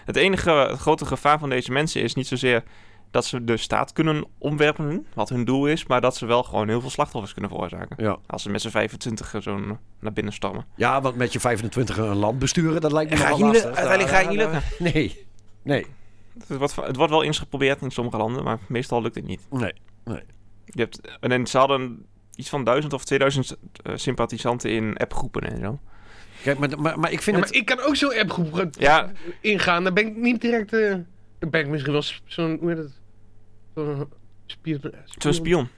het enige grote gevaar van deze mensen is niet zozeer dat ze de staat kunnen omwerpen, wat hun doel is, maar dat ze wel gewoon heel veel slachtoffers kunnen veroorzaken. Ja. Als ze met z'n 25 zo'n naar binnen stormen. ja, want met je 25 een land besturen, dat lijkt me Ga nogal je niet lastig. lukken. Uiteindelijk ga je niet lukken. eh, Nee. Nee. Het wordt, va- het wordt wel eens geprobeerd in sommige landen, maar meestal lukt het niet. Nee. Je hebt, en dan- ze hadden iets van 1000 of 2000 eh, sympathisanten in appgroepen en zo. Kijk, maar, maar, maar ik vind Ja, het... maar ik kan ook zo'n appgroep gaan- Ja, ingaan. Dan ben ik niet direct... eh, dan ben ik misschien wel sp- zo'n... Hoe heet het? Zo'n spier... zo'n spion.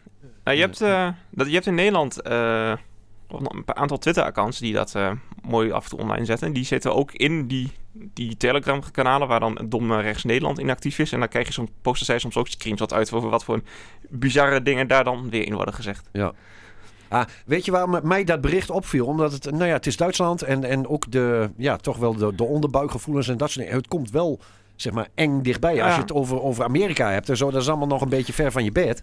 Nou, je, hebt, eh, dat, je hebt in Nederland eh, nog een paar aantal Twitter-accounts die dat eh, mooi af en toe online zetten. Die zitten ook in die, die Telegram-kanalen waar dan Dom eh, Rechts Nederland in actief is. En dan krijg je soms, posten zij soms ook screenshots uit over wat voor bizarre dingen daar dan weer in worden gezegd. Ah, weet je waarom mij dat bericht opviel? Omdat het, nou ja, het is Duitsland en, en ook de, ja, toch wel de, de onderbuikgevoelens en dat soort dingen. Het komt wel, zeg maar, eng dichtbij. Als Ja. je het over, over Amerika hebt en zo, dat is allemaal nog een beetje ver van je bed.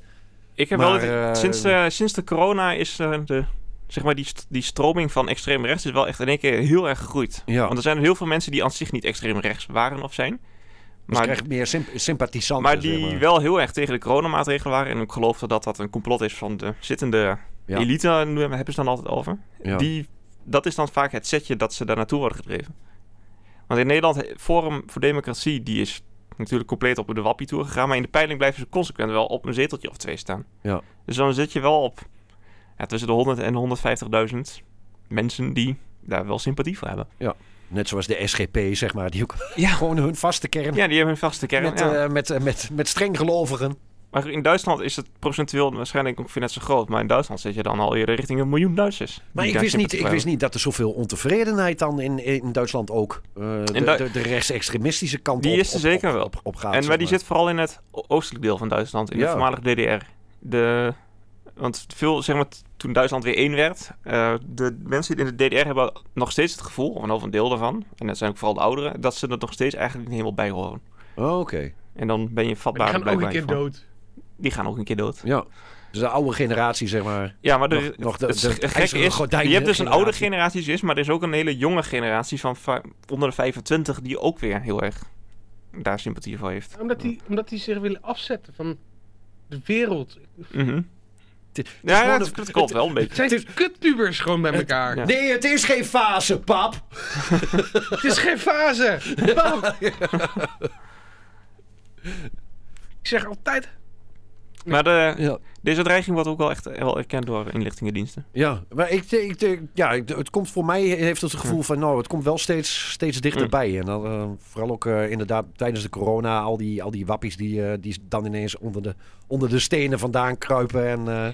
Ik heb Maar, wel het- eh, sinds, eh, sinds de corona is eh, de, zeg maar die, st- die stroming van extreem rechts is wel echt in één keer heel erg gegroeid. Ja. Want er zijn heel veel mensen die aan zich niet extreem rechts waren of zijn. Maar, Maar, krijgt meer symp- sympathisanten. maar die zeg dus maar. wel heel erg tegen de coronamaatregelen waren. En ik geloofde dat dat een complot is van de zittende Ja. elite. Nu hebben ze dan altijd over. Ja. Die, dat is dan vaak het setje dat ze daar naartoe worden gedreven. Want in Nederland, eh, Forum voor Democratie, die is natuurlijk compleet op de wappie toe gegaan. Maar in de peiling blijven ze consequent wel op een zeteltje of twee staan. Ja. Dus dan zit je wel op ja, tussen de 100 en 150.000 mensen die daar wel sympathie voor hebben. Net zoals de SGP, zeg maar. Die ook Ja. gewoon hun vaste kern. Ja, die hebben hun vaste kern. met, ja. eh, met, eh, met, met strenggelovigen. Maar in Duitsland is het procentueel waarschijnlijk ongeveer net zo groot. Maar in Duitsland zit je dan al eerder richting een miljoen Duitsers. die Maar ik daar wist, niet, sympathie ik voor wist niet dat er zoveel ontevredenheid dan in, in Duitsland ook eh, de, Du- de, de rechtsextremistische kant Die op, is er op- zeker op- wel. op, op gaat. hebben. En zeg maar die maar. zit vooral in het o- oostelijk deel van Duitsland, in Ja. de voormalige DDR. De, want veel, zeg maar, t- toen Duitsland weer één werd, eh, de mensen in de DDR hebben nog steeds het gevoel, of in ieder geval een deel daarvan, en dat zijn ook vooral de ouderen, dat ze er nog steeds eigenlijk niet helemaal bij horen. Oh, Oké, En dan ben je Maar vatbaar die gaan ook een blijkbaar keer hiervoor. dood. Die gaan ook een keer dood. ja. Dus de oude generatie, zeg maar. Ja, maar er- Nog- nog de- het is- de het gekke ijzeren is, gordijnen je hebt dus een generatie. oude generatie die is, maar er is ook een hele jonge generatie van va- onder de 25 die ook weer heel erg daar sympathie voor heeft. Omdat die, omdat die zich willen afzetten van de wereld. Mhm. Het is Ja, gewoon dat, een- dat klopt wel een beetje. Het zijn kutpubers gewoon bij elkaar. ja. Nee, het is geen fase, pap. Het is geen fase. Bam. Ik zeg altijd... Maar de, Ja. Deze dreiging wordt ook wel echt eh, wel erkend door inlichtingendiensten. Ja, maar ik, ik, ik- ja, ik- het komt voor mij heeft het gevoel van, nou, het komt wel steeds, steeds Mm. dichterbij. En dan, eh, vooral ook eh, inderdaad tijdens de corona, al die, al die wappies die, eh, die dan ineens onder de, onder de stenen vandaan kruipen en eh,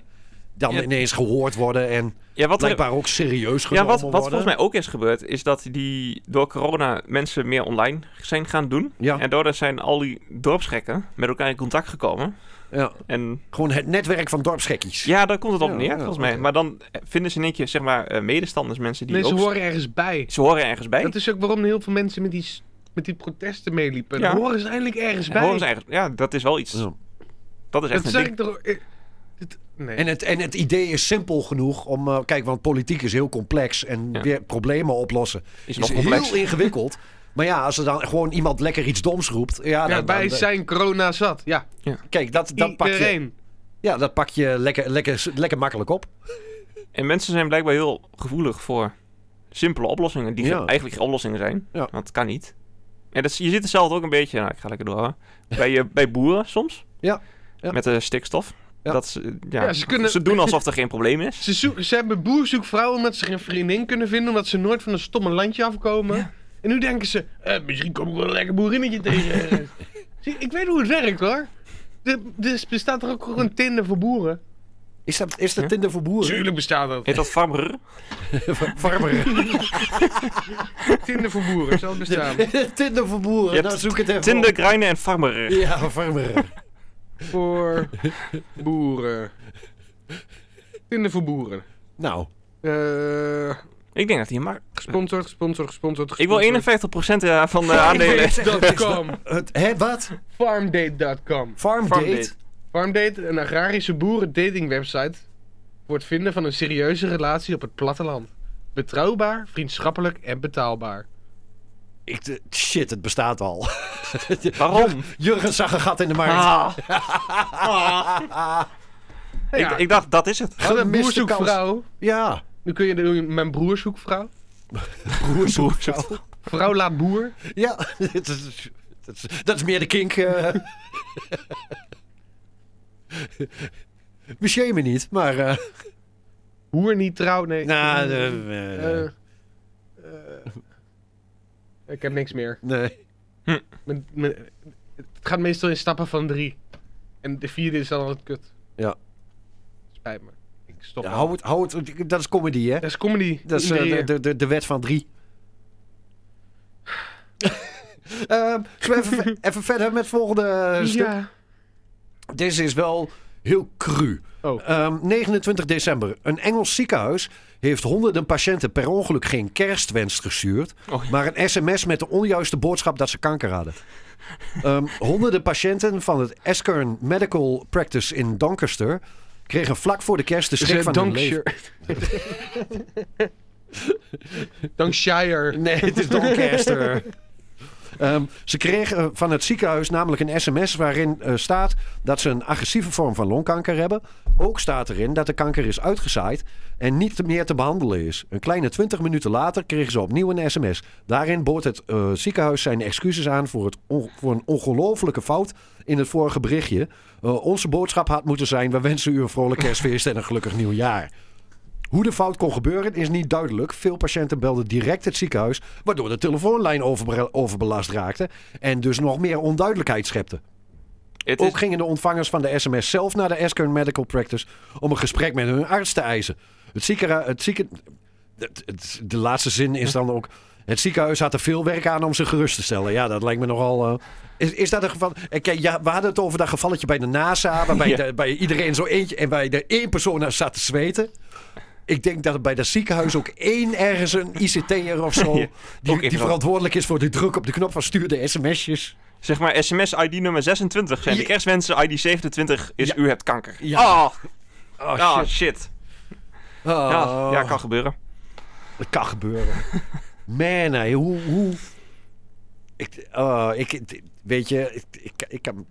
dan Ja. ineens gehoord worden en Ja, wat, er, blijkbaar ook serieus ja, genomen wat, wat volgens worden. mij ook is gebeurd, is dat die door corona mensen meer online zijn gaan doen. Ja. En daardoor zijn al die dorpsgekken met elkaar in contact gekomen. Ja, En gewoon het netwerk van dorpsgekkies. ja, daar komt het op Ja, neer, ja, volgens mij. oké. Maar dan eh, vinden ze in één keer, zeg maar, eh, medestanders, mensen die Nee, ze ook... horen ergens bij. ze horen ergens bij. Dat is ook waarom heel veel mensen met die, s- met die protesten meeliepen. Ja. Dan horen ze eindelijk ergens bij. horen ze ergens, ja, dat is wel iets... Ja. Dat is echt dat een zeg ding. ik toch... eh, dit- nee. En het, en het idee is simpel genoeg om. eh, kijk, want politiek is heel complex en Ja. weer problemen oplossen Is is, nog complex. heel ingewikkeld. Maar ja, als er dan gewoon iemand lekker iets doms roept. Ja, ja, dan, wij dan- zijn corona zat. Ja, Kijk, dat, dat, pak je, iedereen. ja, dat pak je lekker, lekker, lekker makkelijk op. En mensen zijn blijkbaar heel gevoelig voor simpele oplossingen, die Ja. ge- eigenlijk geen oplossingen zijn. Ja. Want het kan niet. En dat, is- je ziet het zelf ook een beetje, nou, ik ga lekker door. hoor. Bij, je bij boeren soms. Ja, ja. Met de stikstof. Ja. Dat ze, ja, Ja, ze ze, kunnen- doen alsof er geen probleem is. Ze, zoek- ze hebben boerzoekvrouwen omdat ze geen vriendin kunnen vinden, omdat ze nooit van een stomme landje afkomen. En nu denken ze, eh, misschien kom ik wel een lekker boerinnetje tegen. Zie, ik weet hoe het werkt hoor. Er dus bestaat er ook gewoon Tinder voor boeren? Is dat, is dat Tinder voor boeren? Tuurlijk bestaat dat. Heet dat farmer? Nou, Farmer. Tinder voor boeren, zal het bestaan. Tinder voor boeren. Je hebt nou, zoek het even Tinder, op. grinden en farmer. Ja, farmer. voor boeren. Tinder voor boeren. nou, Eh Ik denk dat hij maar... gesponsord, gesponsord, gesponsord, Ik wil 51% eh, van de aandelen. Farmdate.com. het, hè, wat? Farmdate.com. Farmdate? Farmdate. Farmdate, een agrarische boeren-dating-website, voor het vinden van een serieuze relatie op het platteland. Betrouwbaar, vriendschappelijk en betaalbaar. Ik, eh, shit, het bestaat al. Waarom? Jurgen zag een gat in de markt. Ah. Ja. Ik, ik dacht, dat is het. Had een gemiste boerzoekvrouw. Ja. Nu kun je de, mijn broer zoekvrouw. Broer zoekt zoekt vrouw. Vrouw laat boer. Ja, dat is, dat, is, dat is meer de kink. eh. Misschien me niet, maar... eh, Hoer niet trouw, nee. nou, Eh, eh, eh, eh, ik heb niks meer. nee. Mijn- mijn- het gaat meestal in stappen van drie. En de vierde is dan altijd kut. Ja. Spijt me. Ik stop. Ja, al. hou het, hou het, dat is comedy, hè? Dat is comedy. Dat is eh, Iedereen- de, de, de wet van drie. Ehm, zullen we even, ve- even verder met het volgende eh, stuk? ja. Deze is wel heel cru. Oh. Ehm, 29 december. Een Engels ziekenhuis heeft honderden patiënten per ongeluk geen kerstwens gestuurd. Oh, ja. Maar een sms met de onjuiste boodschap dat ze kanker hadden. Ehm, honderden patiënten van het Eskern Medical Practice in Doncaster kregen vlak voor de kerst de schrik Ze- van hun leven. Dankshire. Nee, het is Doncaster. Ehm, ze kregen eh, van het ziekenhuis namelijk een sms waarin eh, staat dat ze een agressieve vorm van longkanker hebben. Ook staat erin dat de kanker is uitgezaaid en niet meer te behandelen is. Een kleine 20 minuten later kregen ze opnieuw een sms. Daarin bood het eh, ziekenhuis zijn excuses aan voor, het on- voor een ongelofelijke fout in het vorige berichtje. Eh, onze boodschap had moeten zijn: we wensen u een vrolijk kerstfeest en een gelukkig nieuwjaar. Hoe de fout kon gebeuren is niet duidelijk. Veel patiënten belden direct het ziekenhuis, waardoor de telefoonlijn overbe- overbelast raakte en dus nog meer onduidelijkheid schepte. Het is- Ook gingen de ontvangers van de sms zelf naar de Eskern Medical Practice om een gesprek met hun arts te eisen. Het ziekenhuis... Het zieken... het- het- de laatste zin is dan ook... Het ziekenhuis had er veel werk aan om ze gerust te stellen. Ja, dat lijkt me nogal... eh, is, is dat een geval... Eh, Kijk, ja, we hadden het over dat gevalletje bij de NASA... waarbij Ja. de- bij iedereen zo eentje... en bij de één persoon aan zat te zweten. Ik denk dat er bij dat ziekenhuis ook één ergens een ICT'er of zo... Ja, ook die, die even wat. verantwoordelijk is voor de druk op de knop van stuur de sms'jes. Zeg maar sms-ID nummer 26 zijn de Ja. kerstwensen. ID 27 is Ja. u hebt kanker. Ja. Ah, Oh, ah, shit. shit. Oh. Ja, ja, kan gebeuren. Het kan gebeuren. Man, hey, hoe... hoe... Ik, oh, ik, weet je, ik, ik, ik, kan-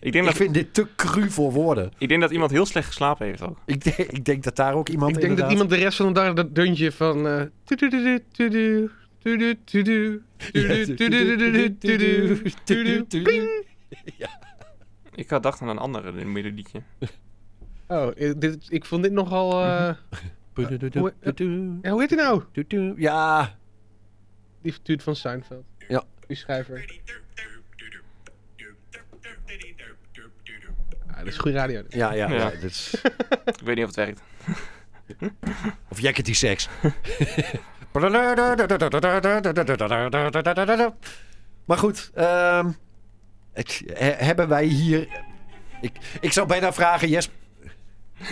Ik denk, ik dat, vind dit te cru voor woorden. ik denk dat iemand heel slecht geslapen heeft ook. Ik, denk- ik denk dat daar ook iemand Ik denk dat inderdaad- iemand de rest van de dag dat deuntje van... eh, tudu-tudu, tudu, tudu, tudu, tudu, tudu, tudu, tudu, tudu, ping. Ik had dacht aan een andere een melodietje. Oh, eh, dit, ik vond dit nogal... eh, ja, hoe heet hij nou? Ja, Die dude van Seinfeld. Ja. Die schrijver. Ah, dat is goede radio. dit. ja, ja. Ja. ja, dit is- Ik weet niet of het werkt. Of Jackety Sex. maar goed, ehm, het- he- hebben wij hier... Ik, ik zou bijna vragen, Jes...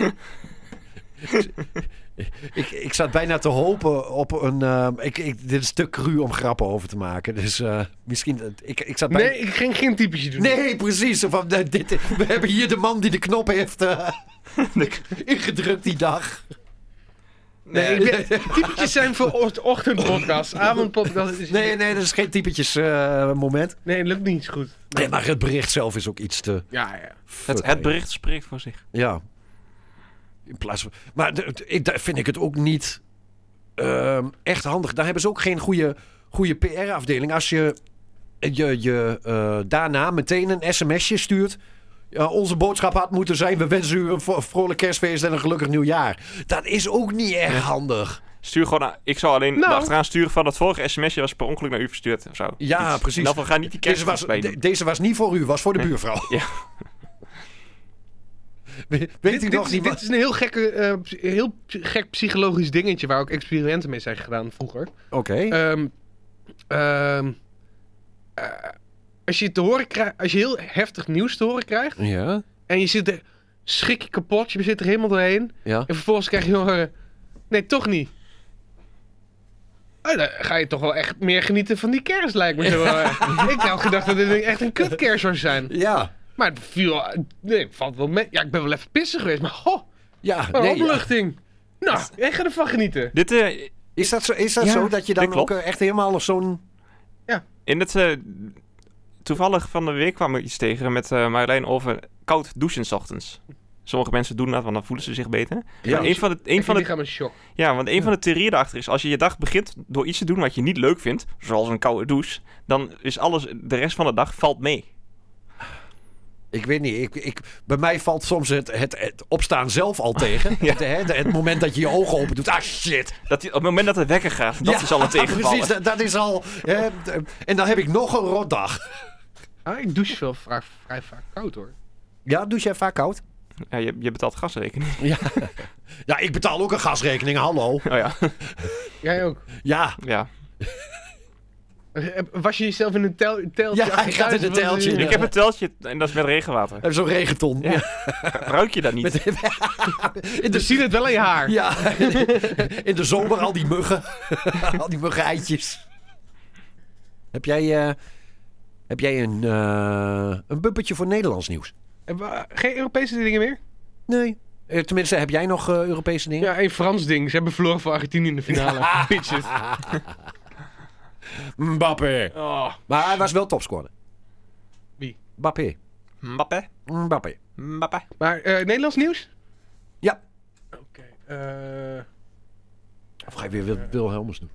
ik, ik zat bijna te hopen op een... ehm, ik, ik, dit is te cru om grappen over te maken. Dus eh, misschien... dat- Ik, ik zat bijna... Nee, ik ging geen typetje doen. Nee, precies. Of, eh, dit, we hebben hier de man die de knop heeft eh, ingedrukt die dag. Nee, ik ben- typetjes zijn voor ocht- ochtendpodcast. Avondpodcast is... Nee, nee, dat is geen typetjes eh, moment. nee, lukt niet zo goed. Nee, maar het bericht zelf is ook iets te... Ja, ja. Het, het bericht spreekt voor zich. Ja. In plaats van... Maar de- de- ik, daar vind ik het ook niet ehm, echt handig. Daar hebben ze ook geen goede, goede PR-afdeling. Als je, je, je eh, daarna meteen een sms'je stuurt... Ja, onze boodschap had moeten zijn... we wensen u een vro- vrolijk kerstfeest en een gelukkig nieuwjaar. Dat is ook niet erg handig. Stuur gewoon aan- Ik zou alleen Nou. achteraan sturen van dat vorige sms'je was per ongeluk naar u verstuurd of zo. Ja, Iets. precies. En Dat we gaan niet die Deze was, kerst bij de- deze was niet voor u, was voor de buurvrouw. Ja. We- Dit, Weet u dit, nog is- die dit is een heel, gekke, eh, ps- heel p- gek psychologisch dingetje waar ook experimenten mee zijn gedaan vroeger. Oké. Ehm, ehm, eh, als, je te horen krijgt, als je heel heftig nieuws te horen krijgt Ja. en je zit er schrik je kapot, je zit er helemaal doorheen Ja. en vervolgens krijg je te horen, nee toch niet. Oh, dan ga je toch wel echt meer genieten van die kerst, lijkt me zo. eh. Ik had gedacht dat dit echt een kutkerst zou zijn. Ja. Maar het viel, nee, valt wel mee. Ja, ik ben wel even pissig geweest, maar ho, Ja. wat een nee, ja. opluchting. Nou, ik ga ervan genieten. Dit, eh, Is dat zo, is dat Ja, zo dat je dan dat klopt. ook eh, echt helemaal op zo'n... in het... eh, toevallig van de week kwam ik iets tegen met eh Marjolein over koud douchen 's ochtends. Sommige mensen doen dat, want dan voelen ze zich beter. Ja. Maar een van de, een Ik van van de gaan me shock. Ja, want een van de theorieën daarachter is... als je je dag begint door iets te doen wat je niet leuk vindt... zoals een koude douche... dan is alles, de rest van de dag valt mee. Ik weet niet, ik, ik, bij mij valt soms het, het, het opstaan zelf al tegen. Ja. het, hè, de- het moment dat je je ogen open doet, ah shit. Dat die- op het moment dat het wekker gaat, dat Ja, is al een tegenvaller. Precies, dat, dat is al... Hè, d- en dan heb ik nog een rotdag. Ah, ik douche wel vrij, vrij vaak koud hoor. Ja, douche jij vaak koud? Ja, je, je betaalt gasrekening. Ja, ik betaal ook een gasrekening, hallo. Oh ja, Jij ook. Ja, ja. Eh, Was je jezelf in een tel teltje? Ja, achter ik ga in thuis? een Wat is- teltje, ja. Ik heb een teltje en dat is met regenwater. en zo'n regenton. Ja. Ruik je dat niet? In Ze de, zien het wel aan je haar. ja, in de zomer al die muggen. al die muggeneitjes. Heb jij, eh, heb jij een, eh een bumpertje voor Nederlands nieuws? Hebben we, eh, Geen Europese dingen meer? Nee. Eh, Tenminste, heb jij nog eh, Europese dingen? Ja, een Frans ding. Ze hebben verloren van Argentinië in de finale. Bitches. Mbappé. Oh, Maar hij was wel topscorer. Wie? Mbappé. Mbappé? Mbappé. Mbappé? Maar eh, Nederlands nieuws? Ja. Oké. eh, Of ga je weer Wil- Wilhelmus doen?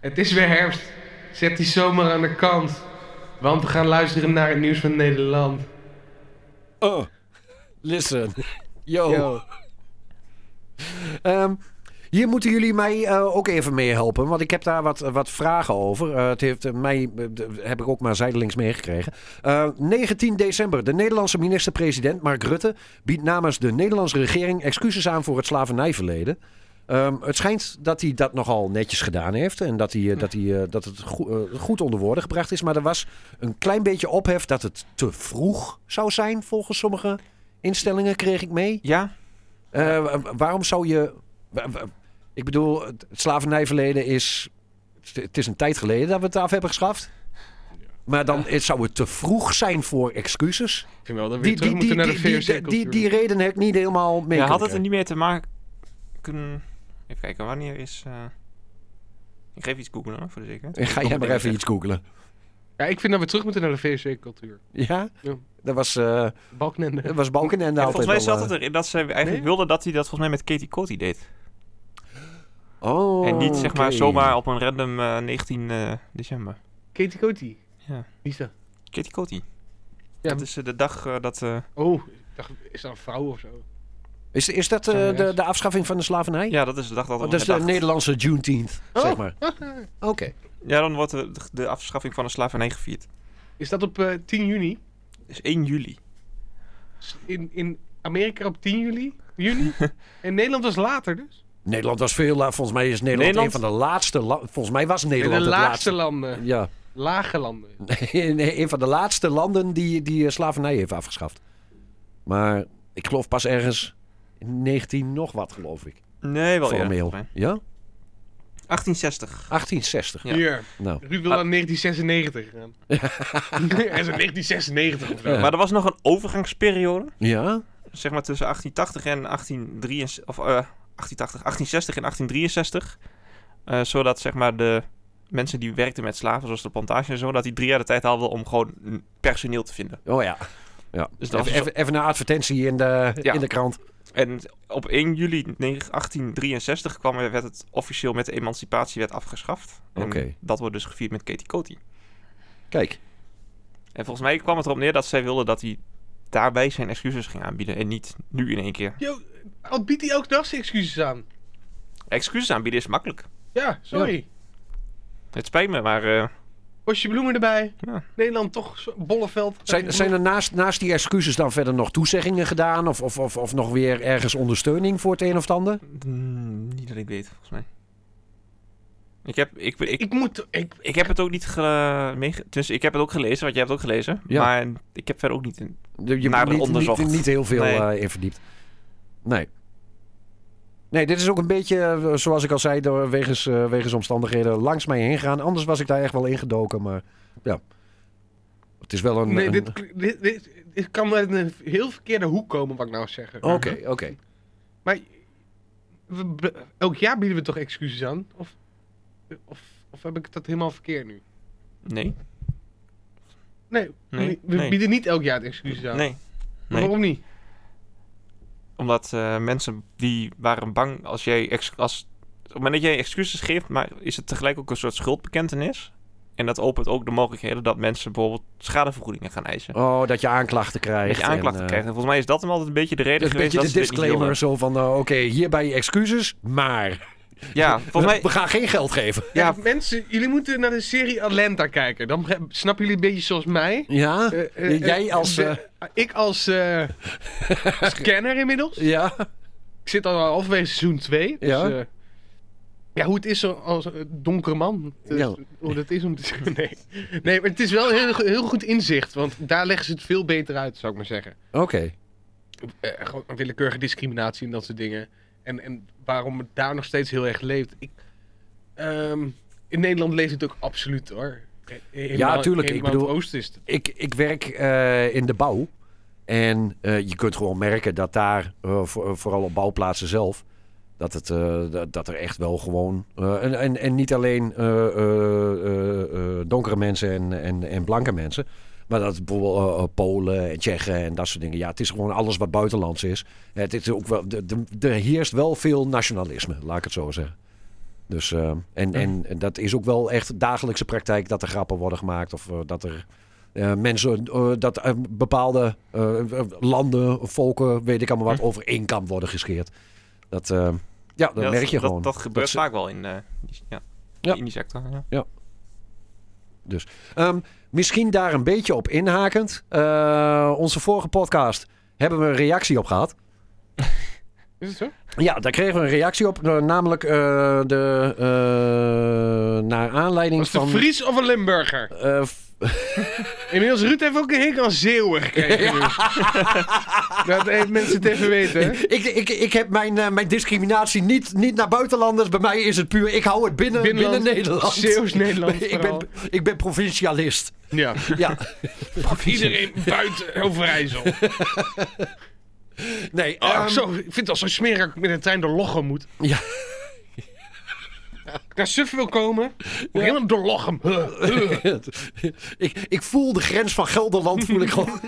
het is weer herfst. Zet die zomer aan de kant. Want we gaan luisteren naar het nieuws van Nederland. Oh. Listen. Yo. Yo. Ehm, Hier moeten jullie mij eh, ook even mee helpen. Want ik heb daar wat, wat vragen over. Eh, het heeft eh, mij, eh, d- heb ik ook maar zijdelings meegekregen. Eh, 19 december. De Nederlandse minister-president Mark Rutte biedt namens de Nederlandse regering excuses aan voor het slavernijverleden. Ehm, het schijnt dat hij dat nogal netjes gedaan heeft. En dat, hij, eh, dat, hij, eh, dat het goe- eh, goed onder woorden gebracht is. Maar er was een klein beetje ophef dat het te vroeg zou zijn, volgens sommige instellingen, kreeg ik mee. Ja, Eh, wa- wa- waarom zou je. wa- wa- Ik bedoel, het het slavernijverleden is. Het is een tijd geleden dat we het af hebben geschaft. Maar dan is- zou het te vroeg zijn voor excuses. Ik vind wel dat we Die, weer terug die, die, moeten naar die, de die, die, veercirkel. die, die reden heb ik niet helemaal mee. ja had het kunnen er krijgen. niet meer te maken... Even kijken, wanneer is... eh, Ik geef iets googlen hoor, voor de zekerheid. Ga jij maar even iets googlen. Ja, ik vind dat we terug moeten naar de VSC-cultuur. Ja? Ja. Dat was, eh Balknende. dat was Balkenende Ja, altijd volgens mij wel, zat het eh, erin dat ze eigenlijk Nee? wilden dat hij dat volgens mij met Katie Cotty deed. Oh, en niet zeg maar oké. zomaar op een random eh, 19 eh, december. Katie Coty. Ja. Wie is dat? Katie Cotty. Ja, Dat is eh, de dag eh, dat... eh, Oh, ik dacht, is dat een vrouw of zo? Is, is dat eh, de, de afschaffing van de slavernij? ja, dat is de dag dat... Oh, wordt dat is de herdacht. Nederlandse Juneteenth, Oh. zeg maar. Oké. Ja, dan wordt de, de afschaffing van de slavernij gevierd. Is dat op eh, 10 juni? Dus 1 juli. S- In, in Amerika op 10 juli? Juni? en Nederland was later dus. Nederland was veel laat. Volgens mij is Nederland, Nederland? een van de laatste. la- Volgens mij was In de Nederland laagste het laatste. landen. Ja, Lage landen. een een van de laatste landen die, die eh, slavernij heeft afgeschaft. Maar ik geloof pas ergens in 19 nog wat, geloof ik. Nee, wel eerder, Formeel. volgens mij. Ja? 1860. 1860. Ja. Ah. Hier. Nou. Ruud wil aan 1996 gaan. Hij is in 1996 of zo. Maar er was nog een overgangsperiode. Ja? zeg maar tussen 1880 en 1863, of eh 1880, 1860 en 1863. eh, zodat zeg maar de mensen die werkten met slaven, zoals de plantage en zo, dat die drie jaar de tijd hadden om gewoon mm, personeel te vinden. Oh ja. ja. Dus dat even, was- even, even een advertentie in de, Ja. in de krant. En op 1 juli 9- 1863 kwam, er- werd het officieel met de emancipatiewet afgeschaft. En Oké. dat wordt dus gevierd met Katie Coty. Kijk. En volgens mij kwam het erop neer dat zij wilden dat hij daarbij zijn excuses ging aanbieden en niet nu in één keer. Yo, al biedt hij elke dag zijn excuses aan. Excuses aanbieden is makkelijk. Ja, sorry. Het spijt me, maar eh, Bosje bloemen erbij. Ja. Nederland toch, zo- Bolleveld. Eh, Zijn, zijn er naast, naast die excuses dan verder nog toezeggingen gedaan? Of, of, of, of nog weer ergens ondersteuning voor het een of het ander? Mm, niet dat ik weet, volgens mij. Ik heb, ik, ik, ik, Ik moet... Ik, heb het ook niet ge, meege- Dus ik heb het ook gelezen, want jij hebt het ook gelezen. Ja. Maar ik heb verder ook niet in. Je Naar hebt de niet, onderzocht. Niet, niet heel veel Nee. eh, in verdiept. Nee. Nee, dit is ook een beetje, eh, zoals ik al zei, door, wegens, eh, wegens omstandigheden langs mij heen gegaan. Anders was ik daar echt wel ingedoken, maar ja. Het is wel een... nee, een- dit, dit, dit, dit kan uit een heel verkeerde hoek komen, wat ik nou zeg. Oké, oké. Maar we, be- elk jaar bieden we toch excuses aan? Of, of, of heb ik dat helemaal verkeerd nu? Nee. Nee, Nee, we- we nee. bieden niet elk jaar excuses aan. Nee. Maar nee. Waarom niet? Omdat eh, mensen die waren bang als jij. Ex, als, op het moment dat jij excuses geeft, maar is het tegelijk ook een soort schuldbekentenis. En dat opent ook de mogelijkheden dat mensen bijvoorbeeld schadevergoedingen gaan eisen. Oh, dat je aanklachten dat krijgt. je aanklachten en, eh, krijgt. En volgens mij is dat hem altijd een beetje de reden dat is een geweest beetje de dat ze dit niet disclaimer wilden. zo van, eh, oké, hierbij excuses, maar Ja, volgens mij. we gaan geen geld geven. Ja, Ja, mensen, jullie moeten naar de serie Atlanta kijken. Dan be- snappen jullie een beetje zoals mij. Ja? Eh, eh, Jij eh, als... de- eh, ik als eh, scanner inmiddels. ja? Ik zit al halverwege seizoen 2. Dus, Ja. ja. ja, hoe het is zo- als eh, donkere man. Dus, Ja. Hoe dat is om te zeggen. Nee, nee maar het is wel heel, heel goed inzicht. Want daar leggen ze het veel beter uit, zou ik maar zeggen. Oké. Eh, gewoon willekeurige discriminatie en dat soort dingen. En, en waarom het daar nog steeds heel erg leeft. Ik, ehm, in Nederland leeft het ook absoluut hoor. Eh, helemaal- tuurlijk, ik helemaal bedoel- in het oosten is het. ik, ik werk eh, in de bouw. En eh, je kunt gewoon merken dat daar, eh, voor- vooral op bouwplaatsen zelf, dat, het, eh, dat, dat er echt wel gewoon. eh, en, en, en niet alleen eh, eh, eh, eh, donkere mensen en, en, en blanke mensen. Maar dat bijvoorbeeld eh, eh, Polen en Tsjechen en dat soort dingen. Ja, het is gewoon alles wat buitenlands is. Het is ook wel, de- de- er heerst wel veel nationalisme, laat ik het zo zeggen. Dus, eh, en, en dat is ook wel echt dagelijkse praktijk dat er grappen worden gemaakt. Of eh, dat er eh, mensen, eh, dat eh, bepaalde Hm. eh, eh, landen, volken, weet ik allemaal wat, over één kam worden gescheerd. Dat, eh, Ja, dat merk je dat, gewoon. Dat, dat gebeurt ze- vaak wel in, eh, die- ja, Ja. in die sector. Ja. Ehm, misschien daar een beetje op inhakend. Eh, onze vorige podcast hebben we een reactie op gehad. Is het zo? Ja, daar kregen we een reactie op. eh, namelijk eh, de, eh, naar aanleiding Was het van... een Fries of een Limburger? eh, f- Eh. Inmiddels, Ruud heeft ook een hekel aan Zeeuwen gekregen. nu. Dat even mensen het even weten. hè. ik, ik, ik heb mijn, eh, mijn discriminatie niet, niet naar buitenlanders. Bij mij is het puur... Ik hou het binnen, Binnenland, binnen Nederland. Zeeuws-Nederland ik, vooral. ben, ik ben provincialist. Ja. Ja. Iedereen buiten Overijssel. Nee, Oh, ehm, zo, ik vind het al zo smerig dat ik met een trein door Lochem moet. Ja. Ik Naar Suf wil komen, moet ik helemaal door Lochem. Huh, huh. ik, ik voel de grens van Gelderland, voel ik gewoon.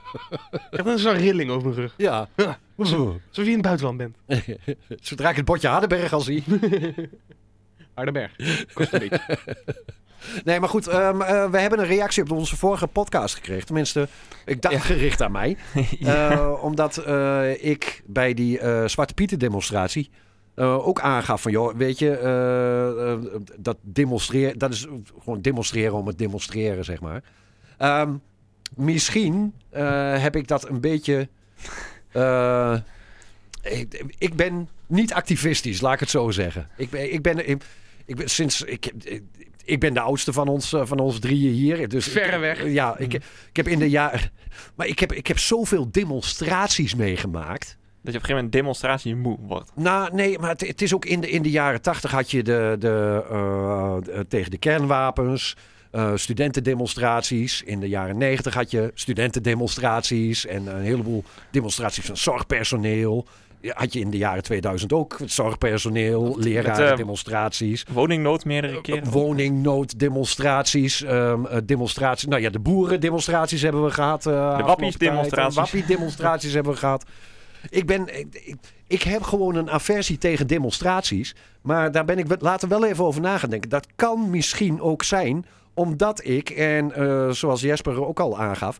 Ik heb zo'n rilling over mijn rug. Ja. Alsof je in het buitenland bent. Zodra ik het bordje Hardenberg al zie. Hardenberg. Kost een beetje. Nee, maar goed, ehm, eh, we hebben een reactie op onze vorige podcast gekregen. Tenminste, ik dacht gericht aan mij. Eh, omdat eh, ik bij die eh, Zwarte Pieten demonstratie eh, ook aangaf van... joh, weet je, eh, eh, dat, demonstreren, dat is gewoon demonstreren om het demonstreren, zeg maar. Ehm, misschien eh, heb ik dat een beetje... eh, ik, ik ben niet activistisch, laat ik het zo zeggen. Ik ben... Ik ben ik, ik ben sinds ik, ik- ik ben de oudste van ons, eh, van ons drieën hier. Dus ik- Verreweg. ja, ik, ik heb in de jaren. Maar ik heb, ik heb zoveel demonstraties meegemaakt. Dat je op een gegeven moment demonstratie moe wordt. Nou, nee, maar het, het is ook in de, in de jaren tachtig had je de, de, eh, de- tegen de kernwapens. eh, studentendemonstraties. In de jaren negentig had je studentendemonstraties. En een heleboel demonstraties van zorgpersoneel. Ja, Had je in de jaren 2000 ook zorgpersoneel, lerarendemonstraties. Woningnood meerdere Eh, keren. Woningnooddemonstraties, ehm, eh, demonstraties. Nou ja, de boerendemonstraties hebben we gehad. eh, afgelopen wappiesdemonstraties. tijd. De wappiedemonstraties hebben we gehad. Ik, ben, ik, ik- ik heb gewoon een aversie tegen demonstraties. Maar daar ben ik wel- later wel even over na gaan denken. Dat kan misschien ook zijn omdat ik, en eh, zoals Jesper ook al aangaf...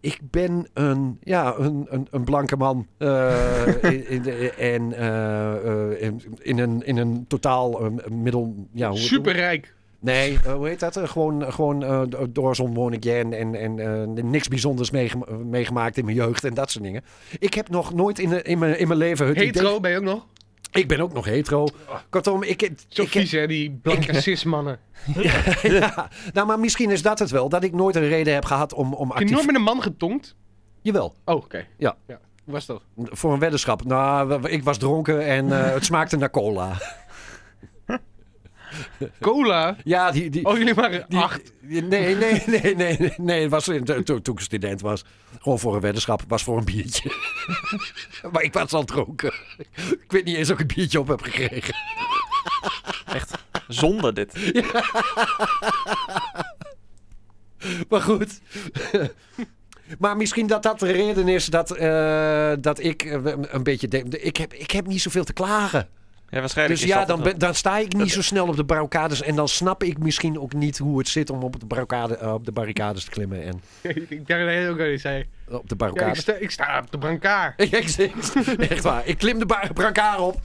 Ik ben een, ja, een, een, een blanke man. eh, in, in de- en eh, eh, in, in een, in een totaal eh, middel... Ja, hoe- Superrijk. Nee, eh, hoe heet dat? Eh, gewoon eh, gewoon eh, do- door zo'n woon ik en, en, en eh, niks bijzonders meegema- eh, meegemaakt in mijn jeugd en dat soort dingen. Ik heb nog nooit in, de- in, mijn, in mijn leven het Hetero ben je ook nog? idee... Ik ben ook nog hetero. Kortom, ik... ik Zo ik- vies hè, die blanke cis-mannen. ja, nou, maar misschien is dat het wel. Dat ik nooit een reden heb gehad om, om Heb je actief... nooit met een man getongd? Jawel, Oh, oké. Ja. ja. Hoe was dat? voor een weddenschap. Nou, w- ik was dronken en eh, het smaakte naar cola. Cola? Ja, die... die... Oh, jullie waren die- acht. Nee, nee, nee, nee, nee, nee. Het was toen, toen ik student was. Gewoon voor een weddenschap. Het was voor een biertje. maar ik was al dronken. ik weet niet eens of ik een biertje op heb gekregen. Echt zonder dit. Maar goed. maar misschien dat dat de reden is dat, eh, dat ik eh, een beetje... de- ik, heb, ik heb niet zoveel te klagen. Ja, waarschijnlijk Dus is ja, dat dan, het. ben- dan sta ik niet zo snel op de barricades. En dan snap ik misschien ook niet hoe het zit om op de, barricade, eh, op de barricades te klimmen. En ik dacht dat hij ook al eens zei. op de Ja, ik, barricades. sta, ik sta op de brancard. Ik- ik- Echt waar. Ik klim de bar- brancard op.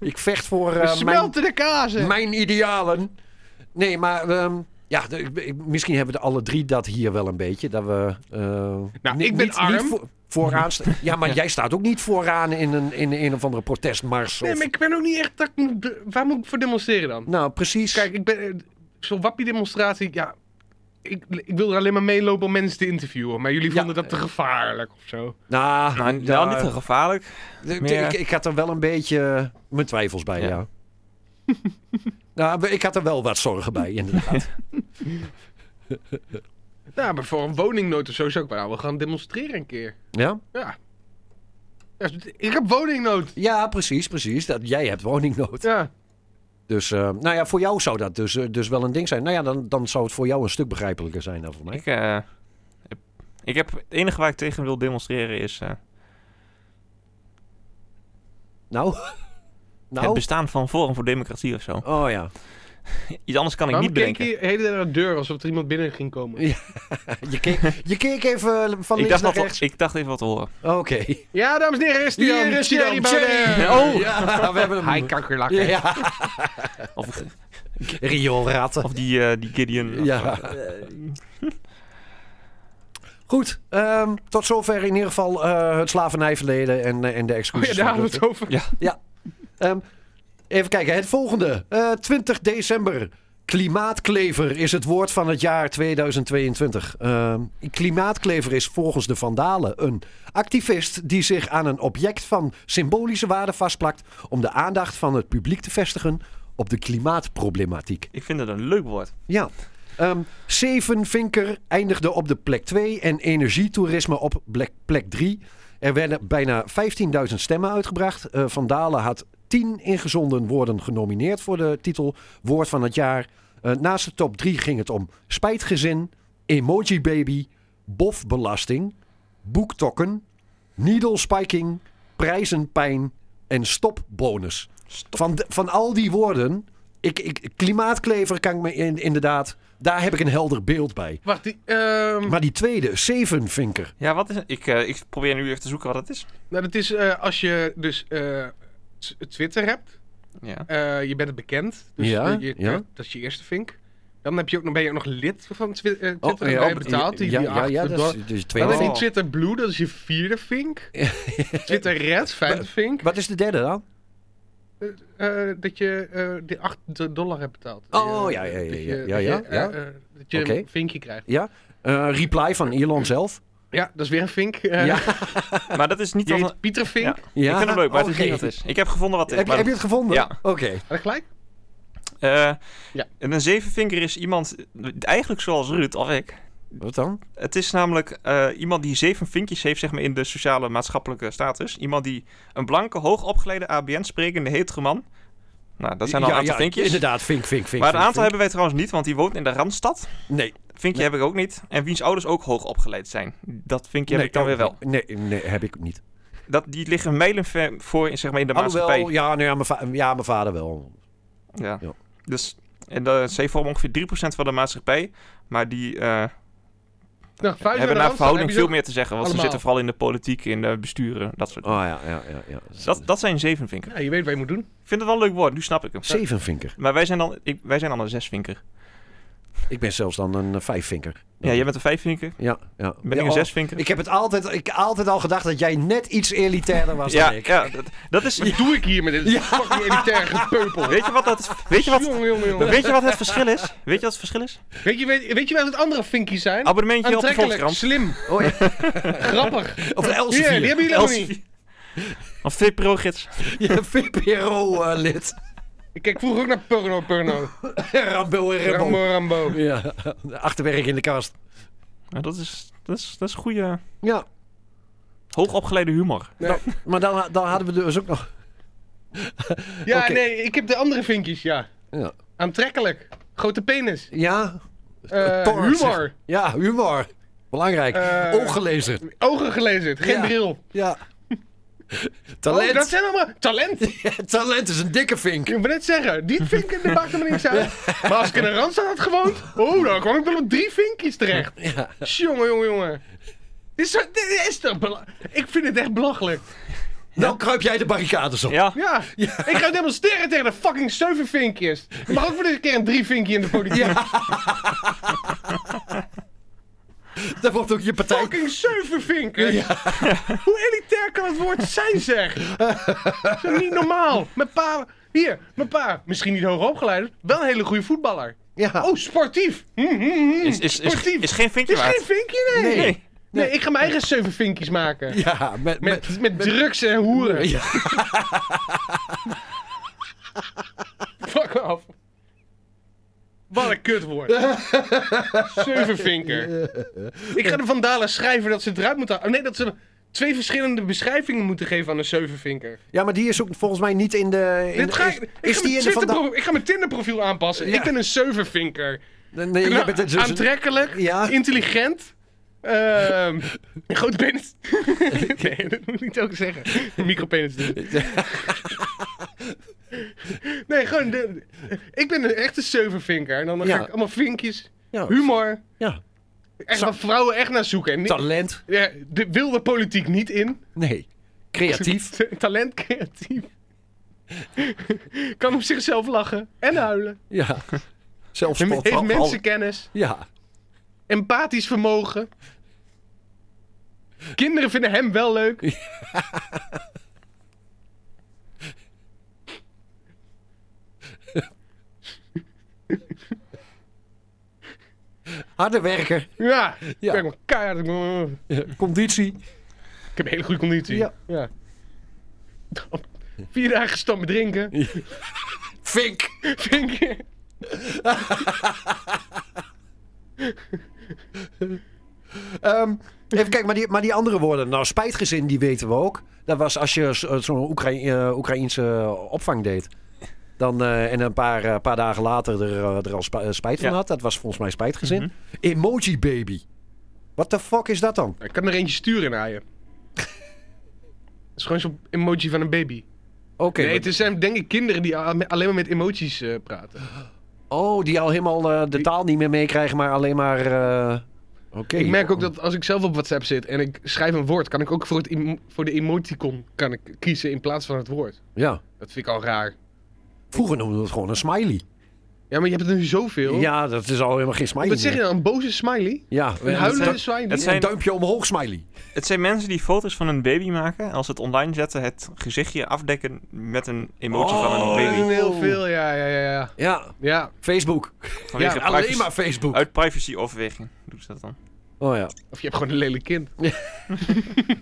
Ik vecht voor We eh, mijn, smelten de kazen. mijn idealen. Nee, maar ehm, ja, de- ik- ik- misschien hebben we de alle drie dat hier wel een beetje. Dat we, eh, ni- Nou, ik ben arm. vo- vooraan sta- ja, maar jij staat ook niet vooraan in een, in een of andere protestmars. Nee, of- maar ik ben ook niet echt... Dat, ik moet- waar moet ik voor demonstreren dan? Nou, precies. Kijk, ik ben eh, zo'n wappie-demonstratie. Ja, ik, ik wil er alleen maar meelopen om mensen te interviewen. Maar jullie Ja. vonden dat te gevaarlijk of zo. nou, Nou, daar- nou, niet te gevaarlijk. Ik- Meer- Ik, ik had er wel een beetje eh, mijn twijfels bij, ja. Ja. nou, ik had er wel wat zorgen bij, inderdaad. Nou, maar voor een woningnood of zo zou ik wel wel gaan demonstreren een keer. ja? Ja. Ja, ik heb woningnood. ja, precies, precies. Dat, jij hebt woningnood. Ja. Dus, eh, nou ja, voor jou zou dat dus, eh, dus wel een ding zijn. Nou ja, dan, dan zou het voor jou een stuk begrijpelijker zijn dan voor mij. Ik, eh, heb- ik heb, het enige waar ik tegen wil demonstreren is eh, Nou? het Nou? bestaan van Forum voor Democratie of zo. Oh ja. Iets anders kan ik Nou, Waarom niet bedenken. keek je de hele tijd naar de deur alsof er iemand binnen ging komen? Ja. Je keek, je keek even eh, van Ik links dacht, naar nog, rechts. ik dacht even wat te horen. Oké. Ja, dames en heren, is die Hier dan, is hij Thierry dan, Baudet. Thierry. Oh! Ja, we hebben Hij hem. kankerlakker. Ja, Of, rioolratten. of die, eh, die Gideon. Ja. Goed, ehm, tot zover in ieder geval eh, het slavernijverleden en, eh, en de Oh ja, excuses. daar van hadden we Rutte. het over. Ehm, even kijken, het volgende. Eh, 20 december. Klimaatklever is het woord van het jaar 2022. Ehm, klimaatklever is volgens de Vandalen een activist die zich aan een object van symbolische waarde vastplakt om de aandacht van het publiek te vestigen op de klimaatproblematiek. Ik vind het een leuk woord. Ja. Ehm Zevenvinker eindigde op de plek 2 en energietoerisme op plek, plek 3. Er werden bijna 15.000 stemmen uitgebracht. Eh, Van Dalen had 10 ingezonden woorden genomineerd voor de titel Woord van het jaar. Eh, naast de top 3 ging het om spijtgezin, emoji baby, bofbelasting, boektokken, needle spiking, prijzenpijn en stopbonus. Van, de- van al die woorden, ik, ik, klimaatklever kan ik me in- inderdaad, daar heb ik een helder beeld bij. Wacht, die, ehm, Hm. Maar die tweede, zevenvinker. Ja, wat is het? Ik, eh, ik probeer nu even te zoeken wat het is. nou, dat is eh, als je dus eh, t- Twitter hebt. Ja. eh, je bent het bekend. Dus Ja, eh, je- ja. dat is je eerste vink. Dan heb je ook, nog- ben je ook nog lid van Twi- eh, Twitter. Oh, en ja, ben je betaald. Die, ja, die ja, acht ja, dat dollar. is, dus Dan tweede. heb Oh. je Twitter Blue, dat is je vierde vink. Twitter Red, vijfde vink. Wat is de derde dan? Eh, dat je eh die 8 dollar hebt betaald. Oh, Eh, ja, ja, ja, dat je- ja, dat ja, je, ja, eh, ja. eh, Dat je Oké. een vinkje krijgt. Ja. Eh, reply van Elon zelf. Ja, dat is weer een vink. eh, Ja. Maar dat is niet Die wat... heet Pieter Vink. Ja. Ja. oh, Ik vind hem leuk, maar het Oké. is niet wat het is. Ik heb gevonden wat het is. Heb, je- maar heb je het gevonden? Ja. Oké. Had ik gelijk? Eh, Ja. En een zevenvinker is iemand, eigenlijk zoals Ruud of ik. Wat dan? Het is namelijk eh, iemand die zeven vinkjes heeft zeg maar, in de sociale maatschappelijke status. Iemand die een blanke, hoogopgeleide, ABN-sprekende, hetere man. Nou, dat zijn al Ja, een aantal ja, vinkjes. Inderdaad, vink, vink, vink. maar een vink, aantal vink. hebben wij trouwens niet, want die woont in de Randstad. Nee. Vinkje heb ik ook niet. En wiens ouders ook hoogopgeleid zijn. Dat vinkje nee, heb ik dan weer wel. Nee, nee, heb ik niet. Dat, die liggen mijlenver voor in, zeg maar, in de Alhoewel, maatschappij. ja, nou ja, mijn va- ja, mijn vader wel. Ja. Ja. Dus en dat, zij vormen ongeveer 3% van de maatschappij. Maar die eh, Nou, vuist hebben naar naar de verhouding veel Randstad, meer te zeggen. Want ze allemaal. zitten vooral in de politiek, in de besturen, dat soort Oh ja, ja, ja. ja. Dat, dat zijn zevenvinkers. heb je zo- Ja, je weet wat je moet doen. Ik vind het wel een leuk woord, nu snap ik hem. Zevenvinker. Maar wij zijn dan, ik, wij zijn dan een zesvinker. Ik ben zelfs dan een eh, vijfvinker. Ja, jij bent een vijfvinker. Ja, ja. Ben Ja, ik een oh, zesvinker? Ik heb het altijd, ik, altijd al gedacht dat jij net iets elitairder was ja, dan ik. ja dat, dat is... Wat doe ik hier met dit fucking elitaire gepeupel? Weet je wat dat... Weet je wat, Jongen, jongen, jongen. weet je wat het verschil is? Weet je wat het verschil is? Weet je, weet, weet je wel wat andere vinkies zijn? Abonnementje op de Aantrekkelijk, Volkskrant. slim, Oh, ja. grappig. Of de Hier, die Elsevier. hebben jullie nog niet. Elsevier. Of VPRO-gids. Je VPRO-lid. Ik kijk vroeger ook naar porno, porno. Rambo en Rambo, Rebel. Rambo. Ja, achterwerk in de kast. Nou, dat is... Dat is, dat is goede... Ja, Hoogopgeleide humor. maar dan, dan hadden we dus ook nog... Ja, Oké. nee, ik heb de andere vinkjes, ja. Ja, Aantrekkelijk. Grote penis. ja, Eh, Torres, humor. ja humor. Belangrijk. Eh. Ooggelezen. Ogen gelezen. Geen Ja. bril. Ja. Oh, Talent. dat zijn allemaal... Talent. Talent is een dikke vink. Ik wil net zeggen, die vinken, daar maakt me niks uit. Maar als ik in een randstad had gewoond, oh, dan kwam ik wel op drie vinkjes terecht. Ja. Jongen, jongen, jongen. Dit is, toch- dit is toch bela- Ik vind het echt belachelijk. Nou kruip jij de barricades op. Ja. Ja, ik ga demonstreren tegen de fucking zeven vinkjes. Je mag ook voor deze keer een drie vinkje in de politiek. Daar wordt ook je partij... Fucking zeven vinkjes. Hoe elitair kan het woord zijn, zeg? Dat is toch niet normaal. Mijn pa, hier, mijn pa, misschien niet hoogopgeleid, wel een hele goede voetballer. Ja. Oh, sportief. Hm, hm, hm. Is, is, is, Sportief. is geen vinkje Dit is waard. geen vinkje, Nee. nee. Nee, Nee. ik ga mijn eigen zeven vinkjes maken. Ja, met, Met, met, drugs en hoeren. Ja. Fuck af. Wat een kutwoord. Zevenvinker. Ik ga de vandalen schrijven dat ze het eruit moeten halen. Nee, dat ze twee verschillende beschrijvingen moeten geven aan een zevenvinker. Ja, maar die is ook volgens mij niet in de. In, Dit ga is, ik, ik, is ga die mijn in de van Twitterpro- ik ga mijn Tinderprofiel aanpassen. Ja. Ik ben een zevenvinker. Nee, je Nou, bent het dus- aantrekkelijk, Ja. intelligent. intelligent. Ehm groot penis. nee, dat moet ik niet ook zeggen. Micropenis. doen. dus. Nee, gewoon... de- ik ben een echte servervinker. En dan Ja. ga ik allemaal vinkjes, Ja. humor... Ja. Echt Zo- waar vrouwen echt naar zoeken. En niet- Talent? ja, de wilde politiek niet in. Nee. Creatief? Talent creatief. kan op zichzelf lachen en huilen. Ja. Heeft Zelfspot? al- mensenkennis. Ja. empathisch vermogen. Kinderen vinden hem wel leuk. Harde werken. Ja, Ja. kijk maar, keihard. Ik ben- Ja, Conditie? Ik heb een hele goede conditie. Ja. Ja. Vier dagen gestopt met drinken. Vink! Vink je? Ehm, even kijken, maar die, maar die andere woorden. Nou, spijtgezin, die weten we ook. Dat was als je zo- zo'n Oekra eh, Oekraïense opvang deed. Dan, eh, en een paar, eh, paar dagen later er, eh, er al spa- eh, spijt van Ja. had. Dat was volgens mij spijtgezin. Mhm. Emoji baby. What the fuck is dat dan? Ik kan er eentje sturen naar je. Het is gewoon zo'n emoji van een baby. Oké. Nee, maar- het zijn denk ik kinderen die a- alleen maar met emoties eh, praten. Oh, die al helemaal eh, de taal niet meer meekrijgen, maar alleen maar... eh, Oké. Ik merk ook dat als ik zelf op WhatsApp zit en ik schrijf een woord, kan ik ook voor, het emo- voor de emoticon kan ik kiezen in plaats van het woord. Ja. Dat vind ik al raar. Vroeger noemden we het gewoon een smiley. Ja, maar je hebt er nu zoveel. Ja, dat is al helemaal geen smiley Wat zeg je nou? meer. dan? Een boze smiley? Ja. Een huilende zijn- smiley? dat zijn- Een duimpje omhoog smiley. Het zijn mensen die foto's van een baby maken. en Als ze het online zetten, het gezichtje afdekken met een emotie van Oh. een Dat is baby. heel veel, ja, ja, ja, ja. Ja, Ja, Facebook. Vanwege privacy- Ja, Alleen maar Facebook. Uit privacy-overweging doen ze dat dan. Oh ja. of je hebt gewoon een lelijk kind.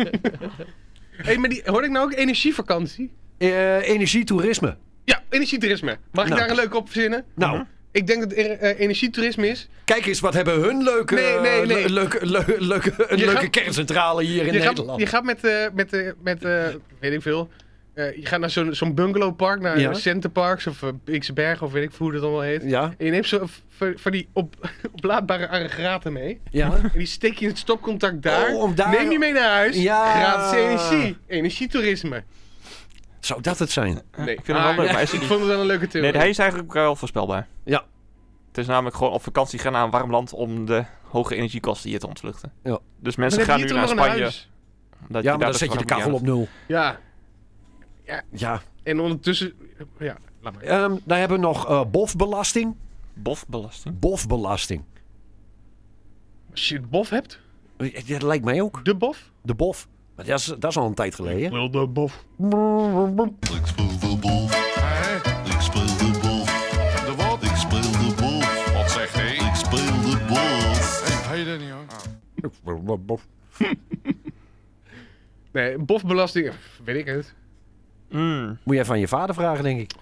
hey, maar die, hoor ik nou ook energievakantie? Eh, energietoerisme. Ja, energietoerisme. Mag ik Nou. daar een leuke op verzinnen? Nou, Mhm. Ik denk dat er, eh, energietoerisme is. kijk eens wat hebben hun leuke, eh, Nee, nee, nee. le- leuke, leuke, leuke, een Je leuke gaat- kerncentrale hier in Je gaat, Nederland. je gaat met, eh, met, eh, met eh, weet ik veel. eh, je gaat naar zo'n zo'n bungalowpark, naar Ja. eh, Centerparks of uh, Bixberg of weet ik veel hoe dat allemaal heet. Ja, En je neemt zo van van die op, oplaadbare aggregaten mee. ja. En die steek je in het stopcontact daar. Oh, om daar- Neem je mee naar huis. Ja. Gratis energie. Energietoerisme. Zou dat het zijn? Nee, Ah, Ik vind hem wel leuk, maar is het ik niet- vond het wel een leuke theorie. Nee, hij is eigenlijk wel voorspelbaar. Ja. Het is namelijk gewoon op vakantie gaan naar een warm land om de hoge energiekosten hier te ontvluchten. Ja. Dus Maar mensen dan gaan heb nu je naar toch nog een Spanje. huis. omdat Ja, daar maar dan dus zet je de warm moet kachel op nul. Ja, Ja. en ondertussen... Ja, laat maar. Ehm, dan hebben we nog eh, bofbelasting. hebben. Bofbelasting. Bofbelasting. Als je het bof hebt, Eh, Dat lijkt mij ook. de bof. De bof. Maar dat is, dat is al een tijd geleden. Wil de bof. Ik speel de boef. Ik speel de boef. De wat? Ik speel de boef. Wat zegt hij? Ik speel de boef. Hij deed niet hoor. Nee, bofbelasting. pff, Weet ik het. Mm. Moet je even aan je vader vragen, denk ik.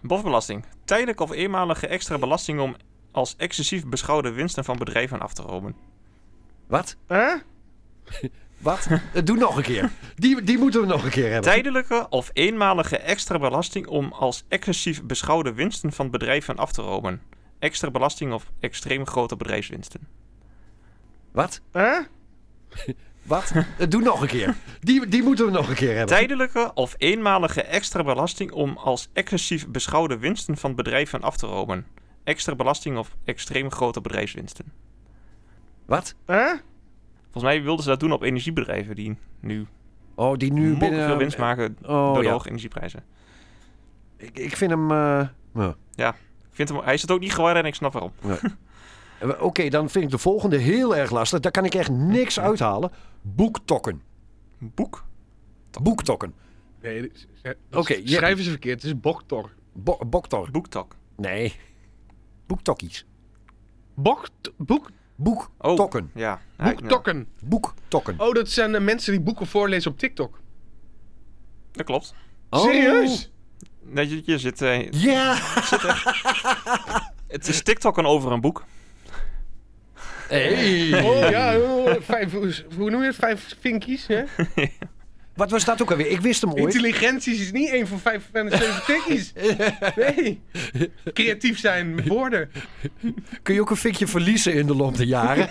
Bofbelasting. Tijdelijk of eenmalige extra belasting om als excessief beschouwde winsten van bedrijven af te romen. Wat? Huh? Wat? Eh, Doe nog een keer. Die, die moeten we nog een keer hebben. Tijdelijke of eenmalige extra belasting om als excessief beschouwde winsten van bedrijven af te romen. Extra belasting op extreem grote bedrijfswinsten. Wat? Huh? Wat? Eh, Doe nog een keer. Die, die moeten we nog een keer hebben. Tijdelijke of eenmalige extra belasting om als excessief beschouwde winsten van bedrijven af te romen. Extra belasting op extreem grote bedrijfswinsten. Wat? Huh? Volgens mij wilden ze dat doen op energiebedrijven die nu, Oh, die nu binnen... binnen, veel winst maken Oh, door de ja. hoge energieprijzen. Ik, ik vind hem... eh, ja. Ik vind hem, hij is het ook niet geworden en ik snap waarom. Eh, Oké, dan vind ik de volgende heel erg lastig. Daar kan ik echt niks uithalen. Boektokken. Boek? Boektokken. Nee, dit is- dat Oké, je- schrijven ze verkeerd. Het is boktor. Bo boktor. Boektok. Nee. Boektokkies. Bokt, boek, Oh, Boektokken. ja. Ja, ik- boektokken. Boektokken. Oh, dat zijn eh, mensen die boeken voorlezen op TikTok. ja, dat klopt. Oh. Serieus? Nee, je, je zit, eh, Ja! het is TikTokken over een boek. Hey. Oh ja, oh, vijf, hoe hoe noem je het? Vijf vinkies, hè? Wat was dat ook alweer? Ik wist hem ooit. Intelligenties is niet één van vijf van de zeven tikkies. Nee. Creatief zijn met woorden. Kun je ook een vinkje verliezen in de loop der jaren?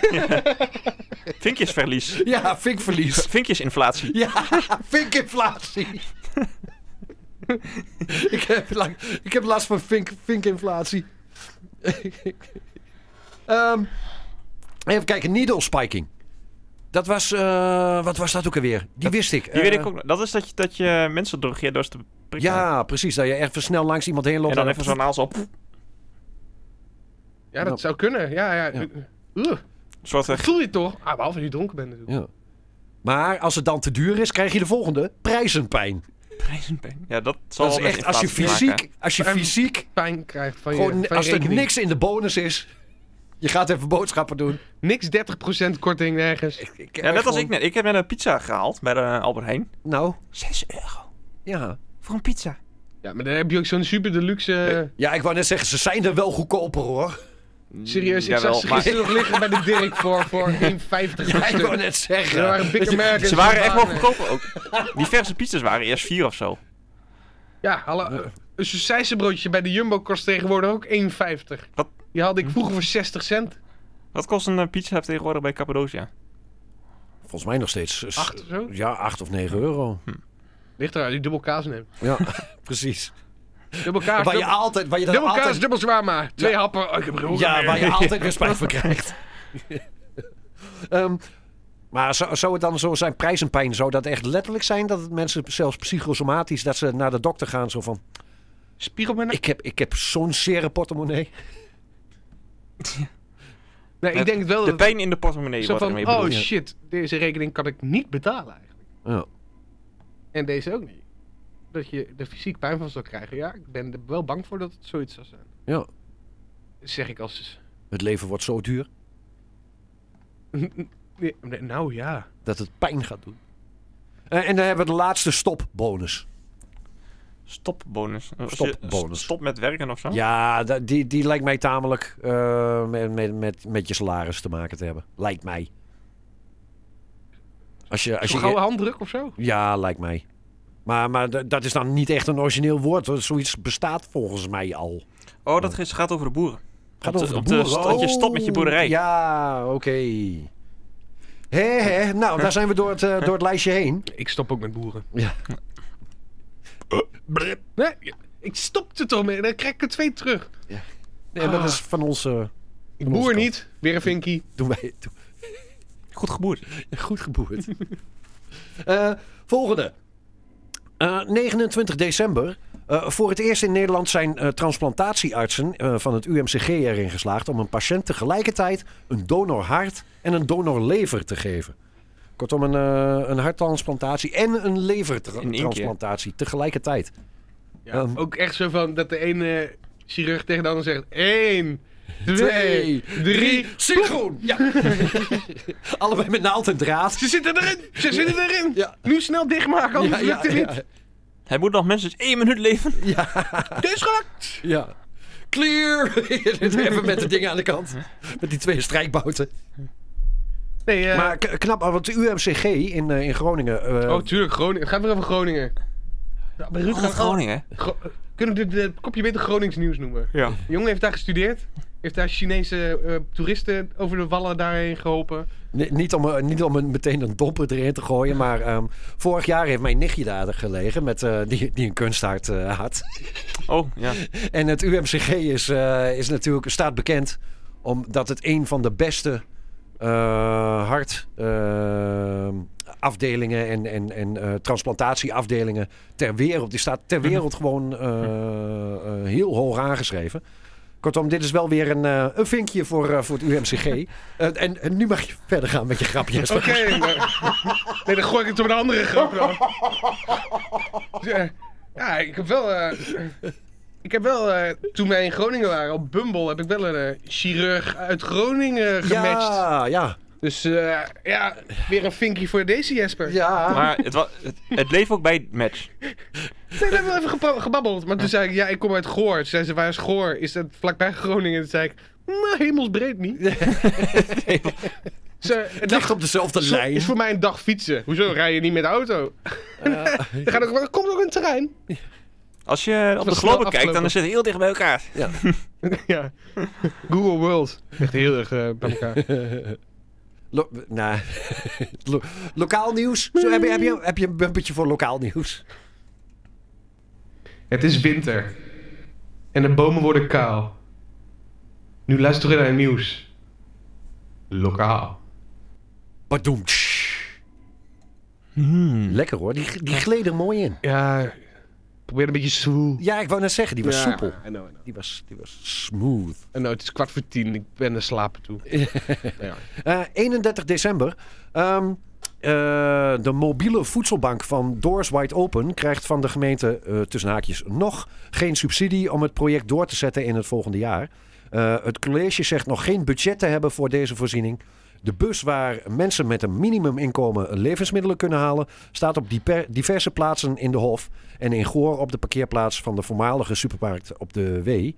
Vinkjesverlies. ja, vinkverlies. Vinkjesinflatie. Ja, vinkinflatie. ik, heb lang, ik heb last van vink, vinkinflatie. Ehm, even kijken, needle spiking. Dat was, eh, wat was dat ook alweer? Die wist ik. Die weet Eh, ik ook nog. Dat is dat je, dat je mensen drogeert door ze te prikken. Ja, precies. Dat je echt even snel langs iemand heen loopt. En dan even zo'n naals op. Een Ja, dat zou kunnen. Ja, ja. Oeh, soort eh, dat voel je toch? Ah, behalve als je dronken bent natuurlijk. Ja. Maar als het dan te duur is, krijg je de volgende. Prijzenpijn. grijzenbeen. Ja, dat zal Dat is wel met echt als je inflatie te maken fysiek, als je Ehm, fysiek, Pijn krijgt van je, gewoon, van je als er rekening. niks in de bonus is. Je gaat even boodschappen doen. Niks 30% korting nergens. Ik- hebben. Ja, net als gewoon- ik net. Ik heb net een pizza gehaald bij de eh, Albert Heijn. Nou, 6 euro ja. voor een pizza. Ja, maar dan heb je ook zo'n super deluxe... eh, Ja, ik wou net zeggen, ze zijn er wel goedkoper hoor. serieus, ik jawel, zag ze maar- gisteren nog liggen bij de Dirk voor, voor 1,50 Ja, ik wou Ja, net er zeggen. waren dikke merken. Ze waren echt wel Sylvanen. goedkoper ook. Die verse pizzas waren eerst 4 of zo. Ja, hallo. eh, Een sausijzenbroodje bij de Jumbo kost tegenwoordig ook 1,50. Wat? Die haalde ik vroeger voor 60 cent. Wat kost een eh, pizza tegenwoordig bij Cappadocia? Volgens mij nog steeds. eh, 8 of zo. Ja, 8 of 9 euro. Ligt eruit, die dubbel kaas neemt. Ja, precies. Dubbel kaas, Waar je dubbel, altijd, waar je dan dubbel kaas, altijd, dubbel zwaar maar. Twee happen. Oh, ik heb er ook ja, meer. waar je altijd weer spijt van krijgt. Ehm, maar zou, zou het dan zo zijn, prijzenpijn, zou dat echt letterlijk zijn? Dat het mensen zelfs psychosomatisch, dat ze naar de dokter gaan zo van... Spiegelmennen? Ik heb, ik heb zo'n zere portemonnee. Nee, ik denk het wel. De dat- pijn in de portemonnee Zo wordt van, ermee oh bedoeld. shit, deze rekening kan ik niet betalen eigenlijk. Ja. En deze ook niet. Dat je er fysiek pijn van zou krijgen. Ja, ik ben er wel bang voor dat het zoiets zou zijn. ja. Zeg ik als... Het leven wordt zo duur Nee, nee, nou ja. dat het pijn gaat doen. Eh, en dan hebben we de laatste stopbonus. Stopbonus. Als je- Stopbonus. Stop met werken of zo? Oh. Ja, da- die, die lijkt mij tamelijk eh, met, met, met, met je salaris te maken te hebben. Lijkt mij. Als je, als Zo'n je, gouden handdruk of zo? Ja, lijkt mij. Maar, maar d- dat is dan niet echt een origineel woord. want Zoiets bestaat volgens mij al. Oh, dat is- gaat over de boeren. Gaat Op de- over de op de boeren. Oh, st- dat je stopt met je boerderij. Ja, oké. Hé, hé. Nou, daar zijn we door het, eh, door het lijstje heen. Ik stop ook met boeren. Ja. Nee, ik stopte toch mee. Dan krijg ik er twee terug. Nee, maar dat is van ons... eh, Ik Van ons boer kant. niet. Weer een vinkie. doen wij, doen- Goed geboerd. Goed geboerd. Eh, volgende. Eh, 29 december. Eh, voor het eerst in Nederland zijn eh, transplantatieartsen eh, van het UMCG erin geslaagd om een patiënt tegelijkertijd een donor hart en een donor lever te geven. Kortom, een, eh, een harttransplantatie en een In één levertransplantatie tegelijkertijd. Ja, Ehm. ook echt zo van dat de ene chirurg tegen de ander zegt... één, twee, drie. synchroon! Ja. Allebei met naald en draad. Ze zitten erin! Ze zitten erin! Ja. Nu snel dichtmaken, anders lukt het niet. Hij moet nog minstens één minuut leven. Het is gelukt! Ja. Clear! Even met de dingen aan de kant. Met die twee strijkbouten. Nee, eh, Maar k- knap, want de UMCG in, eh, in Groningen... eh, Oh, tuurlijk, Groningen. Het gaat weer over Groningen. Ja, maar Ruud Goed gaat al- Groningen. Gro- Kunnen we dit eh, kopje beter Gronings nieuws noemen? Ja. De jongen heeft daar gestudeerd. Heeft daar Chinese eh, toeristen over de wallen daarheen geholpen. ni- niet, om, eh, niet om een- meteen een domper erin te gooien, maar ehm, vorig jaar heeft mijn nichtje daar gelegen met, eh, die, die een kunsthart eh, had. Oh, ja. En het UMCG is, eh, is natuurlijk, staat bekend omdat het een van de beste eh hart, eh, afdelingen en, en, en eh, transplantatieafdelingen ter wereld. Die staat Mhm. ter wereld gewoon eh, eh, heel hoog aangeschreven. Kortom, dit is wel weer een, eh, een vinkje voor, eh, voor het UMCG. Eh, en, en nu mag je verder gaan met je grapjes. Oké. maar- nee, dan gooi ik het op een andere grap dan. Dus, eh, ja, ik heb wel... eh, ik heb wel, eh, toen wij in Groningen waren, op Bumble, heb ik wel een eh, chirurg uit Groningen gematcht. Ja, ja. Dus eh, ja, weer een vinkie voor deze Jesper. ja. Maar het, wa- het, het leef ook bij het match. Nee, we hebben wel even gepra- gebabbeld. Maar toen zei ik, ja, ik kom uit Goor. Toen zei ze, waar is Goor? Is dat vlakbij Groningen? Toen zei ik, nou, hemelsbreed niet. Ze, een het dag ligt op dezelfde zo- lijn. is voor mij een dag fietsen. Hoezo, rij je niet met de auto? er, gaat ook, er komt ook een terrein. Als je op de was globe snel kijkt, dan afgelopen. zit het heel dicht bij elkaar. ja. Google World. Echt heel erg eh, bij elkaar. Lo- nou, lo- lokaal nieuws. Zo, heb, je, heb, je, heb je een bumpertje voor lokaal nieuws? Het is winter. En de bomen worden kaal. Nu luisteren naar het nieuws. Lokaal. Badoem. Hmm. Lekker hoor, die, die gleed er mooi in. Ja, probeer een beetje soepel. Ja, ik wou net zeggen, die was Ja, soepel. I know, I know. Die was, die was smooth. I know, Oh, nou, het is kwart voor tien. Ik ben naar slapen toe. Eh, 31 december. Ehm, eh, de mobiele voedselbank van Doors Wide Open krijgt van de gemeente eh, tussen haakjes nog geen subsidie om het project door te zetten in het volgende jaar. Eh, het college zegt nog geen budget te hebben voor deze voorziening. De bus waar mensen met een minimuminkomen levensmiddelen kunnen halen, staat op diper- diverse plaatsen in de Hof en in Goor op de parkeerplaats van de voormalige supermarkt op de W.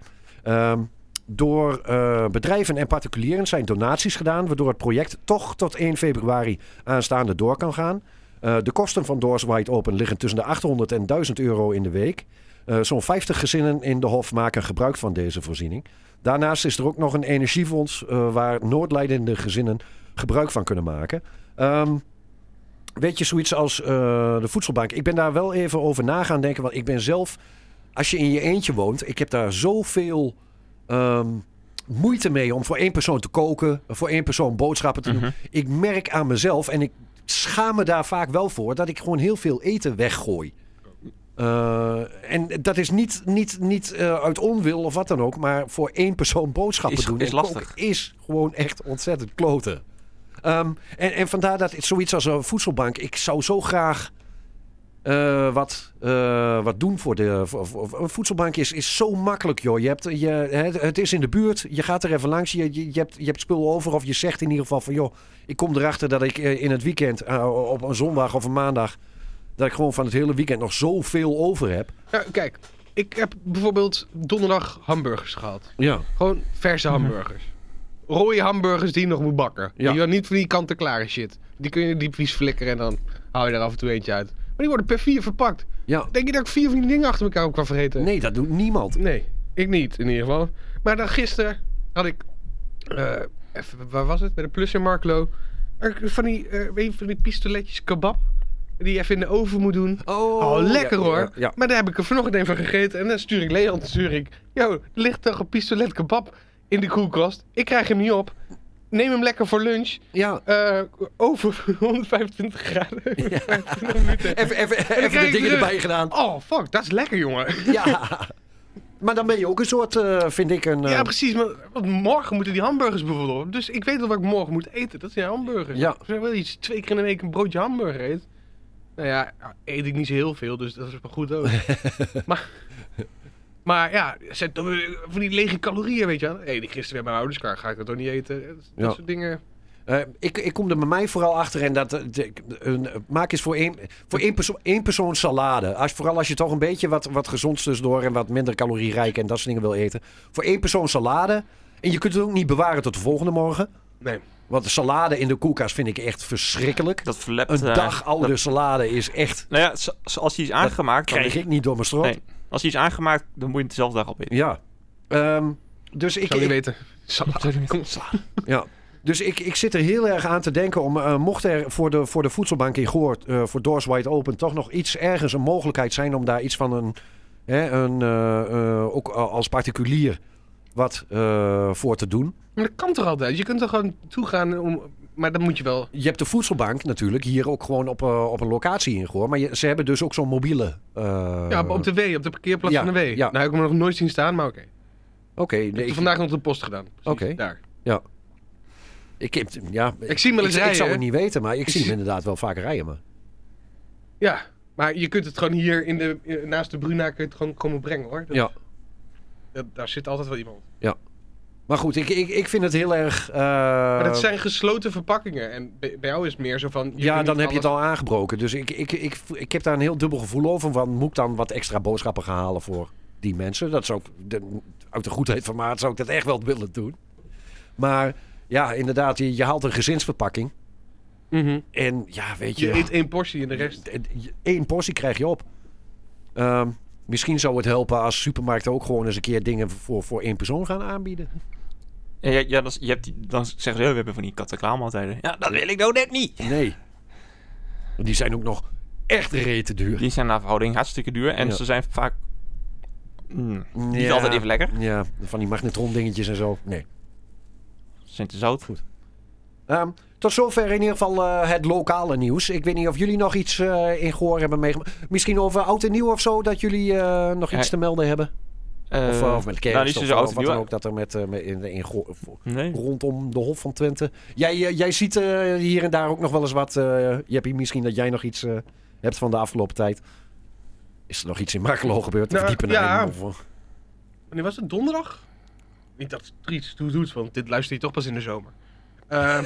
Ehm, door eh, bedrijven en particulieren zijn donaties gedaan, waardoor het project toch tot 1 februari aanstaande door kan gaan. Eh, de kosten van Doors Wide Open liggen tussen de 800 en 1000 euro in de week. Eh, Zo'n 50 gezinnen in de Hof maken gebruik van deze voorziening. Daarnaast is er ook nog een energiefonds eh, waar noodlijdende gezinnen gebruik van kunnen maken. Ehm, weet je, zoiets als eh, de voedselbank. Ik ben daar wel even over na gaan denken, want ik ben zelf, als je in je eentje woont, ik heb daar zoveel ehm, moeite mee om voor één persoon te koken, voor één persoon boodschappen te doen. Mhm. Ik merk aan mezelf en ik schaam me daar vaak wel voor dat ik gewoon heel veel eten weggooi. Eh, en dat is niet, niet, niet eh, uit onwil of wat dan ook, maar voor één persoon boodschappen Is- doen is en lastig. koken is gewoon echt ontzettend kloten. Ehm, en, en vandaar dat zoiets als een voedselbank, ik zou zo graag eh, wat, eh, wat doen voor de. Voor, voor- een voedselbank is, is zo makkelijk, joh. Je hebt, je, het, het is in de buurt, je gaat er even langs, je, je, je hebt, je hebt spul over. Of je zegt in ieder geval van, joh, ik kom erachter dat ik eh, in het weekend, eh, op een zondag of een maandag, dat ik gewoon van het hele weekend nog zoveel over heb. Ja, kijk, ik heb bijvoorbeeld donderdag hamburgers gehad. Ja. Gewoon verse hamburgers. Rode hamburgers die je nog moet bakken. Mhm. Ja. Die je niet van die kant-en-klare shit. Die kun je in de diepvries flikkeren en dan haal je er af en toe eentje uit. Maar die worden per vier verpakt. ja. Denk je dat ik vier van die dingen achter elkaar op kan vergeten? Nee, dat doet niemand. Nee, ik niet in ieder geval. Maar dan gisteren had ik. eh, even, waar was het? Bij de Plus in Marklo. Er- Van die, eh, weet je, van die pistoletjes kebab. Die je even in de oven moet doen. Oh, Oh, lekker ja, hoor. ja, ja. Maar daar heb ik er vanochtend een van gegeten. En dan stuur ik Leon, stuur ik... Yo, er ligt toch een pistolet kebab in de koelkast? Ik krijg hem niet op. Neem hem lekker voor lunch. Ja. Eh, over 125 graden. 25 minuten. Even, even, even krijg de ik dingen terug. erbij gedaan. Oh, fuck, dat is lekker, jongen. Ja. Maar dan ben je ook een soort, eh, vind ik, een... eh, Ja, precies. Maar, want morgen moeten die hamburgers bijvoorbeeld op. Dus ik weet al wat ik morgen moet eten. Dat zijn hamburgers. Ja. Als je wel iets twee keer in de week een broodje hamburger eet. Nou ja, eet ik niet zo heel veel, dus dat is wel goed ook. maar, maar ja, zet dan weer van die lege calorieën, weet je wel. Hey, die gisteren weer bij mijn ouders klaar, ga ik dat toch niet eten? Dat, dat Ja. soort dingen. Eh, ik, ik kom er bij mij vooral achter en dat eh, de- een- maak eens voor één, voor één, perso één persoon salade. Als, vooral als je toch een beetje wat, wat gezonds tussendoor en wat minder calorierijk en dat soort dingen wil eten. Voor één persoon salade. En je kunt het ook niet bewaren tot de volgende morgen. Nee. Want de salade in de koelkast vind ik echt verschrikkelijk. Dat verlept... Een eh, dag oude dat- salade is echt. nou ja, zo- zo- als hij is aangemaakt... dan Krijg is- ik niet door mijn strot. Nee, als hij is aangemaakt, dan moet je het dezelfde dag op in. Ja. Ehm, dus ik, Zou je ik- weten. Salade. Kom, salade. Ja. Dus ik, ik zit er heel erg aan te denken om, eh, mocht er voor de, voor de voedselbank in Goor, eh, voor Doors Wide Open, toch nog iets ergens een mogelijkheid zijn om daar iets van een, hè, een eh, eh, ook a- als particulier wat eh, voor te doen. Maar dat kan toch altijd? Je kunt er gewoon toe gaan om... Maar dan moet je wel... Je hebt de voedselbank natuurlijk hier ook gewoon op, eh, op een locatie in Goor, maar je- ze hebben dus ook zo'n mobiele. eh, Ja, op de W, op de parkeerplaats ja, van de W. ja. Nou, heb ik hem nog nooit zien staan, maar oké. Oké, Ik nee, heb ik, vandaag nog de post gedaan. Precies, Oké. Daar. ik, heb- ja, Ik zie hem wel eens ik, ik zou rijden, het niet weten, maar ik Ik zie hem zie- inderdaad wel vaker rijden. Maar. Ja, maar je kunt het gewoon hier in de, eh, naast de Bruna kun je het gewoon komen brengen hoor. Dat- Ja. dat- daar zit altijd wel iemand. maar goed, ik, ik, ik vind het heel erg... eh, maar dat zijn gesloten verpakkingen. En bij, bij jou is het meer zo van. Ja, dan heb je het al aangebroken. Dus ik, ik, ik, ik heb daar een heel dubbel gevoel over. Van, moet ik dan wat extra boodschappen gaan halen voor die mensen? Dat zou ik, de- uit de goedheid van maat zou ik dat echt wel willen doen. Maar ja, inderdaad, je, je haalt een gezinsverpakking. En ja, weet Mhm. je, Je eet één portie en de rest. één portie krijg je op. Ehm, misschien zou het helpen als supermarkten ook gewoon eens een keer dingen voor, voor één persoon gaan aanbieden. En ja, ja, dan, is- je hebt die, dan zeggen ze, "Ja, we hebben van die kant-en-klaarmaaltijden. Ja, dat wil ik nou net niet. Nee. Want Die zijn ook nog echt rete duur. Die zijn naar verhouding hartstikke duur. En Ja. ze zijn vaak Mm, Niet Ja. altijd even lekker. Ja, van die magnetron dingetjes en zo. Nee. Zijn te zout. Ehm, tot zover in ieder geval eh, het lokale nieuws. Ik weet niet of jullie nog iets eh, in Goor hebben meegemaakt. Misschien over oud en nieuw of zo, dat jullie eh, nog iets Ja. te melden hebben. Of, eh, Eh, of met kerst nou, niet of, zo oud of en wat nieuw. dan ook. Dat er met, eh, met- in, in Goor- voor- Nee. rondom de Hof van Twente. Jij, eh, jij ziet eh, hier en daar ook nog wel eens wat. eh Jeppie, misschien dat jij nog iets eh, hebt van de afgelopen tijd. Is er nog iets in Markelo gebeurd? Nou, of Diepenheim? ja. Of, eh, Wanneer was het? Donderdag? Ik dacht, Tries, doe doet, want dit luister je toch pas in de zomer. Eh,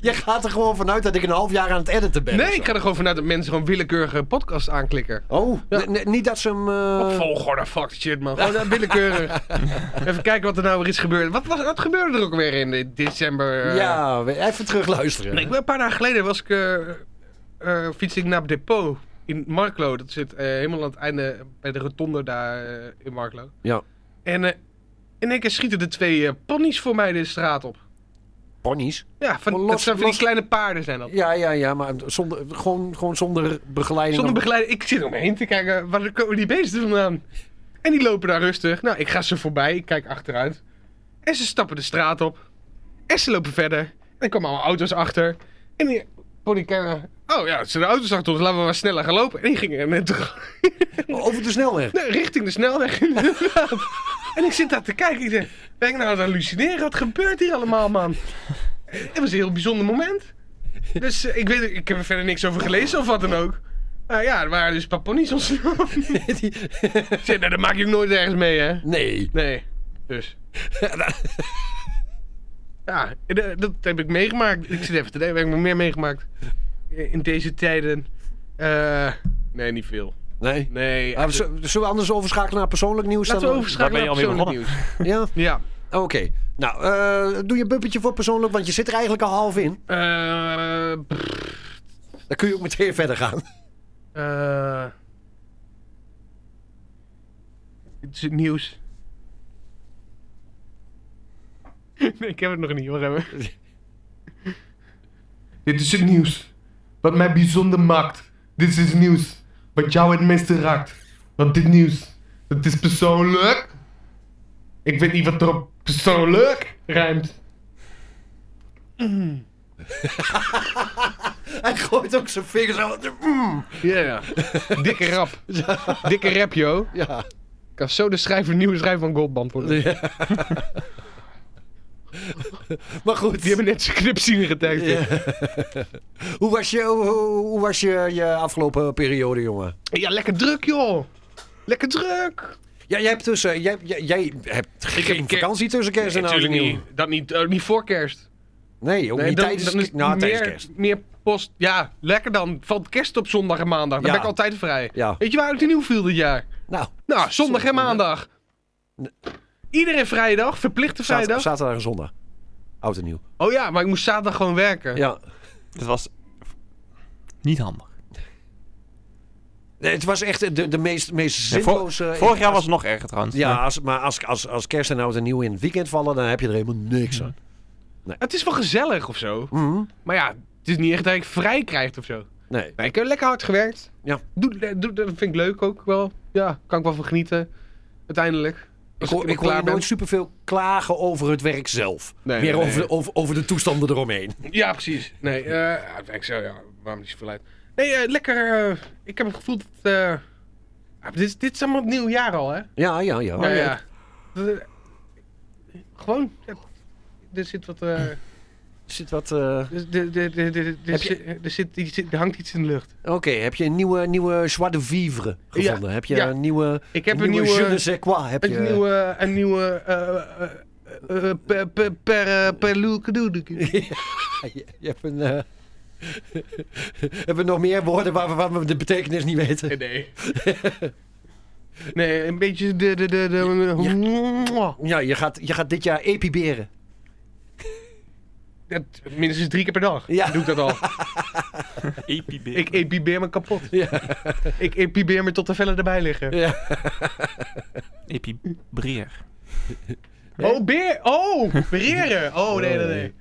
jij gaat er gewoon vanuit dat ik een half jaar aan het editen ben. of nee, zo. ik ga er gewoon vanuit dat mensen gewoon willekeurige podcasts aanklikken. Oh, n- n- niet dat ze hem... eh, Op volgorde, fuck the shit man. Gewoon eh, willekeurig. Even kijken wat er nou weer is gebeurd. Wat, was, wat gebeurde er ook weer in de- december? eh? Ja, we- even terugluisteren. Nee, ik ben een paar dagen geleden was ik, eh eh, fiets ik naar het depot in Marklo. Dat zit eh, helemaal aan het einde bij de rotonde daar eh, in Marklo. Ja. En eh, in één keer schieten er twee eh, ponies voor mij de straat op. Ponies? Ja, van, Oh, Los- dat zijn van die los- kleine paarden zijn dat. Ja, ja, ja, maar zonder, gewoon, gewoon zonder begeleiding. Zonder Of- begeleiding. Ik zit om me heen te kijken, waar komen die beesten vandaan? En die lopen daar rustig. Nou, ik ga ze voorbij, ik kijk achteruit. En ze stappen de straat op. En ze lopen verder. En er komen allemaal auto's achter. En die ponykenner... Oh ja, het zijn de auto's achter ons, laten we maar sneller gaan lopen. En die gingen net terug- Over de snelweg. nee, richting de snelweg inderdaad. En ik zit daar te kijken. Ik denk, ben ik nou aan het hallucineren? Wat gebeurt hier allemaal, man? Het was een heel bijzonder moment. Dus eh, ik weet ik heb er verder niks over gelezen of wat dan ook. Maar ja, er waren dus paponies ontsnapt. Die- Zit, nou, daar maak je ook nooit ergens mee, hè? nee. Nee, dus. Ja, en, eh, dat heb ik meegemaakt. Ik zit even te denken, heb ik nog meer meegemaakt? In deze tijden. Eh, nee, niet veel. Nee. Nee. Ah, z- zullen we anders overschakelen naar persoonlijk nieuws? Laten we dan? eh, overschakelen Daar ben je naar alweer persoonlijk nieuws. Ja, Ja. oké. Nou, eh, doe je buppetje voor persoonlijk, want je zit er eigenlijk al half in. Eh, pff, Dan kun je ook meteen verder gaan. eh. Het is het nieuws. nee, ik heb het nog niet. Wacht even. Dit is het nieuws. Wat mij bijzonder maakt. Dit is het nieuws. Wat jou het meeste raakt. Want dit nieuws, dat is persoonlijk. Ik weet niet wat er op persoonlijk rijmt. Hij gooit ook zijn vingers zo. Mm. Ja. Dikke rap. Dikke rap, joh. Ja. Ik kan zo de schrijver, nieuwe schrijver van Goldband worden. Maar goed, Die hebben net zijn knipscene getekend. Ja. hoe was, je, hoe, hoe was je, je afgelopen periode, jongen? Ja, lekker druk, joh. Lekker druk. Ja, jij hebt, dus, eh, jij, jij, jij hebt geen ik- vakantie tussen kerst en oud en natuurlijk nieuw. niet. Dat niet, ook niet voor kerst. Nee, ook niet dan- tijdens, dan is het nou, meer, tijdens kerst. Meer post. Ja, lekker dan. Valt kerst op zondag en maandag. Dan Ja. ben ik altijd vrij. Ja. Weet je waar het nieuw viel dit jaar? Nou, Nou, zondag en maandag. Iedere vrijdag, verplichte zater- vrijdag. zaterdag en zondag. Oud en nieuw. Oh ja, maar ik moest zaterdag gewoon werken. Ja. Dat was niet handig. Nee, het was echt de, de meest, meest Ja, vor- zinloze... vorig jaar was het nog erger trouwens. Ja, als, maar als, als, als kerst en oud en nieuw in het weekend vallen, dan heb je er helemaal niks aan. Het is wel gezellig of zo. Mhm. Maar ja, het is niet echt dat ik vrij krijg of zo. Nee. Nee, ik heb lekker hard gewerkt. Ja. Doe, eh, doe, dat vind ik leuk ook wel. Ja, kan ik wel van genieten. Uiteindelijk. Ik Als hoor, ik helemaal hoor je klaar ben. nooit superveel klagen over het werk zelf. Nee, Meer nee, over, nee. Over, over de toestanden eromheen. Ja, precies. Nee, eh ja, het werkt zo, ja. Waarom niet zoveel uit? Nee, eh, lekker. eh, ik heb het gevoel dat... eh, ja, dit, is- dit is allemaal het nieuwe jaar al, hè? Ja, ja, Oh, ja. ja, ja. Dat, eh, gewoon. ja, er zit wat... eh, er Zit wat... eh, zit- er- er- er- er- er Heb je- zit- er zit- er zit- er hangt iets in de lucht. Oké, heb je een nieuwe, nieuwe joie de vivre gevonden? heb je ja. een nieuwe... Ik heb een nieuwe... Je ne sais quoi, heb je... Een nieuwe, een nieuwe, eh, eh, eh, eh, per, per, per, eh, per Lul Kadoedoekie. je, je hebt een... eh, hebben we nog meer woorden waarvan waarvan we de betekenis niet weten? Nee. Nee, een beetje de, de, de, de, Ja, je gaat, je gaat dit jaar epiberen. Dat- minstens drie keer per dag Ja. doe ik dat al. EPB. Ik epibeer me kapot. Ja. Ik epibeer me tot de vellen erbij liggen. E Epibreer. Oh, beer! Oh, bereren! Oh, nee, nee, nee.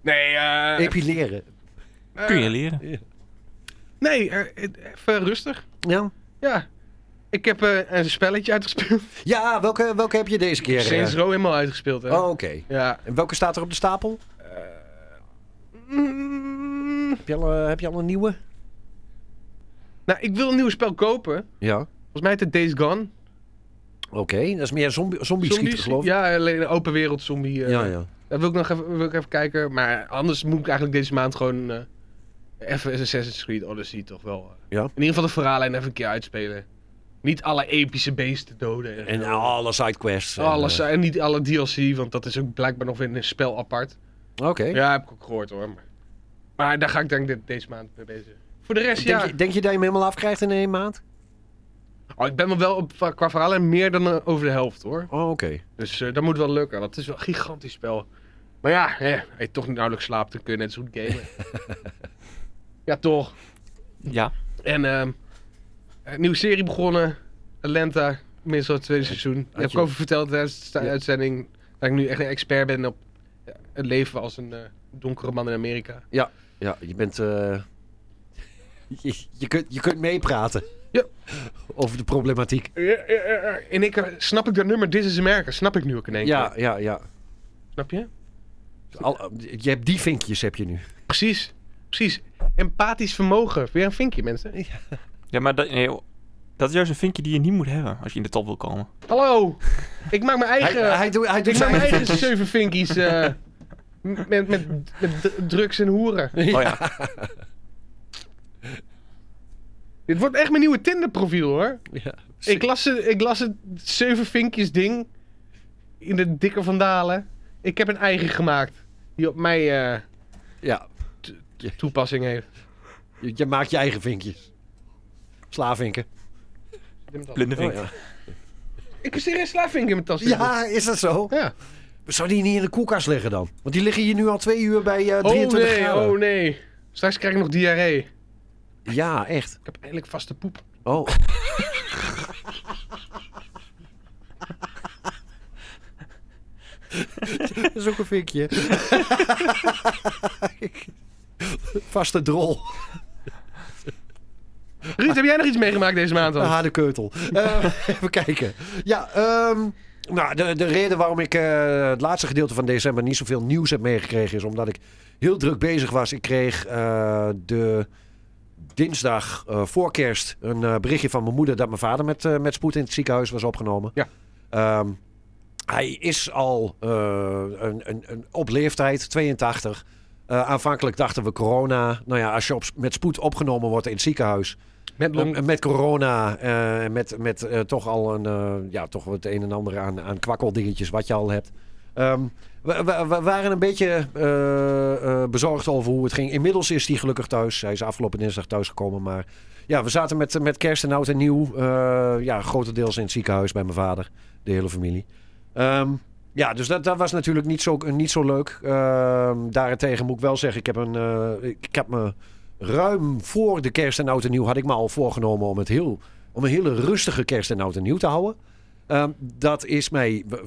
Nee, eh... Epileren. eh, Kun je leren. Nee, eh, even rustig. Ja. Ja. Ik heb eh, een spelletje uitgespeeld. Ja, welke, welke heb je deze keer? eh? Saints Row helemaal uitgespeeld, hè? Oh, oké. Ja. En welke staat er op de stapel? Mm, Heb je al, eh, heb je al een nieuwe? nou, ik wil een nieuw spel kopen. Ja. Volgens mij heet het Days Gone. Oké, dat is meer zombie, zombie schieten, geloof ik. Ja, alleen een open wereld zombie. eh. Daar wil ik nog even, wil ik even kijken. Maar anders moet ik eigenlijk deze maand gewoon eh, even Assassin's Creed Odyssey toch wel. eh, Ja. In ieder geval de verhaallijn even een keer uitspelen. Niet alle epische beesten doden. En, En alle sidequests. en, alles, eh, en niet alle DLC, want dat is ook blijkbaar nog weer een spel apart. Oké. Ja, heb ik ook gehoord hoor. Maar, maar daar ga ik denk ik dit- deze maand mee bezig. Voor de rest, Denk, ja. je, denk je dat je hem helemaal afkrijgt in één maand? Oh, ik ben me wel op, qua verhalen meer dan eh, over de helft hoor. Oh, oké. Dus eh, dat moet wel lukken. Dat is wel een gigantisch spel. Maar ja, hè, als je toch nauwelijks slaapt, dan kun je net zo goed gamen. ja, toch. Ja. En ehm, een nieuwe serie begonnen. Atlanta, minstens al het tweede seizoen. Daar heb je- ik over verteld tijdens de Ja. uitzending. Dat ik nu echt een expert ben op ja, het leven als een eh, donkere man in Amerika. Ja, je bent... eh, je, je, kunt, je kunt meepraten. Ja. Over de problematiek. En ik eh, snap ik dat nummer This is America, snap ik nu ook in één Ja, keer. ja, ja. Snap je? Al, je hebt die vinkjes heb je nu. Precies, precies. Empathisch vermogen. Weer een vinkje, mensen. Ja, maar dat, nee, dat is juist een vinkje die je niet moet hebben als je in de top wil komen. Hallo, ik maak mijn eigen, hij, hij doet, hij doet eh, ik maak zijn... mijn eigen zeven vinkies eh, m- met, met, met d- drugs en hoeren. Oh ja. Dit wordt echt mijn nieuwe Tinder profiel hoor. Ja. Ik las, het- ik las het zeven vinkjes ding in de dikke vandalen. Ik heb een eigen gemaakt die op mij eh, ja. toepassing heeft. Je, je maakt je eigen vinkjes. Slavinken. Blinde vink. Oh, ja. Ik heb serieus slaafvink in mijn tas. ja, is dat zo? ja. Zou die niet in de koelkast liggen dan? Want die liggen hier nu al twee uur bij eh 23 oh nee, graden. oh nee. Straks krijg ik nog diarree. Ik Ja, echt. heb eindelijk vaste poep. Oh. dat is ook een vinkje. Vaste drol. Ruud, heb jij nog iets meegemaakt deze maand Een dan? harde keutel. Eh, even kijken. Ja, ehm, nou, de, de reden waarom ik eh, het laatste gedeelte van december niet zoveel nieuws heb meegekregen is omdat ik heel druk bezig was. Ik kreeg eh, de dinsdag eh, voor kerst een eh, berichtje van mijn moeder dat mijn vader met, eh, met spoed in het ziekenhuis was opgenomen. Ja. Ehm, hij is al eh, een, een, een, op leeftijd, 82. Eh, aanvankelijk dachten we corona. Nou ja, als je op, met spoed opgenomen wordt in het ziekenhuis, Met long. eh, Met corona, eh, met, met eh, toch al een, eh, ja, toch het een en ander aan, aan kwakkeldingetjes wat je al hebt. Ehm, we, we- we waren een beetje eh, eh, bezorgd over hoe het ging. Inmiddels is hij gelukkig thuis. Hij is afgelopen dinsdag thuisgekomen. Maar ja, we zaten met, met kerst en oud en nieuw. eh, ja, grotendeels in het ziekenhuis bij mijn vader. De hele familie. Ehm, ja, dus dat, dat was natuurlijk niet zo, niet zo leuk. Ehm, daarentegen moet ik wel zeggen, ik heb, een, eh, ik, ik heb me ruim voor de kerst en oud en nieuw had ik me al voorgenomen om, het heel, om een hele rustige kerst en oud en nieuw te houden. Ehm, dat is mij, bu-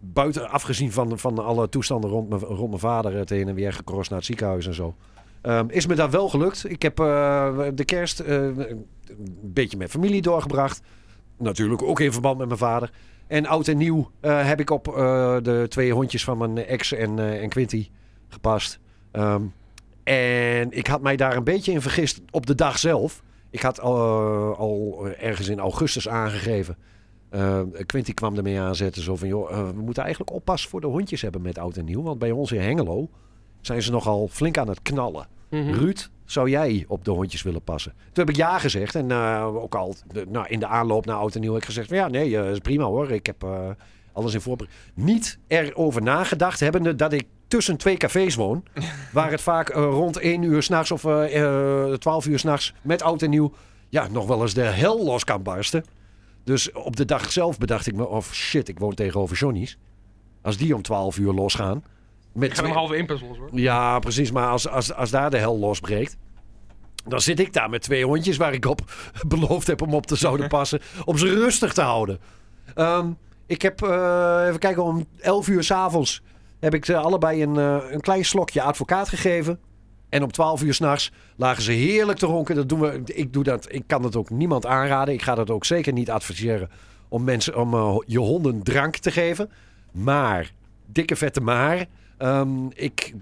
buiten afgezien van, van alle toestanden rond, me, rond mijn vader, het heen en weer gecrossed naar het ziekenhuis en zo. ehm, is me daar wel gelukt. Ik heb eh, de kerst eh, een beetje met familie doorgebracht. Natuurlijk ook in verband met mijn vader. En oud en nieuw eh, heb ik op eh, de twee hondjes van mijn ex en, eh, en Quinty gepast. Ehm, en ik had mij daar een beetje in vergist op de dag zelf. Ik had al, eh, al ergens in augustus aangegeven. Eh Quinty kwam ermee aanzetten. Zo van, joh, eh, we moeten eigenlijk oppassen voor de hondjes hebben met oud en nieuw. Want bij ons in Hengelo zijn ze nogal flink aan het knallen. Mhm. Ruud, zou jij op de hondjes willen passen? Toen heb ik ja gezegd. En eh, ook al de- nou, in de aanloop naar oud en nieuw heb ik gezegd... van, ja, nee, eh, is prima hoor. Ik heb eh, alles in voorbereid. Niet erover nagedacht hebbende dat ik tussen twee cafés woon... waar het vaak eh, rond 1 uur s'nachts of eh eh, 12 uur s'nachts met oud en nieuw... ja, nog wel eens de hel los kan barsten. Dus op de dag zelf bedacht ik me... of shit, ik woon tegenover Johnny's. Als die om 12 uur losgaan... Met Ik ga twee- hem half één pas los hoor. ja, precies. Maar als, als, als daar de hel losbreekt. Dan zit ik daar met twee hondjes waar ik op beloofd heb om op te zouden passen. Om ze rustig te houden. Ehm, ik heb, eh, even kijken, om 11 uur s'avonds heb ik ze allebei een, eh, een klein slokje advocaat gegeven. En om 12 uur s'nachts lagen ze heerlijk te ronken. Dat doen we, ik, doe dat, ik kan dat ook niemand aanraden. Ik ga dat ook zeker niet adviseren om, mensen, om eh, je honden drank te geven. Maar, dikke vette maar. ehm, ik,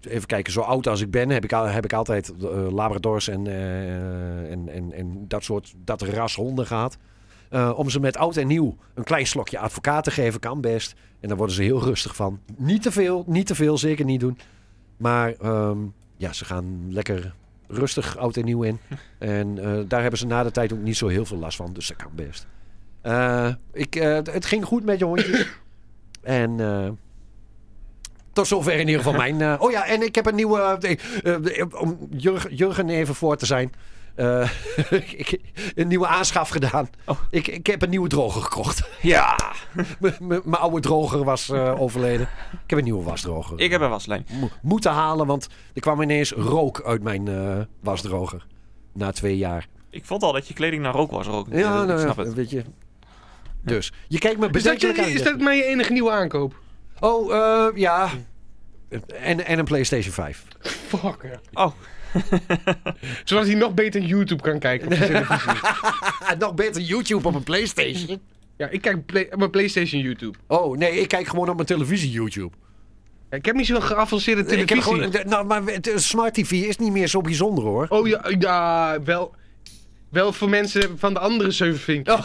even kijken, zo oud als ik ben, heb ik, al- heb ik altijd eh, Labradors en, eh, en, en, en dat soort dat ras honden gehad. Eh, om ze met oud en nieuw een klein slokje advocaat te geven, kan best. En daar worden ze heel rustig van. Niet te veel, niet te veel, zeker niet doen. Maar ehm, ja, ze gaan lekker rustig oud en nieuw in. En eh, daar hebben ze na de tijd ook niet zo heel veel last van, dus dat kan best. Eh, ik, eh, d- het ging goed met je hondjes. en eh, tot zover in ieder geval mijn... eh, oh ja, en ik heb een nieuwe... eh, eh, eh, Om Jurgen, Jurgen even voor te zijn. Eh, ik, een nieuwe aanschaf gedaan. Oh. Ik, ik heb een nieuwe droger gekocht. Ja! M- m- Mijn oude droger was eh, overleden. Ik heb een nieuwe wasdroger. Ik heb een waslijn. Mo- moeten halen, want er kwam ineens rook uit mijn eh, wasdroger. Na twee jaar. Ik vond al dat je kleding naar rook was rook. Ja, nou, ik ja, snap het. weet je. Dus, je kijkt me Is dat, bedenkelijk je- aan. is Jeff. dat mijn enige nieuwe aankoop? Oh, eh, ja. En, en een PlayStation 5. Fuck, ja. Oh, Zodat hij nog beter YouTube kan kijken. op zijn televisie. Nog beter YouTube op een PlayStation. ja, ik kijk play- op mijn PlayStation YouTube. Oh, nee, ik kijk gewoon op mijn televisie YouTube. Ja, ik heb niet zo'n geavanceerde televisie. Ik heb gewoon, nou, maar het- eh, Smart TV is niet meer zo bijzonder hoor. Oh ja, ja wel, wel voor mensen van de andere zeven vinkjes.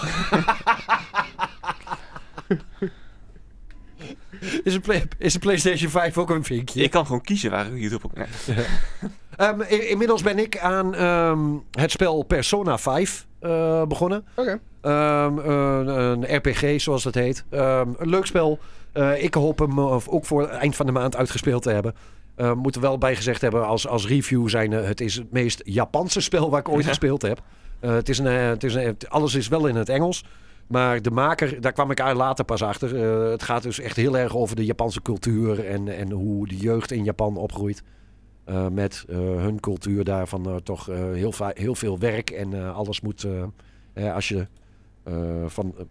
Is een, play- is een PlayStation 5 ook een vinkje? ik kan gewoon kiezen waar ik YouTube op... Nee. Ehm, i- inmiddels ben ik aan ehm, het spel Persona 5 eh, begonnen. Oké. Ehm, een, een RPG, zoals dat heet. Ehm, een leuk spel. Eh, ik hoop hem eh, ook voor het eind van de maand uitgespeeld te hebben. Eh, moet er wel bij gezegd hebben als, als review zijn... eh, het is het meest Japanse spel waar ik ooit gespeeld heb. Eh, het is een, eh, het is een, het- alles is wel in het Engels. Maar de maker, daar kwam ik a- later pas achter. Eh, het gaat dus echt heel erg over de Japanse cultuur... en, en hoe de jeugd in Japan opgroeit. Eh, met eh, hun cultuur daarvan eh, toch eh, heel, va- heel veel werk. En eh, alles moet... eh, eh, als je eh, van, eh,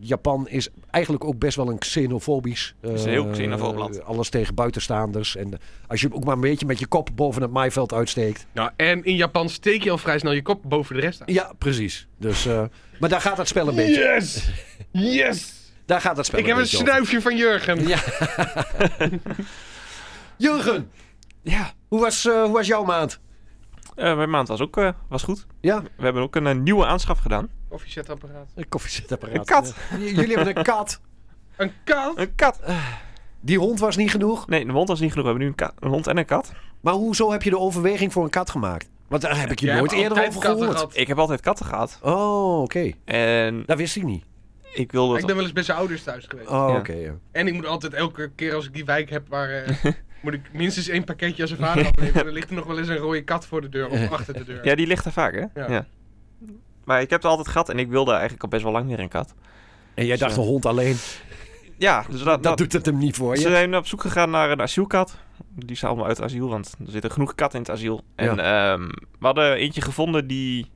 Japan is eigenlijk ook best wel een xenofobisch. eh, Is een heel xenofoob land. Alles tegen buitenstaanders. En eh, als je ook maar een beetje met je kop boven het maaiveld uitsteekt. Nou, en in Japan steek je al vrij snel je kop boven de rest aan. Ja, precies. Dus, eh, maar daar gaat dat spel een beetje. Yes! Yes! Daar gaat dat spel Ik heb een beetje over. snuifje van Jurgen. Ja. Jurgen, Ja, hoe was, eh, hoe was jouw maand? eh, mijn maand was ook eh, was goed. Ja, We hebben ook een eh, nieuwe aanschaf gedaan. Koffiezetapparaat. een koffiezetapparaat. Een kat. Eh, j- jullie hebben een kat. Een kat? Een kat! Die hond was niet genoeg. Nee, de hond was niet genoeg. We hebben nu een, ka- een hond en een kat. Maar hoezo heb je de overweging voor een kat gemaakt? Want daar heb ik je Jij nooit hebt eerder altijd over katten gehoord. gehad. Ik heb altijd katten gehad. Oh, oké. En Dat wist ik niet. ik wilde... Ik ben wel eens bij zijn ouders thuis geweest. Oh, Ja. oké. ja. En ik moet altijd elke keer als ik die wijk heb waar... eh, moet ik minstens één pakketje aan zijn vader afleveren. Dan ligt er nog wel eens een rode kat voor de deur of achter de deur. Ja, die ligt er vaak, hè? Ja. Maar ik heb het altijd gehad en ik wilde eigenlijk al best wel lang weer een kat. En jij dacht een hond alleen. Ja, dus dat, Dat doet het hem niet voor Ze je. zijn op zoek gegaan naar een asielkat. Die is allemaal uit asiel, want er zitten genoeg katten in het asiel. En ehm, we hadden eentje gevonden die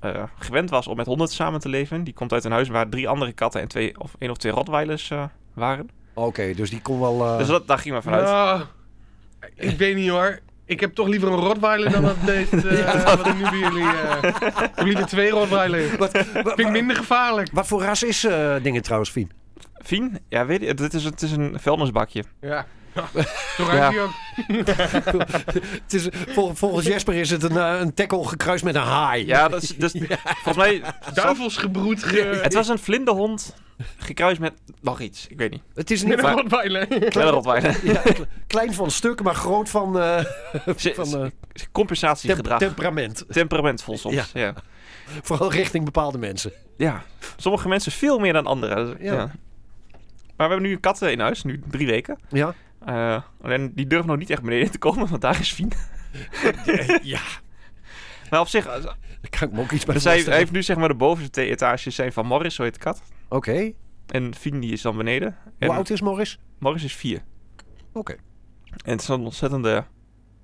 eh, gewend was om met honden samen te leven. Die komt uit een huis waar drie andere katten en twee, of één of twee rotweilers eh, waren. Oké, dus die kon wel. eh, Dus dat, daar ging maar vanuit. Nou, ik weet niet hoor. Ik heb toch liever een Rottweiler dan dat deze, eh, wat ik nu bij jullie... eh, ik heb liever twee Rottweilers. Wat, wa- wa- Vind ik minder gevaarlijk. wat voor ras is eh, dingen trouwens, Fien? Fien, ja, weet je, dit is, het is een vuilnisbakje. Ja. Ja, Zo ruikt hij ook. Het is, vol- volgens Jesper is het een, eh, een tackle gekruist met een haai. Ja, dat is, dus, volgens mij... Duivelsgebroed eh, ge... Het was een vlinderhond gekruist met nog iets, ik weet niet. Het is Met niet een Rottweiler. Wel een rotweiler. ja, kle- klein van stuk, maar groot van, eh, Ze- van eh, ze- tem- Compensatiegedrag. temperament. temperamentvol soms, Ja. ja. Vooral richting bepaalde mensen. Ja, sommige mensen veel meer dan anderen. Ja. Ja. Maar we hebben nu een kat eh, in huis, nu drie weken. Ja? Eh, alleen die durven nog niet echt beneden te komen, want daar is Fien. Ja, Maar op zich, eh, daar kan ik me ook iets bij dus hij, voorstellen. hij heeft nu zeg maar de bovenste twee etages zijn van Morris, zo heet de kat. Oké. En Fien die is dan beneden. En Hoe oud is Morris? Morris is vier. Oké. En het is een ontzettende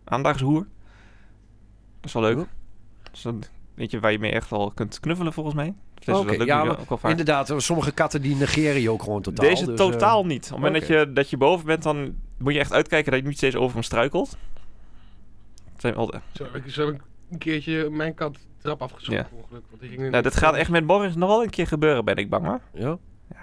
aandachtshoer. Dat is wel leuk. Oh. Dat is een beetje waar je mee echt wel kunt knuffelen volgens mij. Dus Oké, dat lukt ja, nu maar ook wel vaak. Inderdaad, eh, sommige katten die negeren je ook gewoon totaal. Deze dus, eh, totaal niet. Op het moment oké. dat, je, dat je boven bent, dan moet je echt uitkijken dat je niet steeds over hem struikelt. Zijn wel de- Zo heb ik, zo heb ik een keertje mijn kant de trap afgeschoten. per ongeluk, want die ging in- Nou, dat gaat echt met Boris nog wel een keer gebeuren, ben ik bang hoor. Ja.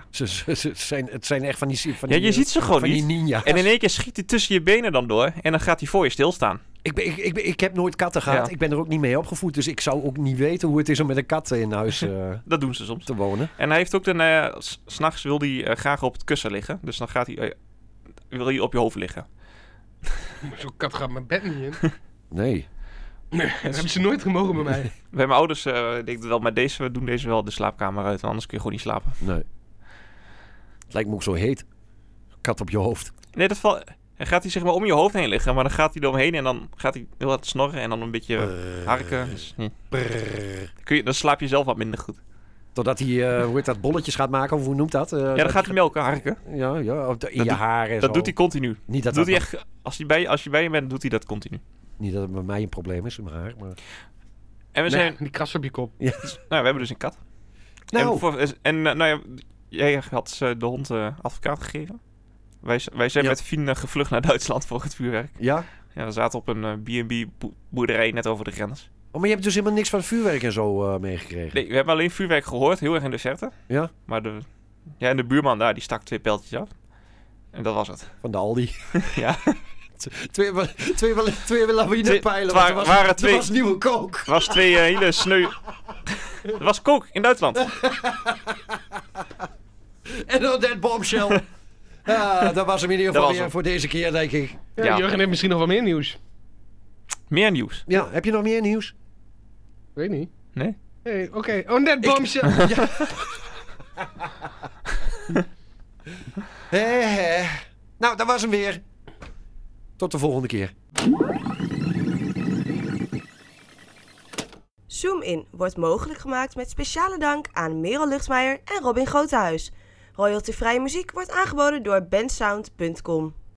Ze, ze- ze zijn, het zijn echt van die... Van Ja, die, eh, je ziet ze gewoon van die niet. ninja. En in één keer schiet hij tussen je benen dan door en dan gaat hij voor je stilstaan. Ik, ben, ik, ik, ben- ik heb nooit katten gehad. Ja. Ik ben er ook niet mee opgevoed. Dus ik zou ook niet weten hoe het is om met een kat in huis eh, Dat doen ze soms. te wonen. En hij heeft ook dan, eh, s s'nachts wil hij eh, graag op het kussen liggen. Dus dan gaat hij, eh, wil hij op je hoofd liggen. Zo'n kat gaat mijn bed niet in. Nee. Nee, dat hebben ze nooit gemogen bij mij. Bij mijn ouders eh, denk ik wel, maar deze, we doen deze wel de slaapkamer uit, want anders kun je gewoon niet slapen. Nee. Het lijkt me ook zo heet. Kat op je hoofd. Nee, dat valt. Dan gaat hij zeg maar om je hoofd heen liggen, maar dan gaat hij eromheen en dan gaat hij heel hard snorren en dan een beetje eh, harken. Dus, hm. Kun je, dan slaap je zelf wat minder goed. Totdat hij, eh, hoe heet dat, bolletjes gaat maken. Of hoe noemt dat? Eh, Ja, dan gaat hij melken, harken. Ja, ja op de- in Dat je doet- haar en Dat zo. doet hij continu. Niet dat, doet dat hij echt, als, hij bij, als je bij je bent, doet hij dat continu. Niet dat het bij mij een probleem is, maar haar. Maar... En we, zijn, Nee, die kras op je kop. nou, we hebben dus een kat. Nou, En, voor- en eh, nou ja, jij had eh, de hond eh, advocaat gegeven. Wij, z- wij zijn Ja. met Fien eh, gevlucht naar Duitsland voor het vuurwerk. ja. Ja, we zaten op een eh, B&B boe- boerderij net over de grens. Oh, maar je hebt dus helemaal niks van vuurwerk en zo eh, meegekregen. Nee, we hebben alleen vuurwerk gehoord, heel erg in de verte. Ja. Maar de, ja, en de buurman daar, die stak twee pijltjes af. En dat was het. Van de Aldi. Ja. twee wa- twee, wa- twee lawinepijlen. Twee- want er was- waren Er twee- was nieuwe kook. Er was twee eh, hele sneu... Er was kook in Duitsland. En dan dat bombshell. Ja, dat was hem in ieder geval was weer hem. voor deze keer, denk ik. Ja, Ja. Jurgen heeft misschien nog wel meer nieuws. Meer nieuws. Ja, heb je nog meer nieuws? Weet niet. Nee? Hey, oké. Oh, net bombshell. Hè, hè. Nou, dat was hem weer. Tot de volgende keer. Zoom in wordt mogelijk gemaakt met speciale dank aan Merel Luchtmeijer en Robin Grotehuis. Royaltyvrije muziek wordt aangeboden door bensound.com.